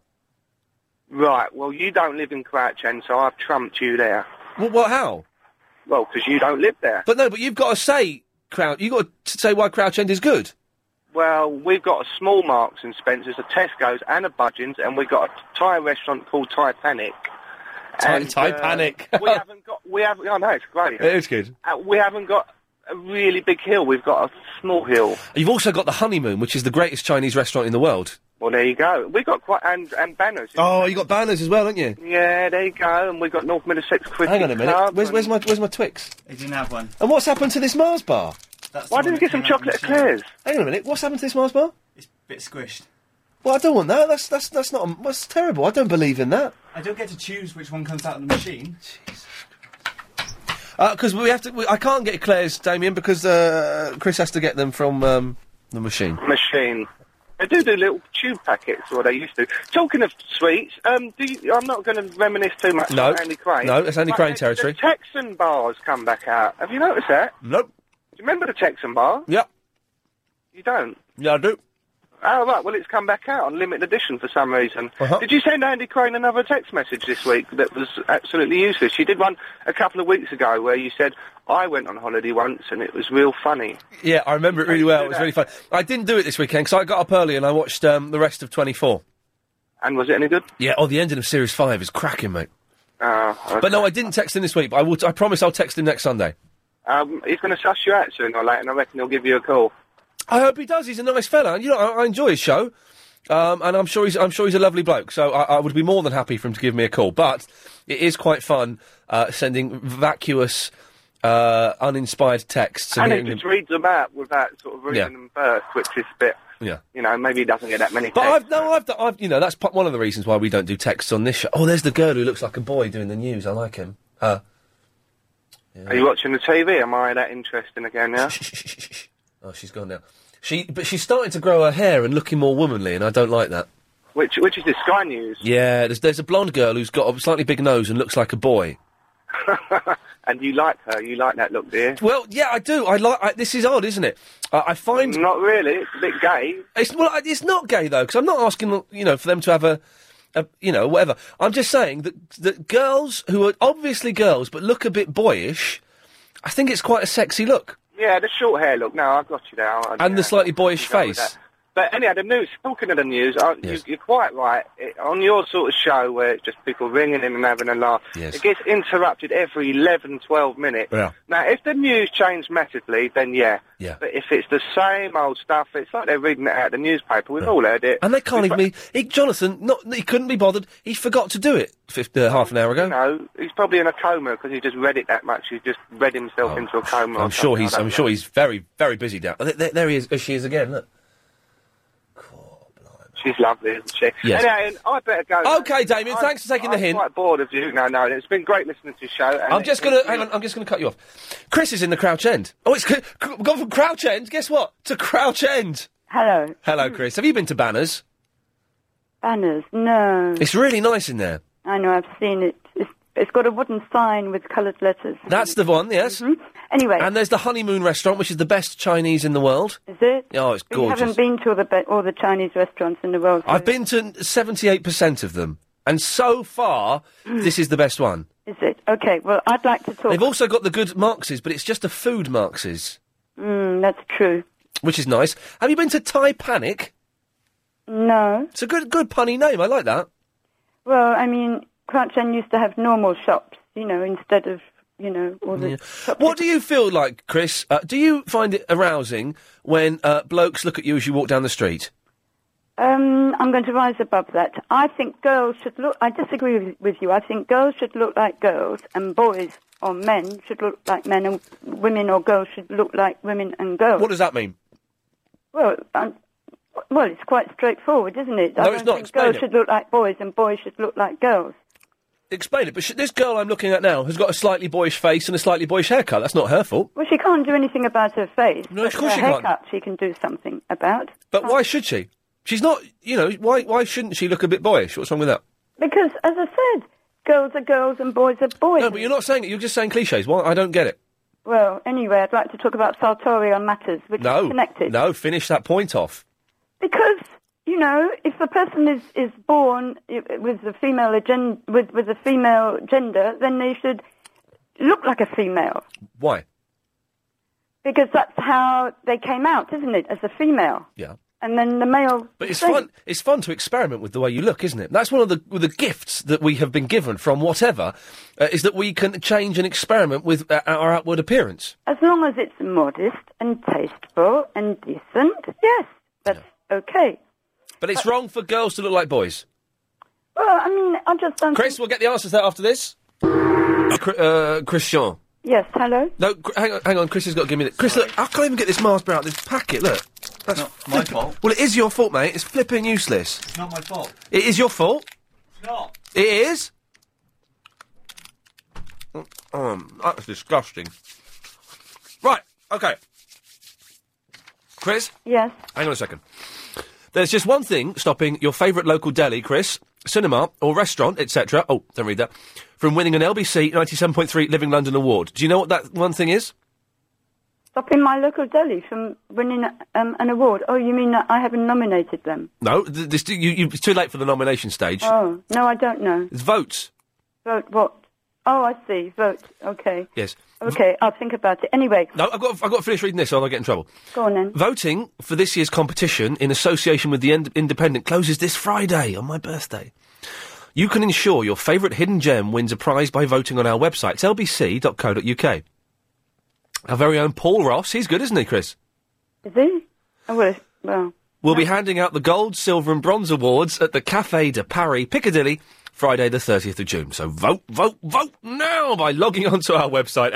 S18: Right. Well, you don't live in Crouch End, so I've trumped you there.
S2: Well, well how?
S18: Well, because you don't live there.
S2: But no, but you've got to say Crouch. You've got to say why Crouch End is good.
S18: Well, we've got a small Marks and Spencers, a Tesco's, and a Budgeons, and we've got a Thai restaurant called Titanic.
S2: Ty-
S18: And, uh,
S2: Titanic.
S18: we haven't got. We haven't. Oh no, it's great.
S2: It's good.
S18: Uh, we haven't got a really big hill. We've got a small hill.
S2: You've also got the honeymoon, which is the greatest Chinese restaurant in the world.
S18: Well, there you go. We got quite and and banners.
S2: Oh, you got banners as well, haven't you?
S18: Yeah, there you go. And we got North Middlesex Cricket
S2: Hang on a minute.
S18: Club
S2: Where's,
S18: and-
S2: where's my where's my Twix?
S4: He didn't have one.
S2: And what's happened to this Mars bar?
S4: the Why one didn't we that get some came out in chocolate the tin. eclairs?
S2: Hang on a minute. What's happened to this Mars bar?
S4: Bit squished.
S2: Well, I don't want that. That's that's that's not. That's terrible. I don't believe in that.
S4: I don't get to choose which one comes out of the machine.
S2: Because Uh, we have to. We, I can't get eclairs, Damien, because uh, Chris has to get them from um, the machine.
S18: machine. They do do little tube packets, or they used to. Talking of sweets, um, do you, I'm not going to reminisce too much
S2: No.
S18: on Andy Crane.
S2: No, it's Andy
S18: but
S2: Crane
S18: the-
S2: territory.
S18: The Texan bars come back out. Have you noticed that?
S2: Nope.
S18: Do you remember the Texan bar?
S2: Yep.
S18: You don't?
S2: Yeah, I do.
S18: Oh, right. Well, it's come back out on limited edition for some reason.
S2: Uh-huh.
S18: Did you send Andy Crane another text message this week that was absolutely useless? You did one a couple of weeks ago where you said, I went on holiday once and it was real funny.
S2: Yeah, I remember it really well. It was really fun. I didn't do it this weekend because I got up early and I watched um, the rest of Twenty Four.
S18: And was it any good?
S2: Yeah. Oh, the ending of Series Five is cracking, mate.
S18: Uh,
S2: But no, I didn't text him this week. But I will. T- I promise I'll text him next Sunday.
S18: Um, he's going to suss you out sooner or later, and I reckon he'll give you a call.
S2: I hope he does. He's a nice fella. You know, I, I enjoy his show, um, and I'm sure he's I'm sure he's a lovely bloke. So I, I would be more than happy for him to give me a call. But it is quite fun uh, sending vacuous, uh, uninspired texts.
S18: and he
S2: hearing
S18: just
S2: him-
S18: reads them out without sort of reading
S2: Yeah.
S18: them first, which is a bit,
S2: yeah.
S18: you know, maybe he doesn't get that many
S2: But
S18: texts.
S2: I've no, I've, I've you know that's p- one of the reasons why we don't do texts on this show. Oh, there's the girl who looks like a boy doing the news. I like him. Uh, Her.
S18: Are you watching the TV? Am I that interesting again now?
S2: Oh, she's gone now. She, but she's starting to grow her hair and looking more womanly, and I don't like that.
S18: which, which is the Sky News,
S2: Yeah, there's, there's a blonde girl who's got a slightly big nose and looks like a boy.
S18: and you like her, you like that look, do you?
S2: Well, yeah, I do. I like. I, this is odd, isn't it? I, I find
S18: not really. It's a bit gay.
S2: It's well, I- it's not gay though, because I'm not asking you know for them to have a, a you know whatever. I'm just saying that that girls who are obviously girls but look a bit boyish, I think it's quite a sexy look,
S18: Yeah, the short hair look. No, I've got you now. I-
S2: and the slightly boyish
S18: Oh, go with
S2: face.
S18: that. But anyhow, the news, talking of the news, uh,
S2: Yes.
S18: you, you're quite right. It, on your sort of show where it's just people ringing in and having a laugh,
S2: Yes.
S18: it gets interrupted every 11, 12 minutes.
S2: Yeah.
S18: Now, if the news changed massively, then yeah.
S2: Yeah.
S18: But if it's the same old stuff, it's like they're reading it out of the newspaper. We've all heard it.
S2: And they can't even. Be, he, Jonathan, not he couldn't be bothered. He forgot to do it fif- uh, half an hour ago.
S18: No, he's probably in a coma because he just read it that much. He's just read himself into a coma. or
S2: Oh, I'm sure
S18: something.
S2: he's.
S18: I
S2: I'm
S18: don't
S2: sure he's very, very busy down. There, there- there he is. There she is again. Look.
S18: know. She's lovely, isn't she?
S2: Yes.
S18: Anyhow, Ian, I better go.
S2: Okay, Damien,
S18: I'm-
S2: thanks for taking the
S18: I'm
S2: hint.
S18: quite bored of you. No, no, it's been great listening to your show. and
S2: I'm
S18: it-
S2: just gonna hang on. I'm just gonna cut you off. Chris is in the Crouch End. Oh, it's c- c- gone from Crouch End. Guess what? To Crouch End.
S7: Hello.
S2: Hello, Chris. Have you been to Banners?
S7: Banners. No.
S2: It's really nice in there.
S7: I know, I've seen it. It's, it's got a wooden sign with coloured letters.
S2: That's the one. Yes.
S7: Mm-hmm. Anyway.
S2: And there's the honeymoon restaurant, which is the best Chinese in the world.
S7: Is it?
S2: Oh, it's
S7: We haven't
S2: gorgeous.
S7: been to all the, be- all the Chinese restaurants in the world.
S2: I've been to 78 percent of them, and so far,
S7: Mm.
S2: this is the best one.
S7: Is it? Okay, well, I'd like to talk.
S2: They've also got the good Marxes, but it's just the food Marxes,
S7: Mm, that's true.
S2: which is nice. Have you been to Thai Panic?
S7: No.
S2: It's a good, good punny name. I like that.
S7: Well, I mean, Crouch End used to have normal shops, you know, instead of, you know, all the...
S2: Yeah. What do you feel like, Chris? Uh, do you find it arousing when uh, blokes look at you as you walk down the street?
S7: Um, I'm going to rise above that. I think girls should look... I disagree with, with you. I think girls should look like girls and boys or men should look like men and women or girls should look like women and girls.
S2: What does that mean?
S7: Well, um, well, it's quite straightforward, isn't it? I
S2: No,
S7: don't
S2: it's not.
S7: think
S2: Explain
S7: girls
S2: it.
S7: should look like boys and boys should look like girls.
S2: Explain it. But sh- this girl I'm looking at now has got a slightly boyish face and a slightly boyish haircut. That's not her fault.
S7: Well, she can't do anything about her face. No,
S2: of course
S7: her
S2: she can't.
S7: haircut she can do something about.
S2: But why should she? She's not. You know, why? Why shouldn't she look a bit boyish? What's wrong with that?
S7: Because, as I said, girls are girls and boys are boys.
S2: No, but you're not saying it. You're just saying cliches. Why? I don't get it.
S7: Well, anyway, I'd like to talk about sartorial matters, which
S2: No.
S7: is connected.
S2: No. Finish that point off.
S7: Because, you know, if the person is, is born i- with the female agen- with, with a female gender, then they should look like a female.
S2: Why?
S7: Because that's how they came out, isn't it, as a female?
S2: Yeah.
S7: And then the male.
S2: But it's
S7: thing.
S2: fun. It's fun to experiment with the way you look, isn't it? That's one of the the gifts that we have been given from whatever, uh, is that we can change and experiment with uh, our outward appearance.
S7: As long as it's modest and tasteful and decent, yes, that's okay.
S2: But it's wrong for girls to look like boys.
S7: Well, I mean, I just don't.
S2: Chris, we'll get the answers there after this. Cri- uh, Christian.
S7: Yes, hello.
S2: No, cr- hang on, hang on. Chris has got to give me. The- Chris, look, I can't even get this master out of this packet. Look, that's
S4: my
S2: flippin- Well, it is your fault, mate. It's flipping useless.
S4: It's not my fault.
S2: It is your fault.
S4: It's not.
S2: It is. Um, that's disgusting. Right. Okay. Chris.
S7: Yes.
S2: Hang on a second. There's just one thing stopping your favourite local deli, Chris, cinema or restaurant, etc. Oh, don't read that. From winning an LBC 97.3 Living London Award. Do you know what that one thing is?
S7: Stopping my local deli from winning um, an award. Oh, you mean that I haven't nominated them?
S2: No, th- this, you, you, it's too late for the nomination stage.
S7: Oh, no, I don't know.
S2: It's votes.
S7: Vote what? Oh, I see. Vote. Okay.
S2: Yes.
S7: Okay, I'll think about it. Anyway,
S2: No, I've got, I've got to finish reading this or I'll get in trouble.
S7: go on then.
S2: Voting for this year's competition in association with the Ind- Independent closes this Friday on my birthday. You can ensure your favourite hidden gem wins a prize by voting on our website, it's lbc.co.uk. Our very own Paul Ross, he's good, isn't he, Chris?
S7: Is he? Oh, well, it's- well.
S2: We'll be handing out the gold, silver, and bronze awards at the Café de Paris, Piccadilly, Friday the 30th of June. So vote, vote, vote now by logging onto our website,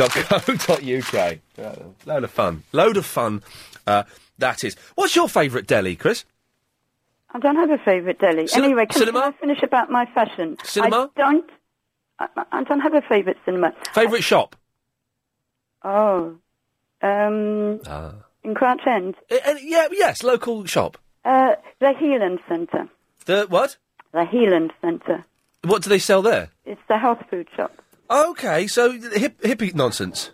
S2: lbc.co.uk. Right, then. Load of fun. Load of fun, uh, that is. What's your favourite deli, Chris?
S7: I don't have a favourite deli.
S2: Cine-
S7: anyway, can,
S2: cinema?
S7: can I finish about my fashion?
S2: Cinema?
S7: I don't. I, I don't have a favourite cinema.
S2: Favourite shop?
S7: Oh, um,
S2: Uh,
S7: in Crouch End,
S2: Eh, yeah, yes, local shop.
S7: uh, the Healand Centre.
S2: The what?
S7: The Healand Centre.
S2: What do they sell there?
S7: It's the health food shop.
S2: Okay, so hip, hippie nonsense.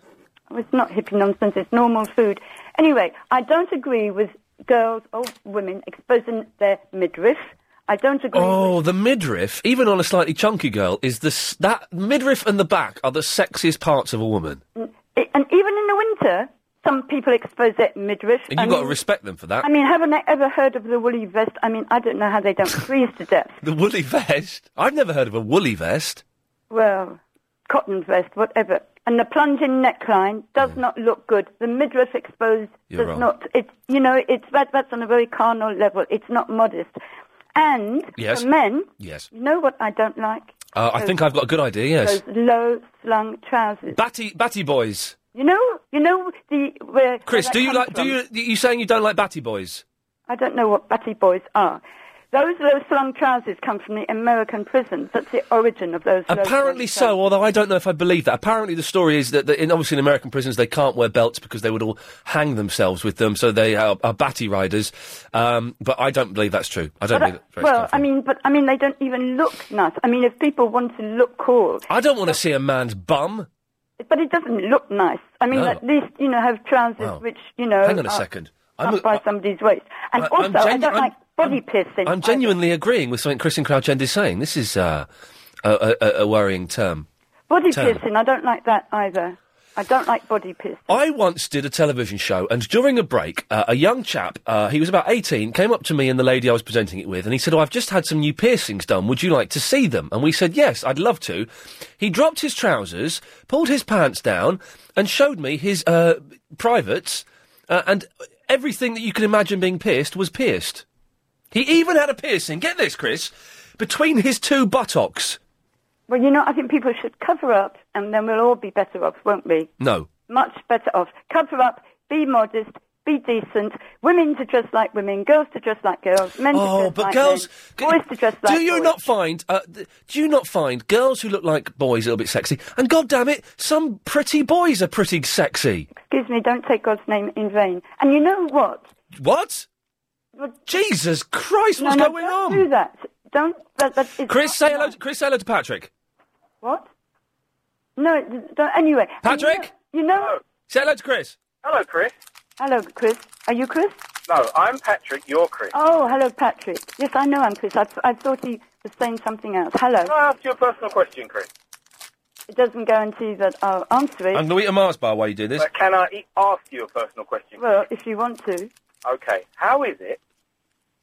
S7: Well, Oh, It's not hippie nonsense. It's normal food. Anyway, I don't agree with girls or women exposing their midriff. I don't agree.
S2: Oh, the midriff, even on a slightly chunky girl, is the s- that midriff and the back are the sexiest parts of a woman.
S7: I- And even in the winter, some people expose their midriff.
S2: And
S7: I
S2: you've got to
S7: mean-
S2: respect them for that.
S7: I mean, haven't I ever heard of the woolly vest? I mean, I don't know how they don't freeze to death.
S2: the woolly vest? I've never heard of a woolly vest.
S7: Well, cotton vest, whatever. And the plunging neckline does not look good. The midriff exposed
S2: You're
S7: does
S2: wrong.
S7: not. It's you know, it's that, that's on a very carnal level. It's not modest. And
S2: Yes.
S7: for men,
S2: Yes.
S7: you know what I don't like?
S2: Uh, I
S7: Those-
S2: think I've got a good idea, yes.
S7: Those low slung trousers.
S2: Batty, batty boys.
S7: You know, you know the where.
S2: Chris,
S7: where that
S2: do you
S7: comes
S2: like, do
S7: from?
S2: you, you saying you don't like batty boys?
S7: I don't know what batty boys are. Those low slung trousers come from the American prisons. That's the origin of those. low-slung
S2: Apparently so, although I don't know if I believe that. Apparently, the story is that, that in, obviously in American prisons they can't wear belts because they would all hang themselves with them, so they are, are batty riders. Um, but I don't believe that's true. I don't
S7: But
S2: believe
S7: I-
S2: that's
S7: well, I mean, but I mean, they don't even look nice. I mean, if people want to look cool,
S2: I don't want to see a man's bum.
S7: but it doesn't look nice. I mean,
S2: No.
S7: at least you know have trousers
S2: Wow.
S7: which you know.
S2: Hang on a
S7: are
S2: second.
S7: Up
S2: I'm a-
S7: by somebody's waist, and
S2: I- I'm
S7: also I
S2: genu-
S7: don't
S2: I'm-
S7: like body piercing.
S2: I'm genuinely agreeing with something Chris and Crouch End is saying. This is uh, a, a, a worrying term.
S7: body
S2: term.
S7: piercing, I don't like that either. I don't like body piercing.
S2: I once did a television show, and during a break, uh, a young chap, uh, he was about 18, came up to me and the lady I was presenting it with, and he said, Oh, I've just had some new piercings done. Would you like to see them? And we said, Yes, I'd love to. He dropped his trousers, pulled his pants down, and showed me his uh, privates, uh, and everything that you can imagine being pierced was pierced. He even had a piercing, get this, Chris, between his two buttocks.
S7: Well, you know, I think people should cover up, and then we'll all be better off, won't we?
S2: No.
S7: much better off. Cover up, be modest, be decent. Women to dress like women, girls to dress like girls, men
S2: Oh,
S7: to dress
S2: but
S7: like
S2: girls-
S7: men, boys to dress like
S2: do you
S7: boys.
S2: not find uh, th- do you not find girls who look like boys a little bit sexy and god damn it some pretty boys are pretty sexy
S7: Excuse me, don't take God's name in vain. And you know what?
S2: what jesus christ what's
S7: no, no,
S2: going
S7: don't
S2: on
S7: Do that. Don't. That, that is
S2: chris
S7: not
S2: say hello to, chris say hello to patrick
S7: What? No. d- Don't, anyway. And you know-
S2: patrick
S7: you know.
S2: say hello to chris
S7: Hello, Chris. Hello, Chris. Are you Chris?
S18: No, I'm Patrick. You're Chris.
S7: Oh, hello, Patrick. Yes, I know I'm Chris. I, I thought he was saying something else. Hello.
S18: Can I ask you a personal question, Chris?
S7: It doesn't guarantee that I'll answer it.
S2: i'm going to eat a mars bar while you do this
S18: But can I e- ask you a personal question?
S7: Well, if you want to.
S18: Okay. How is it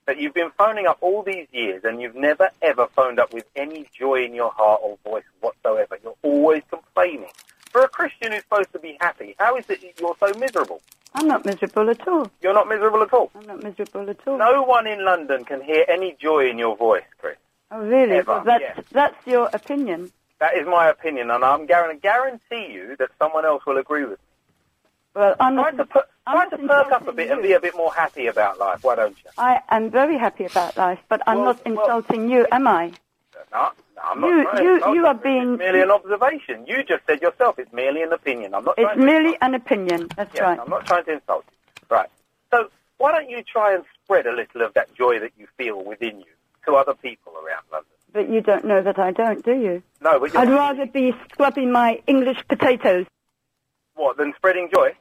S18: that you've been phoning up all these years and you've never ever phoned up with any joy in your heart or voice whatsoever? You're always complaining. For a Christian who's supposed to be happy, how is it that you're so miserable?
S7: I'm not miserable at all.
S8: You're not miserable at all.
S7: I'm not miserable at all.
S8: No one in London can hear any joy in your voice, Chris.
S7: Oh, really?
S8: Ever,
S7: Well, that's,
S8: yeah.
S7: that's your opinion.
S8: That is my opinion, and I'm going to guarantee you that someone else will agree with me.
S7: Well, I'm not,
S8: Try to perk up a bit and be a bit more happy about life, why don't you?
S7: I am very happy about life, but I'm not insulting you, am I?
S8: No, no I'm not
S7: You-
S8: trying to
S7: you-
S8: insult
S7: you are
S8: Chris.
S7: being-
S8: It's merely an observation. You just said yourself it's merely an opinion. I'm not
S7: It's
S8: trying to
S7: merely an opinion. That's
S8: Yeah,
S7: right.
S8: I'm not trying to insult you. Right. So why don't you try and spread a little of that joy that you feel within you to other people around London?
S7: But you don't know that I don't, do you?
S8: No, but you're
S7: I'd rather be scrubbing my English potatoes.
S8: what than spreading joy?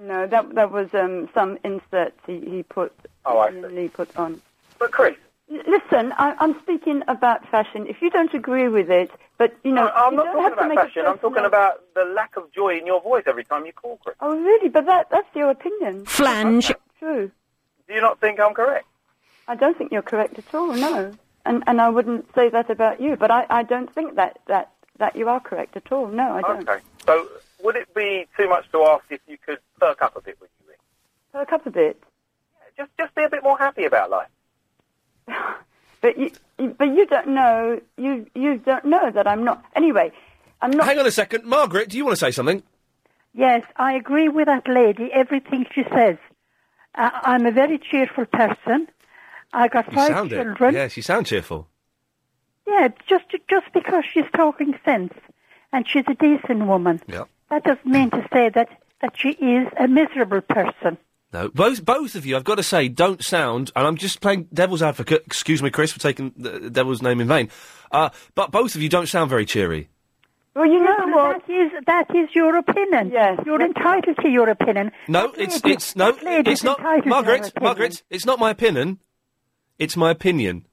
S7: No, that that was um, some insert he, he put
S8: Oh, I
S7: Lee put on.
S8: But Chris,
S7: listen, I, I'm speaking about fashion. If you don't agree with it, but you know,
S8: I'm
S7: you
S8: not
S7: don't
S8: talking
S7: have to
S8: about
S7: make it
S8: fashion. I'm talking
S7: personal.
S8: about the lack of joy in your voice every time you call, Chris.
S7: Oh, really? But that that's your opinion. Flange. True.
S8: Do you not think I'm correct?
S7: I don't think you're correct at all. No, and and I wouldn't say that about you. But I, I don't think that that that you are correct at all. No, I don't.
S8: Okay. So would it be too much to ask if you could perk up a bit with you?
S7: Perk up a bit.
S8: Just, just be a bit more happy about life.
S7: But you, you- but you don't know. You you don't know that I'm not. Anyway, I'm not.
S2: Hang on a second, Margaret. Do you want to say something?
S10: Yes, I agree with that lady, everything she says. Uh, I'm a very cheerful person. I got
S2: You
S10: five
S2: sound
S10: children.
S2: it. Yes, you sound cheerful.
S10: Yeah, just just because she's talking sense and she's a decent woman,
S2: Yeah.
S10: that doesn't mean to say that, that she is a miserable person.
S2: No, both both of you, I've got to say, don't sound. And I'm just playing devil's advocate. Excuse me, Chris, for taking the devil's name in vain. Uh, but both of you don't sound very cheery.
S10: Well, you know what? That is, that is your opinion. Yes. You're entitled to your opinion.
S2: No, it's it's no,
S10: that lady's
S2: it's not
S10: entitled to her
S2: Margaret.
S10: opinion.
S2: Margaret, it's not my opinion. It's my opinion.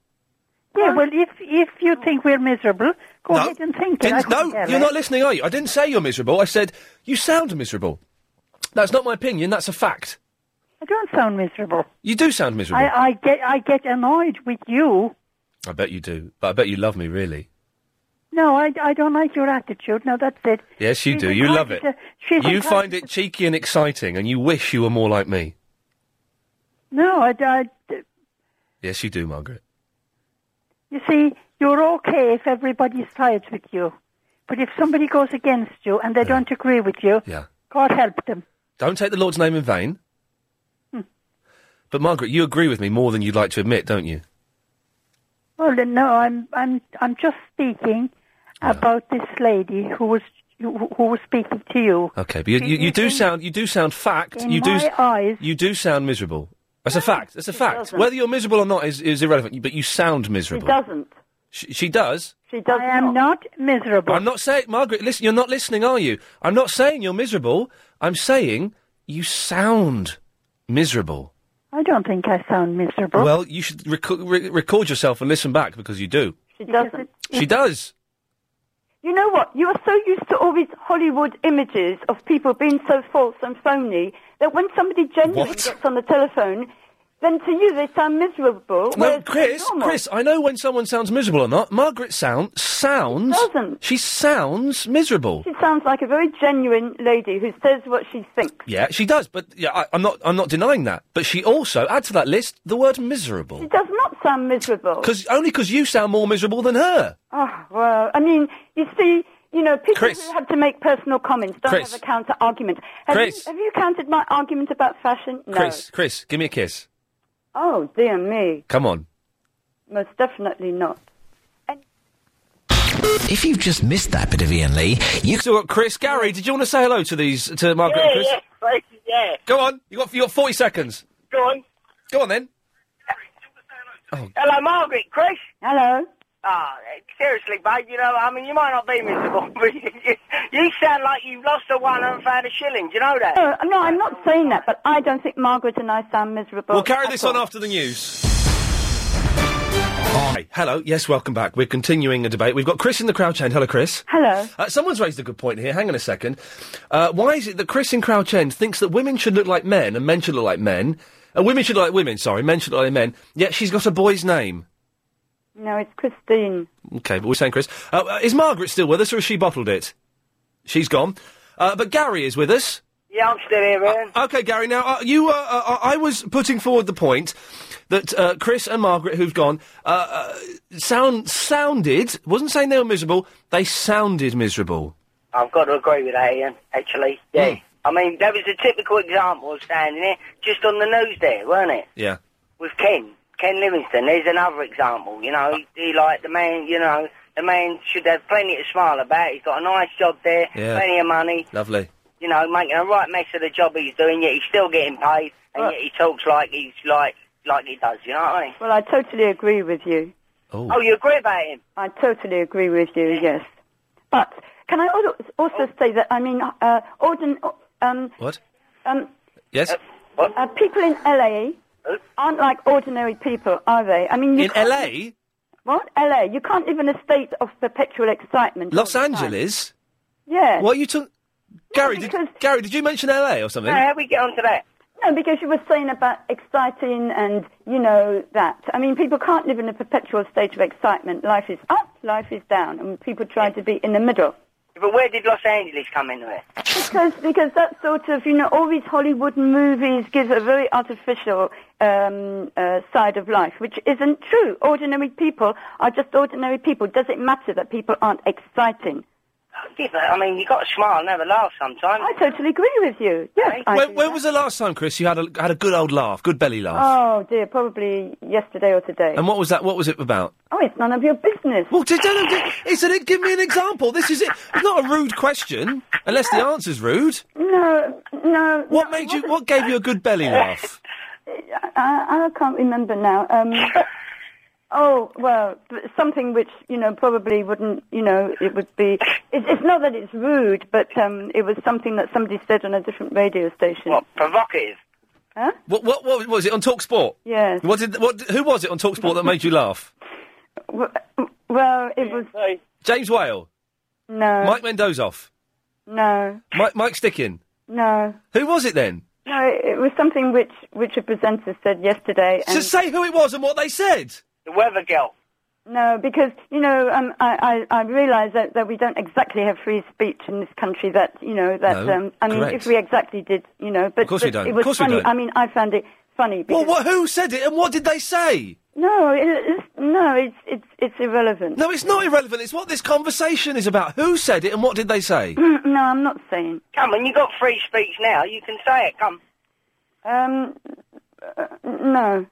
S10: Yeah, well, if if you think we're miserable, go
S2: No.
S10: ahead and think it. I
S2: Didn't- no,
S10: couldn't care
S2: you're
S10: less.
S2: not listening, are you? I didn't say you're miserable. I said you sound miserable. That's not my opinion. That's a fact.
S10: I don't sound miserable.
S2: You do sound miserable.
S10: I, I get I get annoyed with you.
S2: I bet you do. But I bet you love me, really.
S10: No, I, I don't like your attitude. No, that's it.
S2: Yes, you
S10: She's
S2: do. You love it.
S10: entitled to- she's
S2: you
S10: entitled
S2: find it cheeky and exciting, and you wish you were more like me.
S10: No, I, I-
S2: Yes, you do, Margaret.
S10: You see, you're okay if everybody sides with you, but if somebody goes against you and they don't agree with you,
S2: Yeah.
S10: God help them.
S2: Don't take the Lord's name in vain.
S10: Hmm.
S2: But Margaret, you agree with me more than you'd like to admit, don't you?
S10: Well, then, no, I'm I'm I'm just speaking about this lady who was who, who was speaking to you.
S2: Okay, but you, you, you do sound you do sound fact.
S10: In
S2: you do
S10: my eyes-
S2: you do sound miserable. That's a fact. That's a fact.
S10: doesn't.
S2: Whether you're miserable or not is, is irrelevant. But you sound miserable.
S10: doesn't.
S2: She, she does.
S10: She does. I am not miserable.
S2: I'm not saying, Margaret. Listen, you're not listening, are you? I'm not saying you're miserable. I'm saying you sound miserable.
S10: I don't think I sound miserable.
S2: Well, you should reco- re- record yourself and listen back because you do.
S7: She doesn't.
S2: She does.
S7: You know what? You are so used to all these Hollywood images of people being so false and phony that when somebody genuinely
S2: What?
S7: gets on the telephone, then to you they sound miserable.
S2: No,
S7: whereas
S2: Chris,
S7: they're normal.
S2: Chris, I know when someone sounds miserable or not. Margaret sound, sounds. She doesn't. She sounds miserable.
S7: She sounds like a very genuine lady who says what she thinks.
S2: Yeah, she does, but yeah, I, I'm not. I'm not denying that. But she also add to that list the word miserable,
S7: She does not sound miserable.
S2: because only because you sound more miserable than her.
S7: Oh, well, I mean, you see, you know, people who have to make personal comments don't
S2: Chris.
S7: have a counter argument. Have,
S2: Chris.
S7: You, have you counted my argument about fashion? No.
S2: Chris, Chris, give me a kiss.
S7: Oh, dear me.
S2: Come on.
S7: Most definitely not.
S16: If you've just missed that bit of Ian Lee,
S2: You still got Chris, Gary. Did you want to say hello to these to Margaret and Chris?
S19: right, yeah.
S2: Go on. You got you got 40 seconds.
S19: Go on. Oh.
S2: Go on then.
S19: Hello, Margaret, Chris.
S7: Hello.
S19: Ah, eh, seriously, babe, you know, I mean, you might not be miserable, but you, you sound like you've lost a one and found a shilling. Do you know that?
S5: Oh,
S7: No, no, I'm not saying that, but I don't think Margaret and I sound miserable.
S2: We'll carry
S7: at
S2: this on
S7: all.
S2: after the news. Hey, hello. Yes, welcome back. We're continuing a debate. We've got Chris in the crowd End. Hello, Chris.
S7: Hello.
S2: Uh, someone's raised a good point here. Hang on a second. Uh, why is it that Chris in Crouch End thinks that women should look like men and men should look like men? And women should look like women, sorry, men should look like men, yet she's got a boy's name.
S7: No, it's Christine.
S2: Okay, but we're saying Chris. Uh, uh, is Margaret still with us or has she bottled it? She's gone. Uh, but Gary is with us.
S19: Yeah, I'm still here, man.
S2: Okay, Gary. Now uh, you, uh, uh, I was putting forward the point that uh, Chris and Margaret, who've gone, uh, uh, sound sounded wasn't saying they were miserable. They sounded miserable.
S19: I've got to agree with that, Ian, actually. Yeah. I mean, that was a typical example of standing there, just on the news there, weren't it?
S2: Yeah.
S19: With Ken, Ken Livingston, there's another example, you know, he, he like, the man, you know, the man should have plenty to smile about, he's got a nice job there,
S2: Yeah.
S19: plenty of money,
S2: Lovely.
S19: you know, making a right mess of the job he's doing, yet he's still getting paid, and yet he talks like he's, like, like he does, you know what I mean?
S7: Well, I totally agree with you.
S2: Oh.
S19: Oh, you agree about him?
S7: I totally agree with you, yes. But can I al- also say that, I mean, uh, ordin- um,
S2: What?
S7: um,
S2: Yes.
S7: uh, people in LA aren't like ordinary people, are they? I mean, you
S2: In
S7: can't-
S2: LA,
S7: What? LA? You can't live in a state of perpetual excitement.
S2: Los Angeles.
S7: Yeah.
S2: What are you talking? Gary, did, Gary, did you mention LA or something?
S7: Yeah,
S19: we get on to that?
S7: No, because you were saying about exciting and, you know, that. I mean, people can't live in a perpetual state of excitement. Life is up, life is down, and people try to be in the middle.
S19: But where did Los Angeles come into it?
S7: Because, because that sort of, you know, all these Hollywood movies give a very artificial um, uh, side of life, which isn't true. Ordinary people are just ordinary people. Does it matter that people aren't exciting?
S19: Yeah, but, I mean, you got to smile and have a laugh sometimes.
S7: I totally agree with you. Yes, I
S2: When,
S7: do
S2: when
S7: that.
S2: was the last time, Chris? You had a had a good old laugh, good belly laugh.
S7: Oh dear, probably yesterday or today.
S2: And what was that? What was it about?
S7: Oh, it's none of your business.
S2: Um, Well, did, don't, isn't it? Give me an example. This is it. It's not a rude question, unless the answer's rude.
S7: No, no.
S2: What made you? What gave you a good belly laugh?
S7: I, I can't remember now. Um, oh well, th- something which you know probably wouldn't. You know, it would be. It, it's not that it's rude, but um, it was something that somebody said on a different radio station.
S19: Provocative.
S7: Huh?
S2: What? What? What was it on Talk Sport?
S7: Yes.
S2: What did? What? Who was it on Talk Sport that made you laugh?
S7: W- Well, it was
S2: James Whale,
S7: no,
S2: Mike Mendozoff,
S7: no,
S2: Mike Mike Stickin.
S7: no,
S2: Who was it then?
S7: no. It, it was something which which a presenter said yesterday. And
S2: So say who it was and what they said.
S19: The weather girl.
S7: No, because you know, um, I, I, I realise that, that we don't exactly have free speech in this country. That you know, that
S2: No,
S7: um, I mean,
S2: correct.
S7: if we exactly did, you know, but
S2: Of course
S7: but
S2: we don't.
S7: It
S2: Of
S7: was
S2: course we
S7: funny.
S2: don't.
S7: I mean, I found it funny.
S2: Well,
S7: Because,
S2: what? Who said it and what did they say?
S7: No, it, it's, no, it's it's it's irrelevant.
S2: No, it's not irrelevant. It's what this conversation is about. Who said it and what did they say?
S7: no, I'm not saying.
S19: Come on, you got free speech now. You can say it. Come.
S7: Um, uh, no,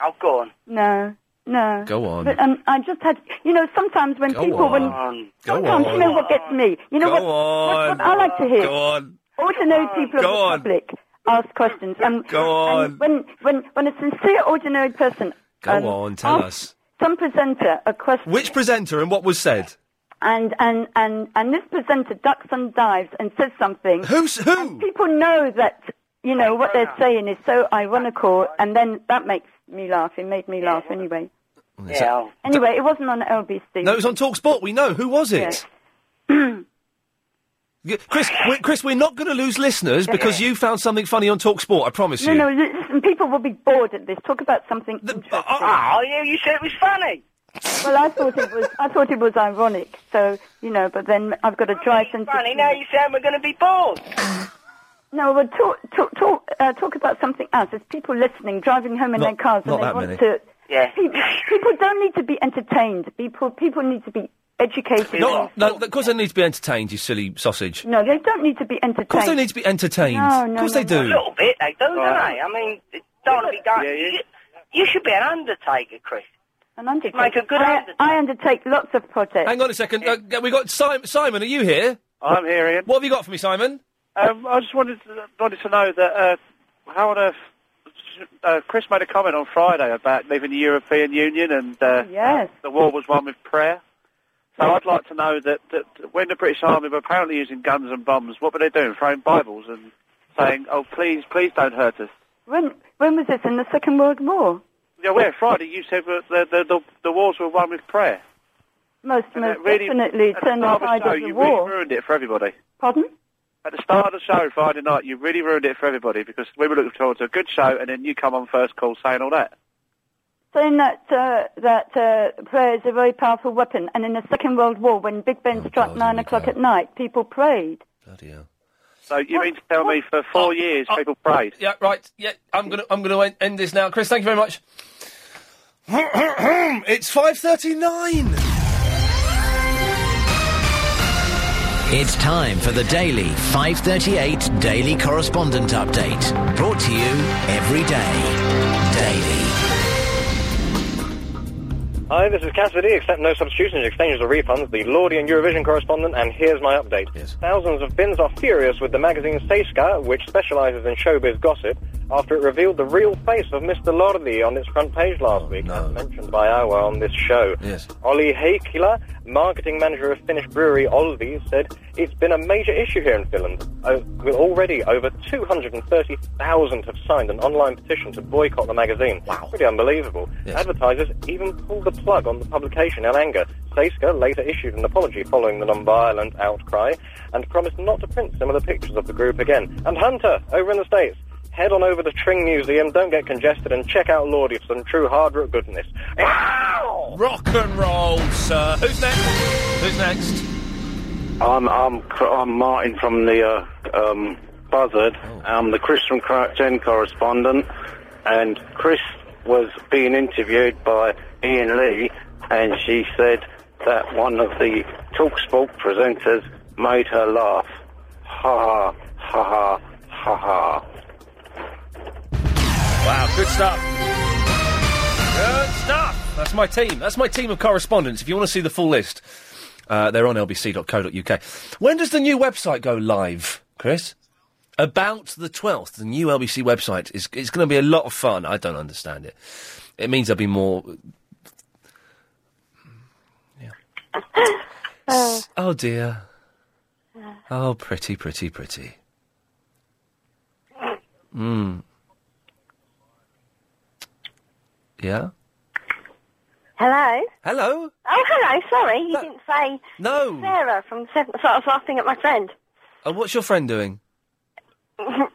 S19: Oh, go on.
S7: no, no.
S2: Go on.
S7: But um, I just had, you know, sometimes when
S2: Go
S7: people
S2: on.
S7: when
S2: Go
S7: sometimes
S2: on.
S7: you know what gets me. You know
S2: Go
S7: what,
S2: on.
S7: what, what I like to hear.
S2: Go on.
S7: Ordinary people
S2: Go
S7: of
S2: on.
S7: the public ask questions. Um,
S2: Go on.
S7: And when, when, when a sincere, ordinary person,
S2: Go
S7: um,
S2: on, tell
S7: ask
S2: us.
S7: some presenter a question,
S2: Which presenter and what was said?
S7: and, and, and, and this presenter ducks and dives and says something.
S2: Who's who?
S7: people know that, you know, what they're saying is so ironical, and then that makes me laugh. It made me laugh anyway.
S2: Yeah.
S7: Anyway, it wasn't on LBC.
S2: No, it was on Talk Sport. We know. Who was it? Yeah, Chris, we're, Chris, we're not going to lose listeners because you found something funny on Talk Sport. I promise
S7: No,
S2: you.
S7: no, li- listen, people will be bored at this. Talk about something interesting.
S2: Ah,
S19: Oh, yeah, you said it was funny.
S7: Well, I thought it was. I thought it was ironic. So you know, but then I've got a dry sense.
S19: Funny, now you saying we're going to be bored.
S7: No, well, talk talk talk, uh, talk about something else. There's people listening, driving home in
S2: Not-
S7: their cars,
S2: not
S7: and they
S2: that
S7: want
S2: many.
S7: to.
S19: Yeah.
S7: People, people don't need to be entertained. People people need to be educated.
S2: No, no, of course they need to be entertained, you silly sausage. Of
S7: No, they don't need to be entertained.
S2: course they need to be entertained.
S7: No, no,
S2: of course
S7: no,
S2: they do.
S7: no.
S19: A little bit, they do, don't
S2: Right.
S19: they? I mean, it don't be done. you, you should be an undertaker, Chris.
S7: An undertaker.
S19: Make a good
S7: I,
S19: undertaker.
S7: I undertake lots of projects.
S2: Hang on a second. Uh, g- we got Simon. Simon, are you here?
S6: I'm here, Ian.
S2: What have you got for me, Simon?
S6: Um, I just wanted to, wanted to know that uh, how on earth uh, Chris made a comment on Friday about leaving the European Union and uh,
S7: yes.
S6: the war was won with prayer. So I'd like to know that, that when the British Army were apparently using guns and bombs, what were they doing? Throwing Bibles and saying, "Oh, please, please don't hurt us."
S7: When when was this in the Second World War?
S6: Yeah, where Friday you said that the, the, the, the wars were won with prayer.
S7: Most
S6: And
S7: most
S6: that really,
S7: definitely
S6: at the
S7: turned the
S6: start
S7: tide
S6: of the show,
S7: of
S6: you
S7: the
S6: really
S7: war.
S6: ruined it for everybody.
S7: Pardon?
S6: At the start of the show Friday night, you really ruined it for everybody because we were looking forward to a good show, and then you come on first call saying all that.
S7: saying that uh, that uh, prayer is a very powerful weapon. And in the Second World War, when Big Ben struck nine o'clock at night, people prayed.
S31: So you mean to tell me for four years people prayed?
S2: Yeah, right. Yeah, I'm gonna I'm gonna en- end this now. Chris, thank you very much. it's five thirty nine.
S32: It's time for the daily 538 Daily Correspondent Update. Brought to you every day. Daily.
S33: Hi, this is Cassidy, except no substitution in exchange for refunds, the Lordy and Eurovision correspondent, and here's my update. Thousands of Finns are furious with the magazine Seiska, which specialises in showbiz gossip, after it revealed the real face of Mr. Lordi on its front page last week, as mentioned by Awa on this show.
S2: Yes.
S33: Olli Heikkilä, marketing manager of Finnish brewery Olvi, said, It's been a major issue here in Finland. O- with already over 230,000 have signed an online petition to boycott the magazine. Wow. Pretty unbelievable. Advertisers even pulled the plug on the publication in anger. Seiska later issued an apology following the non-violent outcry and promised not to print similar pictures of the group again. And Hunter, over in the States, Head on over to Tring Museum, don't get congested, and check out Lordy for some true hard rock goodness.
S2: Rock and roll, sir. Who's next? Who's next?
S6: I'm I'm Cr- I'm Martin from the uh, um, Buzzard. I'm the Chris from Crouch End correspondent, and Chris was being interviewed by Ian Lee, and she said that one of the Talksport presenters made her laugh. Ha ha ha ha ha ha.
S2: Wow, good stuff. Good stuff. That's my team. That's my team of correspondents. If you want to see the full list, uh, they're on lbc.co.uk. When does the new website go live, Chris? About the 12th, the new LBC website is it's going to be a lot of fun. I don't understand it. It means there'll be more.
S9: Uh.
S7: Uh,
S2: Yeah. oh dear. Oh, pretty, pretty, pretty. Mm. Yeah.
S20: Hello?
S2: Hello.
S20: Oh, hello, sorry, you didn't say.
S2: No.
S20: Sarah from Seven. So I was laughing at my friend.
S2: And what's your friend doing?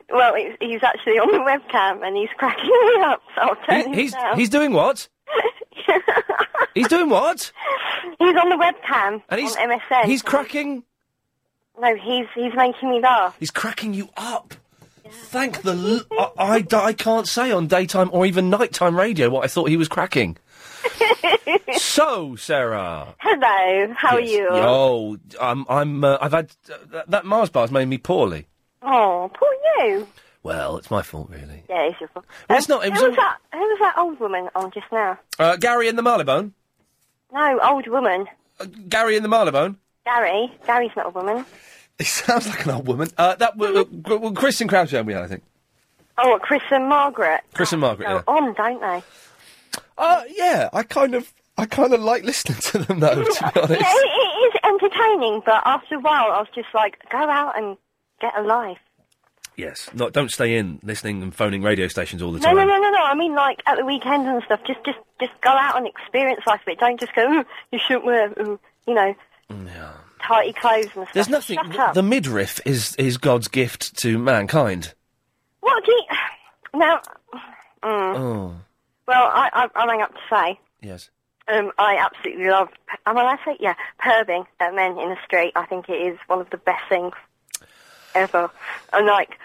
S20: well, he's, he's actually on the webcam and he's cracking me up, so I'll turn him
S2: He- he's
S20: down.
S2: he's doing what? he's doing what?
S20: He's on the webcam
S2: And he's-
S20: on MSN.
S2: he's cracking?
S20: No, he's he's making me laugh.
S2: He's cracking you up. Thank the. L- I, I d- I can't say on daytime or even nighttime radio what I thought he was cracking. so, Sarah.
S20: Hello, how are
S2: Yes.
S20: you?
S2: Oh, I'm. I'm. Uh, I've had uh, that, that Mars bar's made me poorly.
S20: Oh, poor you.
S2: Well, it's my fault, really.
S20: Yeah, it's your fault.
S2: Well, it's not. It was
S20: who
S2: all-
S20: was that? Who was that old woman on just now?
S2: uh, Gary and the Marleybone.
S20: No, old woman.
S2: Gary and the Marleybone.
S20: Gary. Gary's not a woman.
S2: It sounds like an old woman. Uh, that w- w- gr- well, Chris and Crouch End we had, I think.
S20: Oh, Chris and Margaret.
S2: Chris and Margaret.
S20: Go
S2: Yeah.
S20: on, don't they?
S2: Uh, yeah, I kind of, I kind of like listening to them though. To be
S20: Yeah,
S2: honest.
S20: it, it is entertaining, but after a while, I was just like, go out and get a life.
S2: Yes. Not. Don't stay in listening and phoning radio stations all the
S20: No,
S2: time.
S20: no, no, no, no. I mean, like at the weekends and stuff. Just, just, just go out and experience life a bit. Don't just go. "Mm, You shouldn't wear, mm, you know, tighty clothes and stuff.
S2: There's nothing.
S20: Shut
S2: The,
S20: up.
S2: the midriff is is God's gift to mankind.
S20: What do you now? Mm,
S2: Oh,
S20: Well, I, I, I rang up to say.
S2: yes.
S20: Um, I absolutely love. Am I allowed to say? Yeah, perving at men in the street. I think it is one of the best things ever. And like,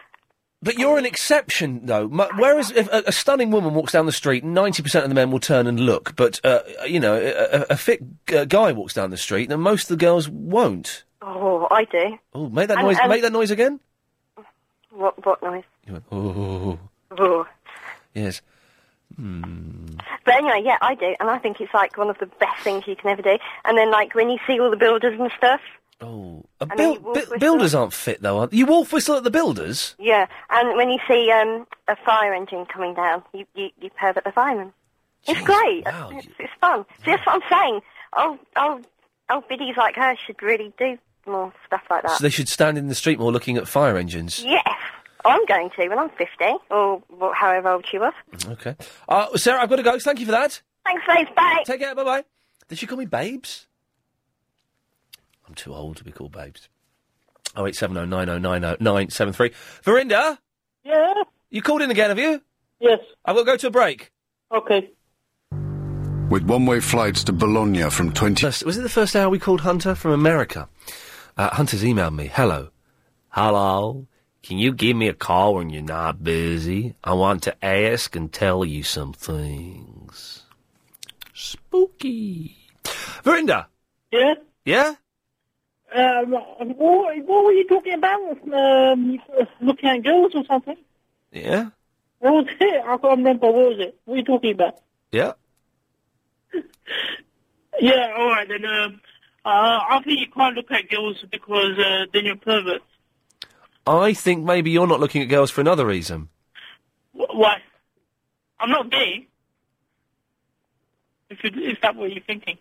S2: But you're an exception, though. Mu- Whereas if a, a stunning woman walks down the street, 90% of the men will turn and look. But, uh, you know, a, a- a fit uh, guy walks down the street, then most of the girls won't.
S20: oh, I do.
S2: Oh, make that
S20: And-
S2: noise.
S20: and-
S2: make that noise again.
S20: What, what noise?
S2: You went, oh,
S20: Oh.
S2: yes. Hmm.
S20: But anyway, yeah, I do, and I think it's like one of the best things you can ever do. And then, like when you see all the builders and stuff,
S2: Oh, a
S20: And
S2: buil-
S20: you wolf
S2: bu-
S20: whistle.
S2: builders aren't fit though, aren't they? You wolf whistle at the builders?
S20: yeah, and when you see um, a fire engine coming down, you you, you perv at the fireman. it's great. It's, it's fun. See, that's what I'm saying. Oh, oh, oh, biddies like her should really do more stuff like that.
S2: So they should stand in the street more, looking at fire engines.
S20: Yes, I'm going to when I'm 50 or wh- however old she was.
S2: Okay. Uh, Sarah, I've got to go. Thank you for that.
S20: Thanks, babes. Bye.
S2: Take care. Bye bye. Did she call me babes? I'm too old to be called babes. Oh eight seven oh nine oh nine oh nine seven three. Verinda.
S16: Yeah.
S2: You called in again, have you?
S16: Yes.
S2: I've got to go to a break.
S16: Okay.
S34: With one way flights to Bologna from 20.
S2: was it the first hour we called Hunter from America? Uh, Hunter's emailed me. Hello. Hello. Can you give me a call when you're not busy? I want to ask and tell you some things. Spooky. Verinda.
S16: Yeah.
S2: Yeah?
S16: Um, what, what were you talking about? Um, looking at girls or something?
S2: Yeah?
S16: What was it? I can't remember. What was it? What were you talking about?
S2: Yeah?
S16: Yeah, all right then. Um, uh, I think you can't look at girls because uh, then you're a pervert.
S2: I think maybe you're not looking at girls for another reason.
S16: Wh- Why? I'm not gay. If you, if that what you're thinking.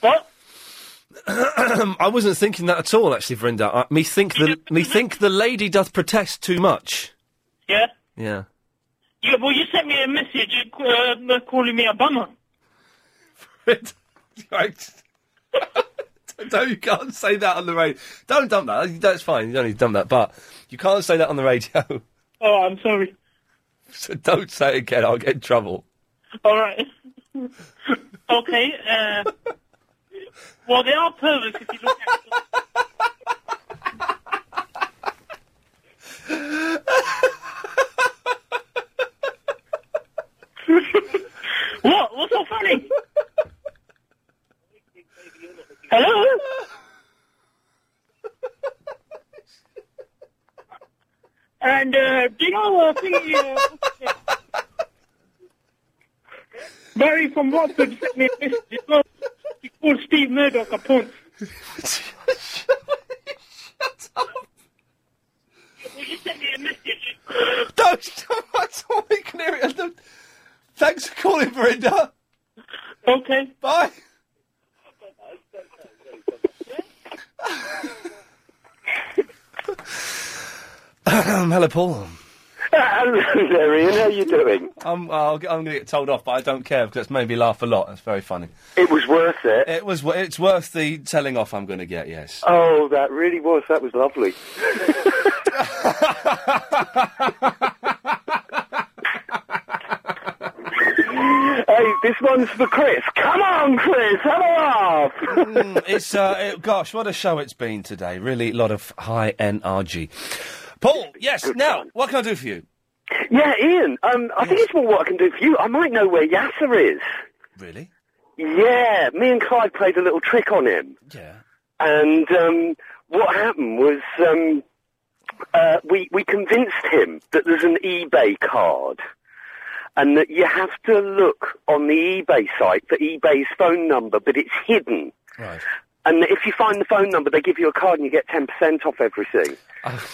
S16: What?
S2: I wasn't thinking that at all, actually, Verinda. I, me think the me think the lady doth protest too much.
S16: Yeah.
S2: Yeah.
S16: Yeah. Well, you sent me a message uh, calling me a bummer.
S2: no, you can't say that on the radio. Don't dump that. That's fine. You don't need to dump that. But you can't say that on the radio.
S16: Oh, I'm sorry.
S2: So don't say it again. I'll get in trouble.
S16: All right. okay. Uh, well, they are perverts if you look at them. what? What's so funny? Hello? And uh, do you know uh, thingy, uh, Barry from Watford sent me a message. He called, he called Steve Murdoch a punk.
S2: Don't stop. That's all we can hear. it. Look, Thanks for calling, Verinda.
S16: Okay.
S2: Bye. Hello, Paul.
S9: Hello there, Ian. How you doing?
S2: I'm, I'll, I'm going to get told off, but I don't care because it's made me laugh a lot. It's very funny.
S9: It was worth it.
S2: It was. wo- It's worth the telling off I'm going to get. Yes.
S9: Oh, that really was. That was lovely. hey, this one's for Chris. Come on, Chris. Have a laugh.
S2: Mm, it's uh, it- gosh, what a show it's been today. Really, lot of high NRG. Paul, yes. now, what can I do for you?
S9: Yeah, Ian. Um, I think it's more what I can do for you. I might know where Yasser is.
S2: Really?
S9: Yeah, me and Clyde played a little trick on him.
S2: Yeah.
S9: And um, what happened was um, uh, we we convinced him that there's an eBay card, and that you have to look on the eBay site for eBay's phone number, but it's hidden.
S2: Right.
S9: And that if you find the phone number, they give you a card and you get ten percent off everything.
S2: Oh,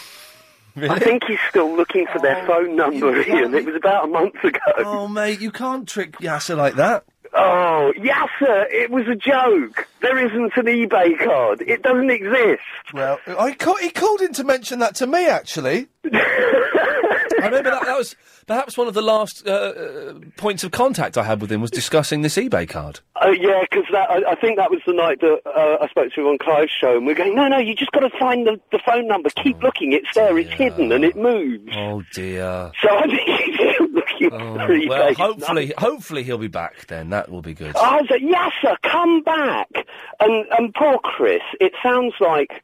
S9: I think he's still looking for their phone number, Ian. It was about a month ago.
S2: Oh, mate, you can't trick Yasser like that.
S9: Oh, Yasser, it was a joke. There isn't an eBay card. It doesn't exist.
S2: Well, I ca- he called in to mention that to me, actually. I remember that, that was perhaps one of the last uh, uh, points of contact I had with him was discussing this eBay card.
S9: Oh yeah, 'cause that I, I think that was the night that uh, I spoke to him on Clive's show, and we are going, no, no, you just got to find the, the phone number. Keep looking, it's there, it's hidden, and it moves.
S2: Oh dear.
S9: So I think he's still looking for
S2: Oh,
S9: eBay.
S2: well, hopefully, hopefully he'll be back then. That will be good.
S9: I was like, Yasser, come back. And, and poor Chris, it sounds like,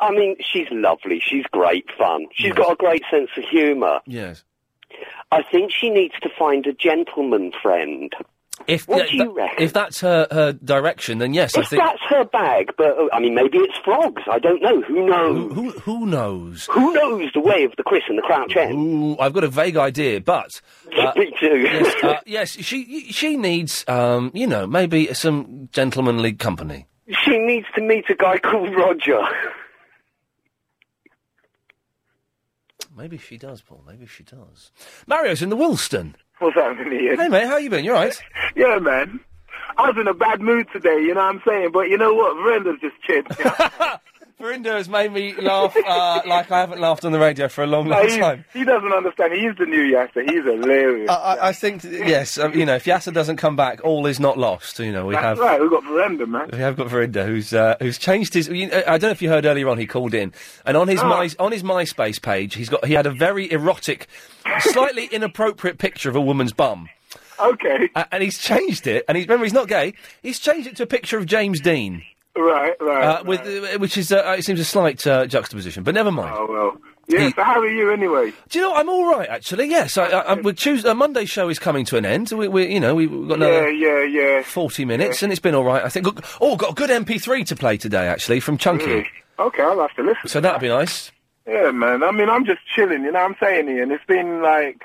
S9: I mean, she's lovely. She's great fun. She's got a great sense of humour.
S2: Yes.
S9: I think she needs to find a gentleman friend.
S2: If
S9: what
S2: th-
S9: do you reckon?
S2: If that's her, her direction, then yes, I
S9: if
S2: think.
S9: that's her bag, but uh, I mean, maybe it's frogs. I don't know. Who knows?
S2: Who, who knows?
S9: Who knows the way of the Chris and the Crouch End?
S2: Ooh, I've got a vague idea, but uh,
S9: Me too.
S2: yes, uh, yes, she she needs, um, you know, maybe some gentlemanly company.
S9: She needs to meet a guy called Roger.
S2: Maybe she does, Paul. Maybe she does. Mario's in the Woolston.
S23: What's happening, Ian?
S2: Hey, mate, how you been? You alright?
S23: yeah, man. I was in a bad mood today, you know what I'm saying? But you know what? Verinda's just chilled.
S2: Verinda has made me laugh uh, like I haven't laughed on the radio for a long, long
S23: He's-
S2: time.
S23: He doesn't understand. He's the new Yasser. He's hilarious.
S2: I, I, I think, th- yes, um, you know, if Yasser doesn't come back, all is not lost. You know, we
S23: That's
S2: have.
S23: right. We've got Verinda, man.
S2: We have got Verinda, who's uh, who's changed his. You, I don't know if you heard earlier on. He called in, and on his
S23: Ah.
S2: my, on his MySpace page, he's got he had a very erotic, slightly inappropriate picture of a woman's bum.
S23: Okay.
S2: and he's changed it, and he's remember he's not gay. He's changed it to a picture of James Dean.
S23: Right, right.
S2: uh, with, uh, which is, uh, it seems a slight uh, juxtaposition, but never mind.
S23: Oh well. Yeah, so how are you anyway?
S2: Do you know I'm all right actually? Yes, I, I, I, we choose. Uh, Monday's show is coming to an end. We, we you know, we, have got another
S23: Yeah, yeah, yeah.
S2: forty minutes, and it's been all right. I think. Look, oh, got a good MP3 to play today actually from Chunky.
S23: Really? Okay, I'll have to listen.
S2: So that'd be nice.
S23: Yeah, man. I mean, I'm just chilling. You know, what I'm saying Ian. It's been like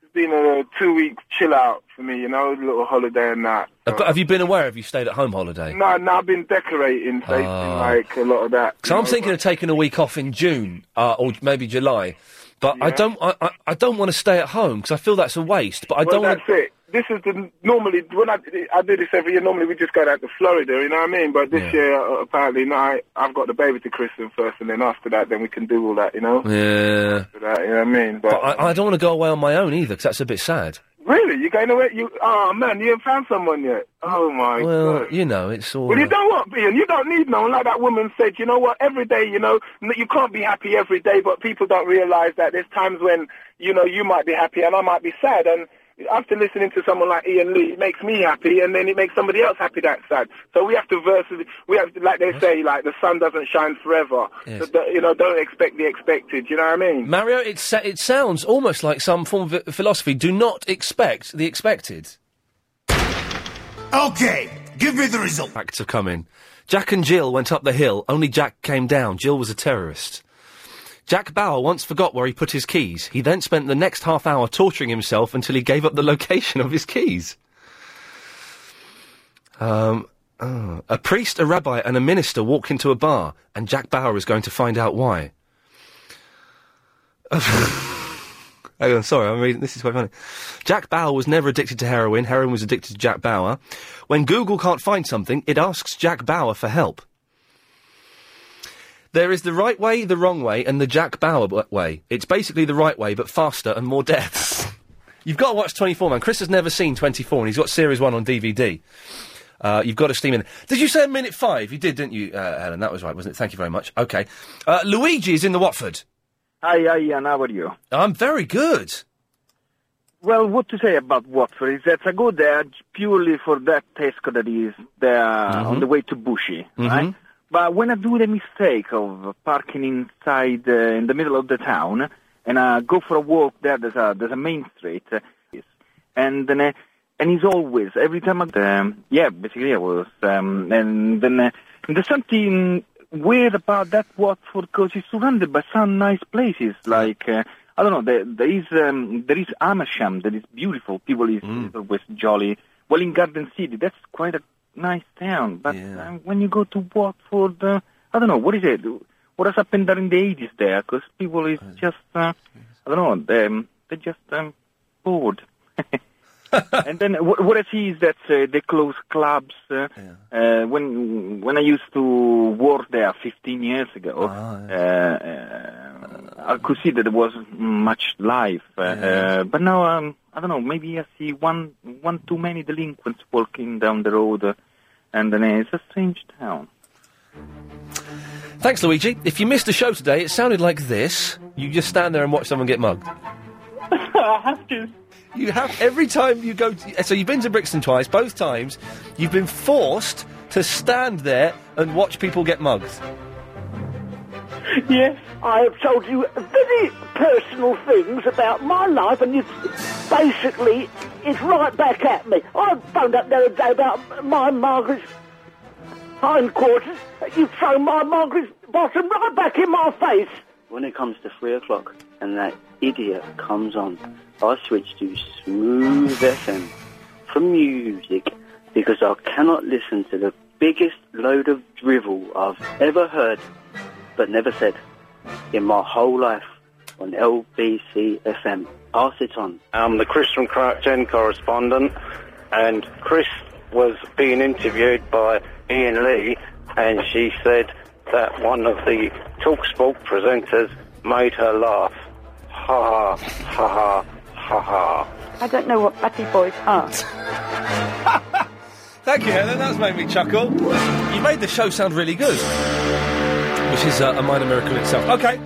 S23: it's been a two week chill out for me. You know, a little holiday and that.
S2: Have, have you been aware? Have you stayed at home holiday?
S23: No, no, I've been decorating, so it's been
S2: Oh.
S23: like a lot of that.
S2: Because I'm thinking of taking a week off in June uh, or maybe July, but I don't. I, I, I don't want to stay at home because I feel that's a waste. But I
S23: well,
S2: don't. wanna-
S23: that's it. This is the normally when I I do this every year. Normally we just go down to Florida, you know what I mean? But this year uh, apparently no, I, I've got the baby to christen first, and then after that, then we can do all that, you know.
S2: Yeah.
S23: After that, you know what I mean? But,
S2: But I, I don't want to go away on my own either because that's a bit sad.
S23: really, you going away? You oh man, you haven't found someone yet? Oh my
S2: well,
S23: god.
S2: you know, it's all.
S23: Well, you know what, Ian? You don't need no one. Like that woman said, you know what? Every day, you know, n- you can't be happy every day, but people don't realise that there's times when, you know, you might be happy and I might be sad. And after listening to someone like Ian Lee, it makes me happy and then it makes somebody else happy that's sad. So we have to versus, we have, to- like they say, like the sun doesn't shine forever.
S2: Yes.
S23: So, don't- you know, don't expect the expected. You know what I mean?
S2: Mario, it sa- it sounds almost like some form of philosophy. Do not expect the expected.
S12: Okay, give me the result.
S2: Back to come in. Jack and Jill went up the hill. Only Jack came down. Jill was a terrorist. Jack Bauer once forgot where he put his keys. He then spent the next half hour torturing himself until he gave up the location of his keys. Um, oh. A priest, a rabbi, and a minister walked into a bar, and Jack Bauer is going to find out why. Hang on, sorry, I'm reading. This is quite funny. Jack Bauer was never addicted to heroin. Heroin was addicted to Jack Bauer. When Google can't find something, it asks Jack Bauer for help. There is the right way, the wrong way, and the Jack Bauer w- way. It's basically the right way, but faster and more deaths. you've got to watch 24, man. Chris has never seen 24, and he's got Series 1 on DVD. Uh, you've got to steam in. Did you say a minute five? You did, didn't you, uh, Helen? That was right, wasn't it? Thank you very much. Okay. Uh, Luigi is in the Watford.
S35: Hi, hi, Ian. How are you?
S2: I'm very good.
S35: Well, what to say about Watford is that's a good edge purely for that Tesco that is there
S2: Mm-hmm.
S35: on the way to Bushy, right? But when I do the mistake of parking inside uh, in the middle of the town and I go for a walk there, there's a there's a main street, uh, and then uh, and he's always every time I um, yeah basically I was um, and then uh, there's something weird about that Watford because it's surrounded by some nice places like uh, I don't know there there is um, there is Amersham that is beautiful people is is always jolly well in Garden City that's quite a nice town but uh, when you go to Watford uh, I don't know what is it what has happened during the 80s there because people is just uh, I don't know um, they're just um, bored. and then what, what I see is that uh, they close clubs. Uh, uh, when when I used to work there 15 years ago, uh, uh, I could see that there was much life. Uh, uh, but now um, I don't know. Maybe I see one one too many delinquents walking down the road, uh, and then it's a strange town.
S2: Thanks, Luigi. If you missed the show today, it sounded like this. You just stand there and watch someone get mugged.
S15: I have to.
S2: You have every time you go. To, so you've been to Brixton twice. Both times, you've been forced to stand there and watch people get mugged.
S24: Yes. I have told you very personal things about my life, and you basically it's right back at me. I phoned up the other day about my Margaret's hindquarters. You thrown my Margaret's bottom right back in my face.
S13: When it comes to three o'clock and that idiot comes on, I switch to smooth FM for music because I cannot listen to the biggest load of drivel I've ever heard but never said in my whole life on LBC FM. I'll sit on.
S17: I'm the Chris from Crouch End correspondent, and Chris was being interviewed by Ian Lee, and she said that one of the Talksport presenters made her laugh. Ha ha ha ha ha ha.
S7: I don't know what Batty Boys are.
S2: Thank you, Helen. That's made me chuckle. You made the show sound really good, which is uh, a minor miracle itself. Okay.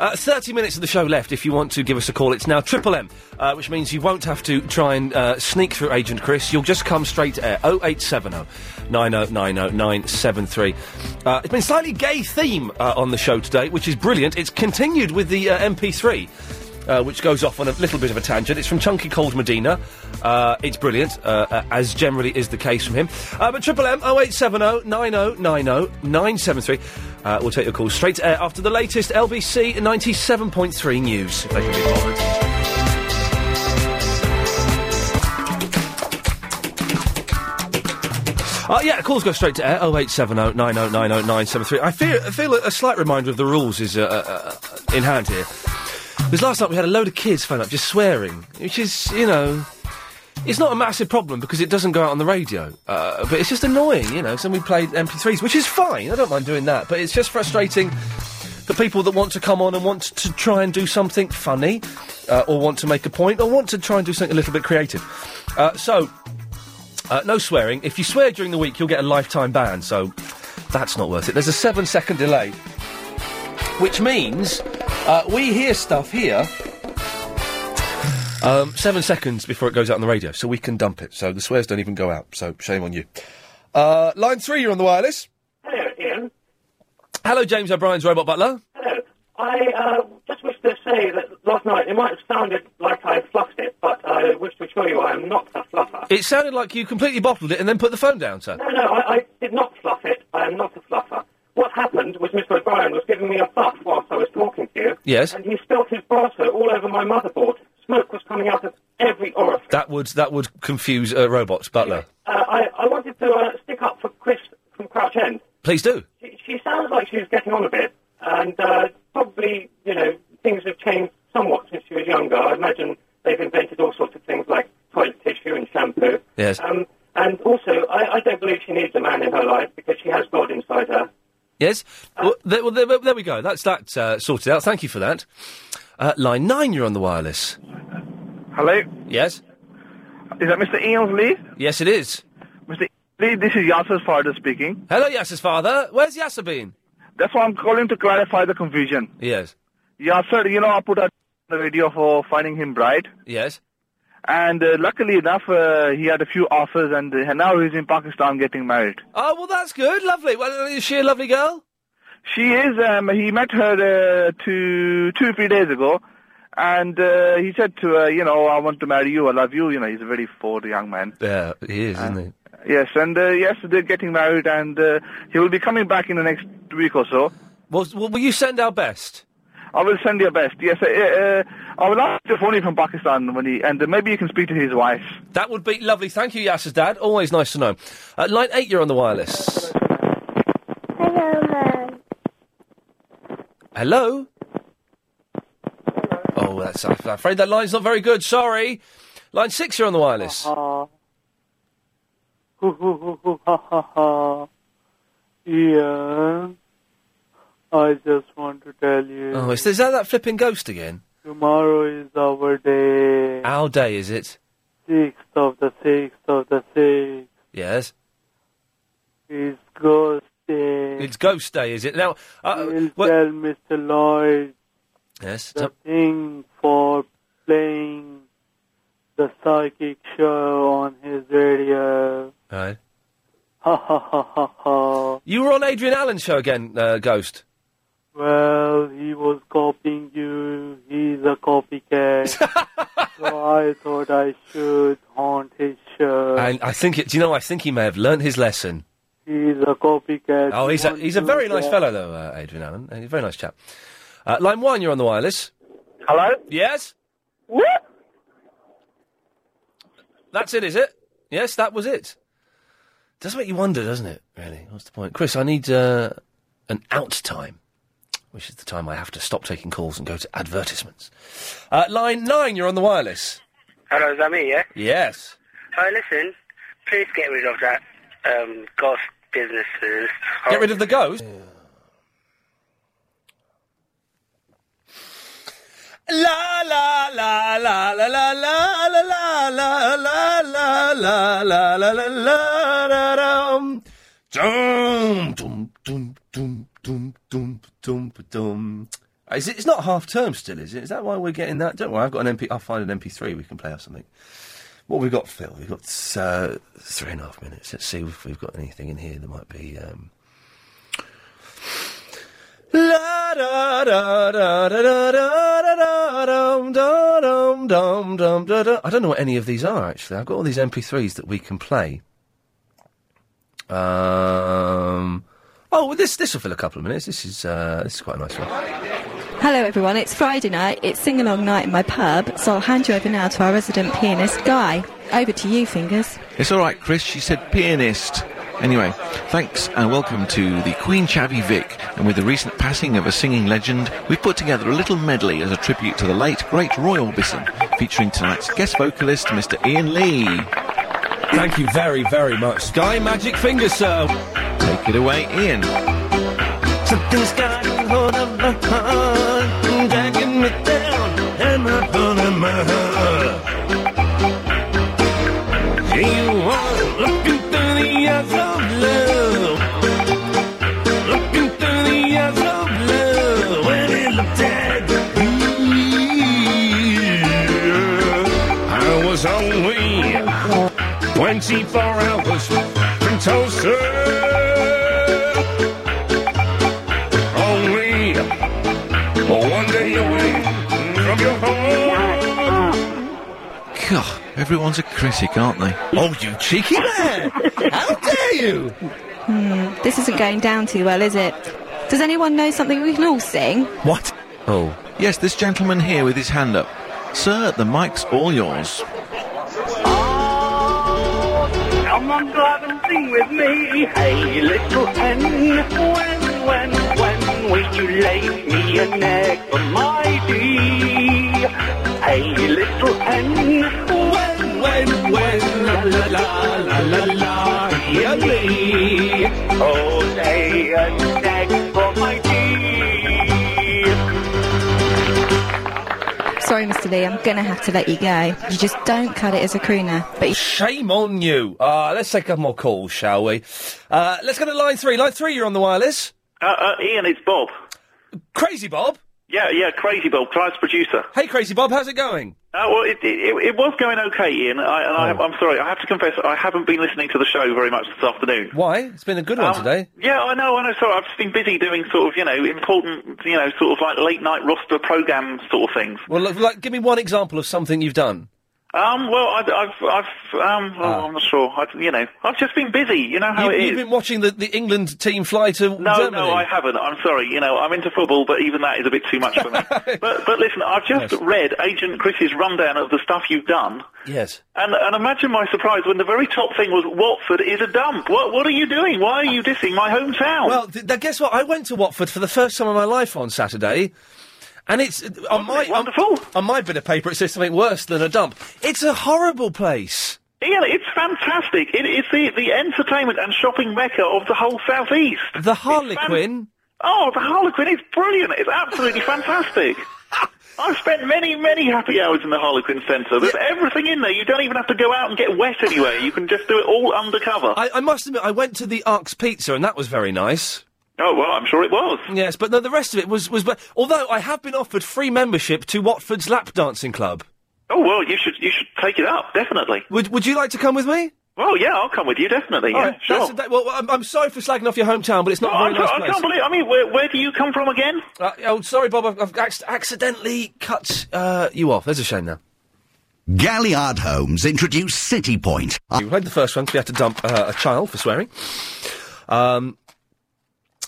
S2: Uh, 30 minutes of the show left if you want to give us a call. It's now Triple M, uh, which means you won't have to try and uh, sneak through Agent Chris. You'll just come straight to air. 0870 9090 973. Uh, it's been slightly gay theme uh, on the show today, which is brilliant. It's continued with the uh, MP3 uh, which goes off on a little bit of a tangent. It's from Chunky Cold Medina. Uh, it's brilliant, uh, uh, as generally is the case from him. Uh, but Triple M 0870 9090 973. Uh, we'll take your call straight to air after the latest LBC 97.3 news, if they can be bothered. Uh, yeah, calls go straight to air 0870 9090 973. I feel, I feel a, a slight reminder of the rules is uh, uh, uh, in hand here. Because last night we had a load of kids phone up just swearing, which is, you know, it's not a massive problem because it doesn't go out on the radio. Uh, but it's just annoying, you know. So we played MP3s, which is fine. I don't mind doing that. But it's just frustrating for people that want to come on and want to try and do something funny uh, or want to make a point or want to try and do something a little bit creative. Uh, so, uh, no swearing. If you swear during the week, you'll get a lifetime ban. So, that's not worth it. There's a seven second delay which means uh, we hear stuff here um, seven seconds before it goes out on the radio, so we can dump it. So the swears don't even go out. So shame on you. Uh, line three, you're on the wireless.
S9: Hello, Ian.
S2: Hello, James O'Brien's robot butler.
S9: Hello. I uh, just wish to say that last night it might have sounded like I fluffed it, but I wish to assure you I am not a fluffer.
S2: It sounded like you completely bottled it and then put the phone down, sir.
S9: No, no, I, I did not fluff it. I am not a fluffer. What happened was Mr. O'Brien was giving me a buff whilst I was talking to you.
S2: Yes.
S9: And he spilt his brasso all over my motherboard. Smoke was coming out of every orifice.
S2: That would that would confuse uh, robots, butler.
S9: Uh, I, I wanted to uh, stick up for Chris from Crouch End.
S2: Please do.
S9: She, she sounds like she was getting on a bit, and uh, probably, you know, things have changed somewhat since she was younger. I imagine they've invented all sorts of things like toilet tissue and shampoo.
S2: Yes.
S9: Um, and also, I, I don't believe she needs a man in her life because she has God inside her.
S2: Yes. well, there, well, there, well, there we go. That's that uh, sorted out. Thank you for that. Uh, line nine, you're on the wireless.
S36: Hello?
S2: Yes.
S36: Is that Mr. Ian Lee?
S2: Yes, it is.
S36: Mr. Lee, this is Yasser's father speaking.
S2: Hello, Yasser's father. Where's Yasser been?
S36: That's why I'm calling to clarify the confusion.
S2: Yes.
S36: Yasser, you know, I put out the video for finding him bright.
S2: Yes.
S36: And uh, luckily enough, uh, he had a few offers, and uh, now he's in Pakistan getting married.
S2: Oh, well, that's good. Lovely. Well, uh, is she a lovely girl?
S36: She is. Um, he met her uh, two, two, three days ago, and uh, he said to her, you know, I want to marry you. I love you. You know, he's a very forward young man.
S2: Yeah, he is, isn't he?
S36: Yes, and uh, yes, they're getting married, and uh, he will be coming back in the next week or so.
S2: Well, will you send our best?
S36: I will send your best. Yes, uh, uh, I will ask if only from Pakistan when he, and uh, maybe you can speak to his wife.
S2: Uh, That would be lovely. Thank you, Yasser's dad. Always nice to know. Uh, line eight, you're on the wireless.
S3: Hello, man.
S2: Hello. Oh, that's. I'm afraid that line's not very good. Sorry. Line six, you're on the wireless.
S37: Yeah. I just want to tell you.
S2: Oh, is, is that that flipping ghost again?
S37: Tomorrow is our day.
S2: Our day, is it?
S37: Sixth of the sixth of the sixth
S2: Yes.
S37: is Ghost Day.
S2: It's Ghost Day, is it? Now, uh,
S37: We'll tell Mr. Lloyd
S2: yes.
S37: the
S2: t-
S37: thing for playing the psychic show on his radio.
S2: right.
S37: Ha ha ha ha ha.
S2: uh, You were on Adrian Allen's show again, uh, Ghost.
S37: Well, he was copying you. He's a copycat. so I thought I should haunt his show.
S2: And I think it. Do you know? I think he may have learnt his lesson.
S37: He's a copycat.
S2: Oh, he's a
S37: One,
S2: he's a
S37: two,
S2: very nice
S37: three.
S2: fellow, though, uh, Adrian Allen. He's a very nice chap. Uh, line one, you're on the wireless.
S3: Hello?
S2: Yes.
S3: What?
S2: That's it, is it? Yes, that was it. Does make you wonder, doesn't it? Really, what's the point, Chris? I need uh, an out time, which is the time I have to stop taking calls and go to advertisements. Uh, line nine, you're on the wireless.
S3: Hello, is that me, yeah?
S2: Yes.
S3: Oh, listen, please get rid of that um, ghost business.
S2: Get rid of the ghost. La la la la la la la la la la la la la la la la la da um. dum. Dum dum dum dum dum dum dum dum. Is it, it's not half term still, is it? Is that why we're getting that? Don't worry, I've got an MP. I'll find an MP3 we can play or something. What have we got, Phil? We've got uh, three and a half minutes. Let's see if we've got anything in here that might be. Um... La da da da da da da da da dum da dum dum dum da da. I don't know what any of these are actually. I've got all these MP3s that we can play. Um. Oh, well, this this will fill a couple of minutes. This is uh, this is quite a nice one.
S4: Hello, everyone. It's Friday night. It's sing along night in my pub, so I'll hand you over now to our resident pianist, Guy. Over to you, fingers.
S8: It's all right, Chris. She said pianist. Anyway, thanks and welcome to the Queen Chavy Vic. And with the recent passing of a singing legend, we've put together a little medley as a tribute to the late, great Roy Orbison, featuring tonight's guest vocalist, Mr. Ian Lee.
S2: Thank you very, very much. Sky Magic Finger, sir.
S8: Take it away, Ian.
S9: Something's got hold of my heart, and dragging me down, and I'm pulling my heart. You are looking through the eyes of love, looking through the eyes of love. When it looked at me, I was only 24 hours from Tulsa. Only one day away from your home.
S8: God, everyone's a critic, aren't they?
S2: Oh, you cheeky man! How dare you!
S4: Hmm, this isn't going down too well, is it? Does anyone know something we can all sing?
S8: What? Oh. Yes, this gentleman here with his hand up. Sir, the mic's all yours.
S9: Come on, glad and sing with me. Hey, little hen, when, when, when will you lay me an egg for my tea? Hey, little hen, when, when, when, la la la la la la, yummy. Oh, lay an egg for my tea.
S4: Sorry, Mr. Lee, I'm gonna have to let you go. You just don't cut it as a crooner. But you
S2: Shame on you! Uh, let's take a couple more calls, shall we? Uh, let's go to line three. Line three, you're on the wireless.
S12: Uh, uh, Ian, it's Bob.
S2: Crazy Bob?
S12: Yeah, yeah, Crazy Bob, Clive's producer.
S2: Hey, Crazy Bob, how's it going? Oh.
S12: Uh, well, it, it, it, it was going okay, Ian. I, and I have, I'm sorry, I have to confess, I haven't been listening to the show very much this afternoon.
S2: Why? It's been a good one
S12: Um,
S2: today.
S12: Yeah, I know, I know. Sorry, I've just been busy doing sort of, you know, important, you know, sort of like late night roster program sort of things.
S2: Well, look, like, give me one example of something you've done.
S12: Um, well, I, I've, I've, um, well, I'm not sure. I, you know, I've just been busy. You know how
S2: Ah. you,
S12: it is.
S2: have been watching the, the England team fly to
S12: No,
S2: Germany.
S12: no, I haven't. I'm sorry. You know, I'm into football, but even that is a bit too much for me. but but listen, I've just read Agent Chris's rundown of the stuff you've done,
S2: Yes.
S12: and and imagine my surprise when the very top thing was Watford is a dump. What what are you doing? Why are you dissing my hometown?
S2: Well, th- th- guess what? I went to Watford for the first time in my life on Saturday. And it's uh, on my
S12: wonderful.
S2: On, on my bit of paper, it says something worse than a dump. It's a horrible place.
S12: Ian, it's fantastic. It is the, the entertainment and shopping mecca of the whole southeast.
S2: The Harlequin.
S12: oh, the Harlequin is brilliant. It's absolutely fantastic. I've spent many, many happy hours in the Harlequin Centre. There's everything in there. You don't even have to go out and get wet anywhere. You can just do it all undercover.
S2: I, I must admit, I went to the Ark's Pizza, and that was very nice.
S12: Oh well, I'm sure it was.
S2: Yes, but no, the rest of it was was. But although I have been offered free membership to Watford's lap dancing club.
S12: Oh well, you should you should take it up definitely.
S2: Would Would you like to come with me?
S12: Well, yeah, I'll come with you definitely.
S2: All
S12: yeah,
S2: right,
S12: sure.
S2: that's the day- well, I'm, I'm sorry for slagging off your hometown, but it's not
S12: No,
S2: a
S12: I,
S2: very
S12: can't,
S2: nice
S12: I
S2: place.
S12: can't believe. I mean, where, where do you come from again?
S2: Uh, oh, sorry, Bob. I've, I've ac- accidentally cut uh, you off. There's a shame now.
S38: Galliard Homes introduced City Point.
S2: We played the first one 'cause we had to dump uh, a child for swearing. Um,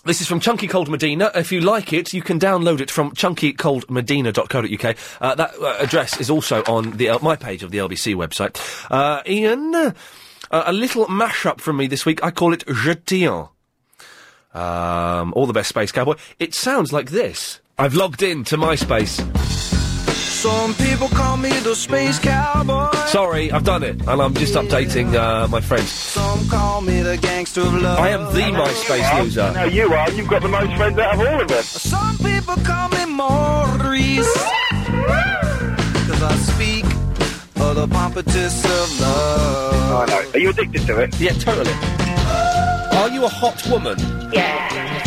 S2: this is from Chunky Cold Medina. If you like it, you can download it from chunkycoldmedina.co.uk. Uh, that uh, address is also on the uh, my page of the LBC website. Uh, Ian, uh, a little mashup from me this week. I call it Je Tiens. Um, all the best, Space Cowboy. It sounds like this. I've logged in to MySpace.
S32: Some people call me the space cowboy.
S2: Sorry, I've done it, and I'm just updating uh, my friends.
S32: Some call me the gangster of love.
S2: I am the MySpace loser.
S32: Now you are. You've got the most friends out of all of us. Some people call me Maurice. Cause I speak of the pompous of love. I know. Oh, Are you addicted to it?
S2: Yeah, totally. Are you a hot woman?
S32: Yeah.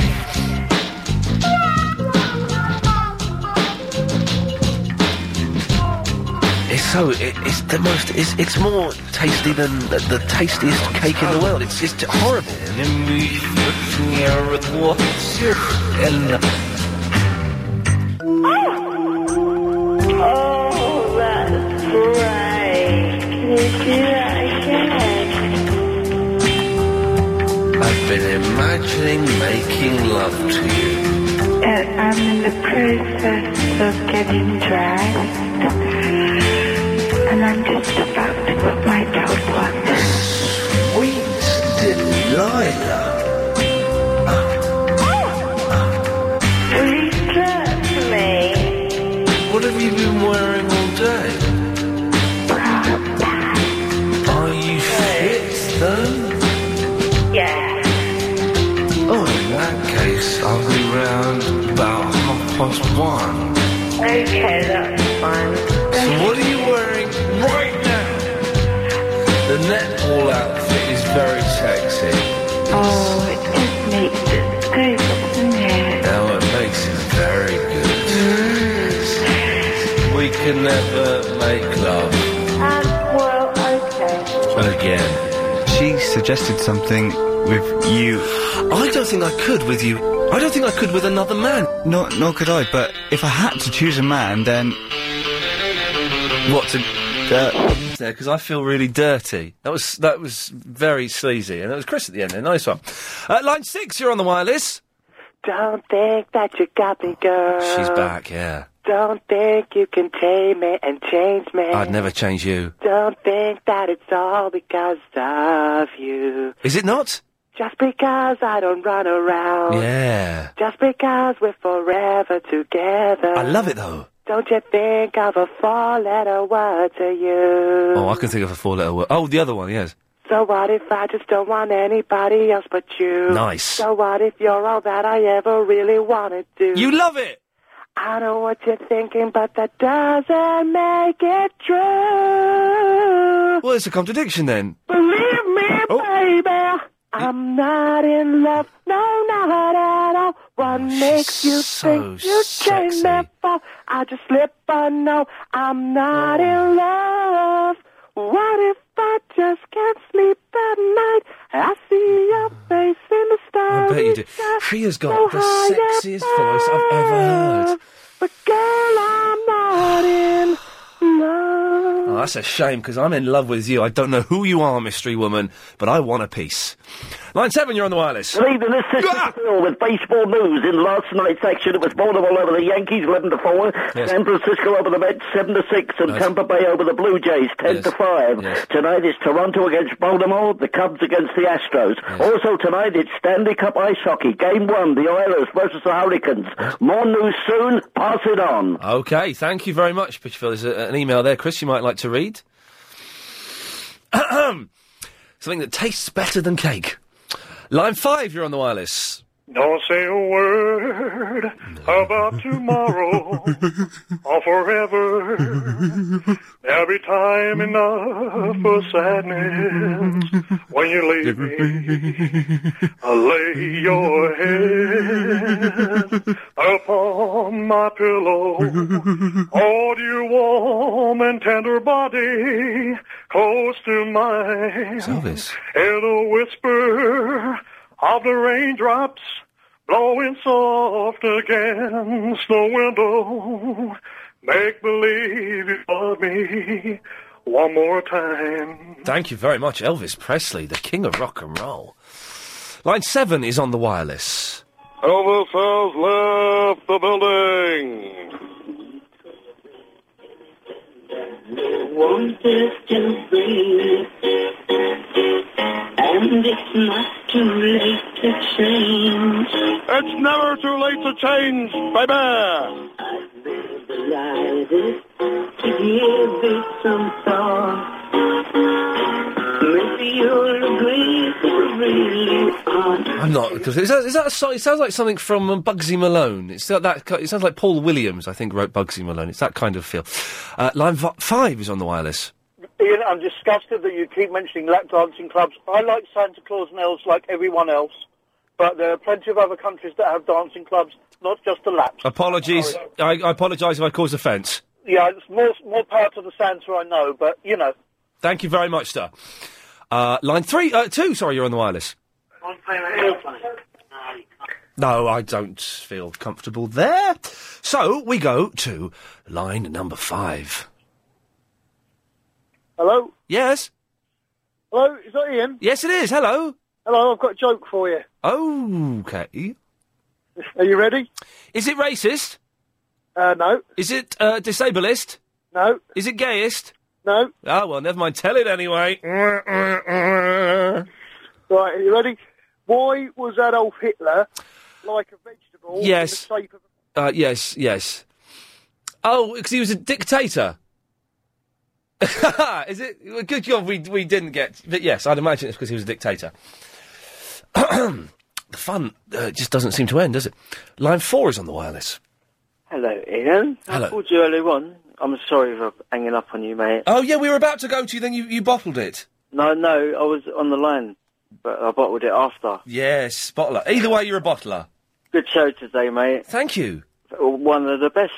S2: so it, it's the most. It's, it's more tasty than the, the tastiest cake in the world. It's just horrible.
S9: Oh, that's right. Can you do that again?
S2: I've been imagining making love to you.
S9: I'm in the process of getting dressed, and I'm just about to put my top on.
S2: Sweet Delilah.
S9: Will you dress me?
S2: What have you been wearing all day? Are you fit though?
S9: Yeah.
S2: Oh, in that case, I'll be round about half past one.
S9: Okay, that's fine.
S2: So what are you wearing right now? The netball outfit is very sexy.
S9: Oh, it just makes it so good, doesn't it?
S2: Now it makes it very good. We can never make love.
S9: Um, well, okay.
S6: Again. She suggested something with you.
S2: I don't think I could with you. I don't think I could with another man.
S6: Nor, nor could I, but if I had to choose a man, then.
S2: What to. there because I feel really dirty. That was that was very sleazy, and that was Chris at the end. There, nice one. Uh, line six, you're on the wireless.
S10: Don't think that you got me, girl.
S2: She's back. Yeah,
S10: Don't think you can tame me and change me.
S2: I'd never change you.
S10: Don't think that it's all because of you.
S2: Is it not?
S10: Just because I don't run around.
S2: Yeah,
S10: Just because we're forever together.
S2: I love it though.
S10: Don't you think of a four-letter word to you?
S2: Oh, I can think of a four-letter word. Oh, the other one, yes.
S10: So what if I just don't want anybody else but you?
S2: Nice.
S10: So what if you're all that I ever really wanted to?
S2: You love it.
S10: I know what you're thinking, but that doesn't make it true.
S2: Well, it's a contradiction then.
S10: Believe me,
S2: Oh.
S10: baby, I'm not in love. No, not at all. What makes you think you changed me for? I just slip on. No, I'm not in love. What if I just can't sleep at night? I see your face in the
S2: I
S10: stars.
S2: bet you do. She has got the sexiest voice I've ever heard.
S10: But girl, I'm not in love.
S2: Oh, that's a shame because I'm in love with you. I don't know who you are, mystery woman, but I want a piece. Line seven, you're on the wireless.
S11: Good evening, this is
S2: Ah!
S11: Mr. Phil with baseball news. In last night's action, it was Baltimore over the Yankees, 11 to 4,
S2: Yes.
S11: San Francisco over the Mets, 7 to 6, and
S2: Nice.
S11: Tampa Bay over the Blue Jays, 10 to 5. Tonight it's Toronto against Baltimore, the Cubs against the Astros. Also tonight it's Stanley Cup Ice Hockey, Game 1, the Oilers versus the Hurricanes. More news soon, pass it on.
S2: Okay, thank you very much, Pitch Phil. There's a, an email there, Chris, you might like to read. Something that tastes better than cake. Line five, you're on the wireless.
S9: Don't say a word about tomorrow or forever. Every time enough for sadness. When you leave me, I lay your head upon my pillow. Hold your warm and tender body close to mine.
S2: Elvis.
S9: In a whisper of the raindrops blowing soft against the window. Make believe you love me one more time.
S2: Thank you very much, Elvis Presley, the king of rock and roll. Line seven is on the wireless.
S16: Elvis has left the building.
S9: Want this to be, and it's not too late to change. It's never too late to change, baby. Realize it, give it some thought. Maybe you'll agree you really are.
S2: I'm not because is that, is that a song? It sounds like something from um, Bugsy Malone. It's that, that ki- it sounds like Paul Williams. I think wrote Bugsy Malone. It's that kind of feel. Uh, line v- five is on the wireless.
S19: Ian, I'm disgusted that you keep mentioning lap dancing clubs. I like Santa Claus and elves like everyone else, but there are plenty of other countries that have dancing clubs, not just the laps.
S2: Apologies. I, I apologise if I cause offence.
S19: yeah, it's more more power to the Santa, I know, but you know.
S2: Thank you very much, sir. Uh, line three, uh, two. Sorry, you're on the wireless.
S3: I'm playing an airplane.
S2: No, I don't feel comfortable there. So we go to line number five.
S15: Hello?
S2: Yes.
S15: Hello? Is that Ian?
S2: Yes, it is. Hello.
S15: Hello, I've got a joke for you.
S2: Okay.
S15: Are you ready?
S2: Is it racist?
S15: Uh, no.
S2: Is it uh, disableist?
S15: No.
S2: Is it gayist?
S15: No.
S2: Oh well, never mind. Tell it anyway.
S15: Right, are you ready? Why was Adolf Hitler like a vegetable
S2: Yes.
S15: in the shape of
S2: Uh, yes, yes. Oh, because he was a dictator. Is it well, good job we we didn't get? But yes, I'd imagine it's because he was a dictator. the fun uh, just doesn't seem to end, does it? Line four is on the wireless.
S13: Hello, Ian.
S2: Hello.
S13: I called you earlier on. I'm sorry for hanging up on you, mate.
S2: Oh yeah, we were about to go to you, then you, you bottled it.
S13: No, no, I was on the line, but I bottled it after.
S2: Yes, bottler. Either way, you're a bottler.
S13: Good show today, mate.
S2: Thank you.
S13: One of the best.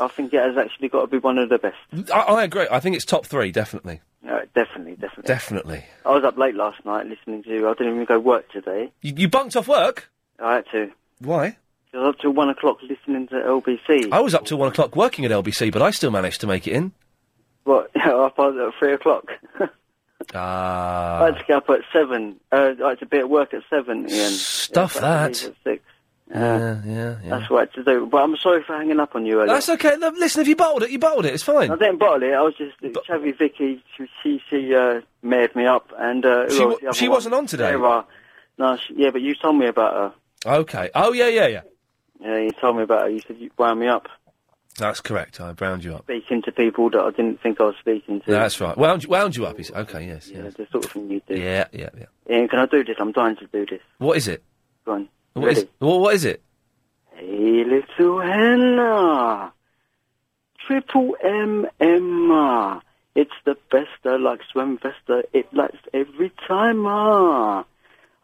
S13: I think it has actually got to be one of the best.
S2: I, I agree. I think it's top three, definitely,
S13: No, definitely, definitely.
S2: definitely.
S13: I was up late last night listening to you. I didn't even go work today.
S2: You, you bunked off work.
S13: I had to.
S2: Why?
S13: I was up till one o'clock listening to LBC.
S2: I was up till one o'clock working at LBC, but I still managed to make it in.
S13: What? I was at three o'clock.
S2: Ah,
S13: I had to get up at seven. Uh, I had to be at work at seven, Ian.
S2: Stuff
S13: Yeah, so I had
S2: that.
S13: to leave at six.
S2: yeah, yeah, yeah.
S13: That's what I had to do. But I'm sorry for hanging up on you earlier.
S2: That's okay. Look, Listen, if you bottled it, you bottled it. It's fine.
S13: I didn't bottle it. I was just Chevy Vicky. She she, she uh, mared me up, and uh, who
S2: She
S13: else?
S2: wa-
S13: The other
S2: she
S13: one?
S2: wasn't on today?
S13: Sarah. No, she, yeah, but you told me about her.
S2: Okay. Oh yeah, yeah, yeah.
S13: Yeah, you told me about her. You said you wound me up,
S2: That's correct. I browned you up.
S13: speaking to people that I didn't think I was speaking to.
S2: That's right. Wound you, wound you up. He's, okay. Yes. Yeah.
S13: the sort of thing you do.
S2: Yeah. Yeah. Yeah.
S13: Ian, can I do this? I'm dying to do this.
S2: What is it?
S13: Go on.
S2: What is,
S13: Ready?
S2: what, what is it?
S13: Hey, little Hannah. Triple M Emma. It's the best. I like swim vesta. It likes every time. Ah.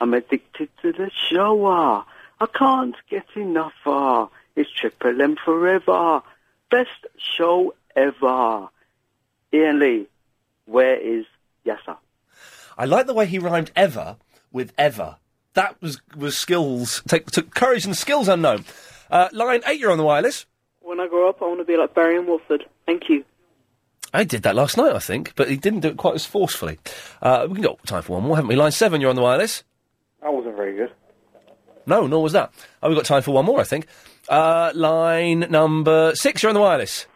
S13: I'm addicted to the shower. I can't get enough. Ah. It's Triple M forever. Best show ever. Ian Lee, where is Yasser?
S2: I like the way he rhymed ever with ever. That was was skills. Take, took courage and skills unknown. Uh, line eight. You're on the wireless.
S20: When I grow up, I want to be like Barry and Watford. Thank you.
S2: I did that last night, I think, but he didn't do it quite as forcefully. Uh, we can got time for one more, haven't we? Line seven. You're on the wireless.
S15: That wasn't very good.
S2: No, nor was that. Oh, we've got time for one more, I think. Uh, line number six, you're on the wireless.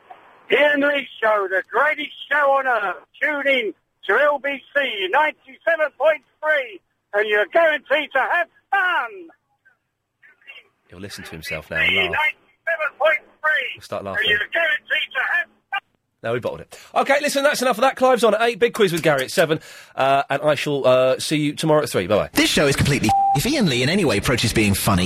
S9: Ian Lee Show, the greatest show on earth. Tune in to LBC 97.3 and you're guaranteed to have fun.
S2: He'll listen to himself now and laugh.
S9: 97.3
S2: He'll start
S9: and
S2: laughing.
S9: you're guaranteed to have
S2: No, we bottled it. Okay, listen, that's enough of that. Clive's on at eight, big quiz with Gary at seven, uh, and I shall uh, see you tomorrow at three. Bye bye.
S21: This show is completely. If Ian Lee in any way approaches being funny,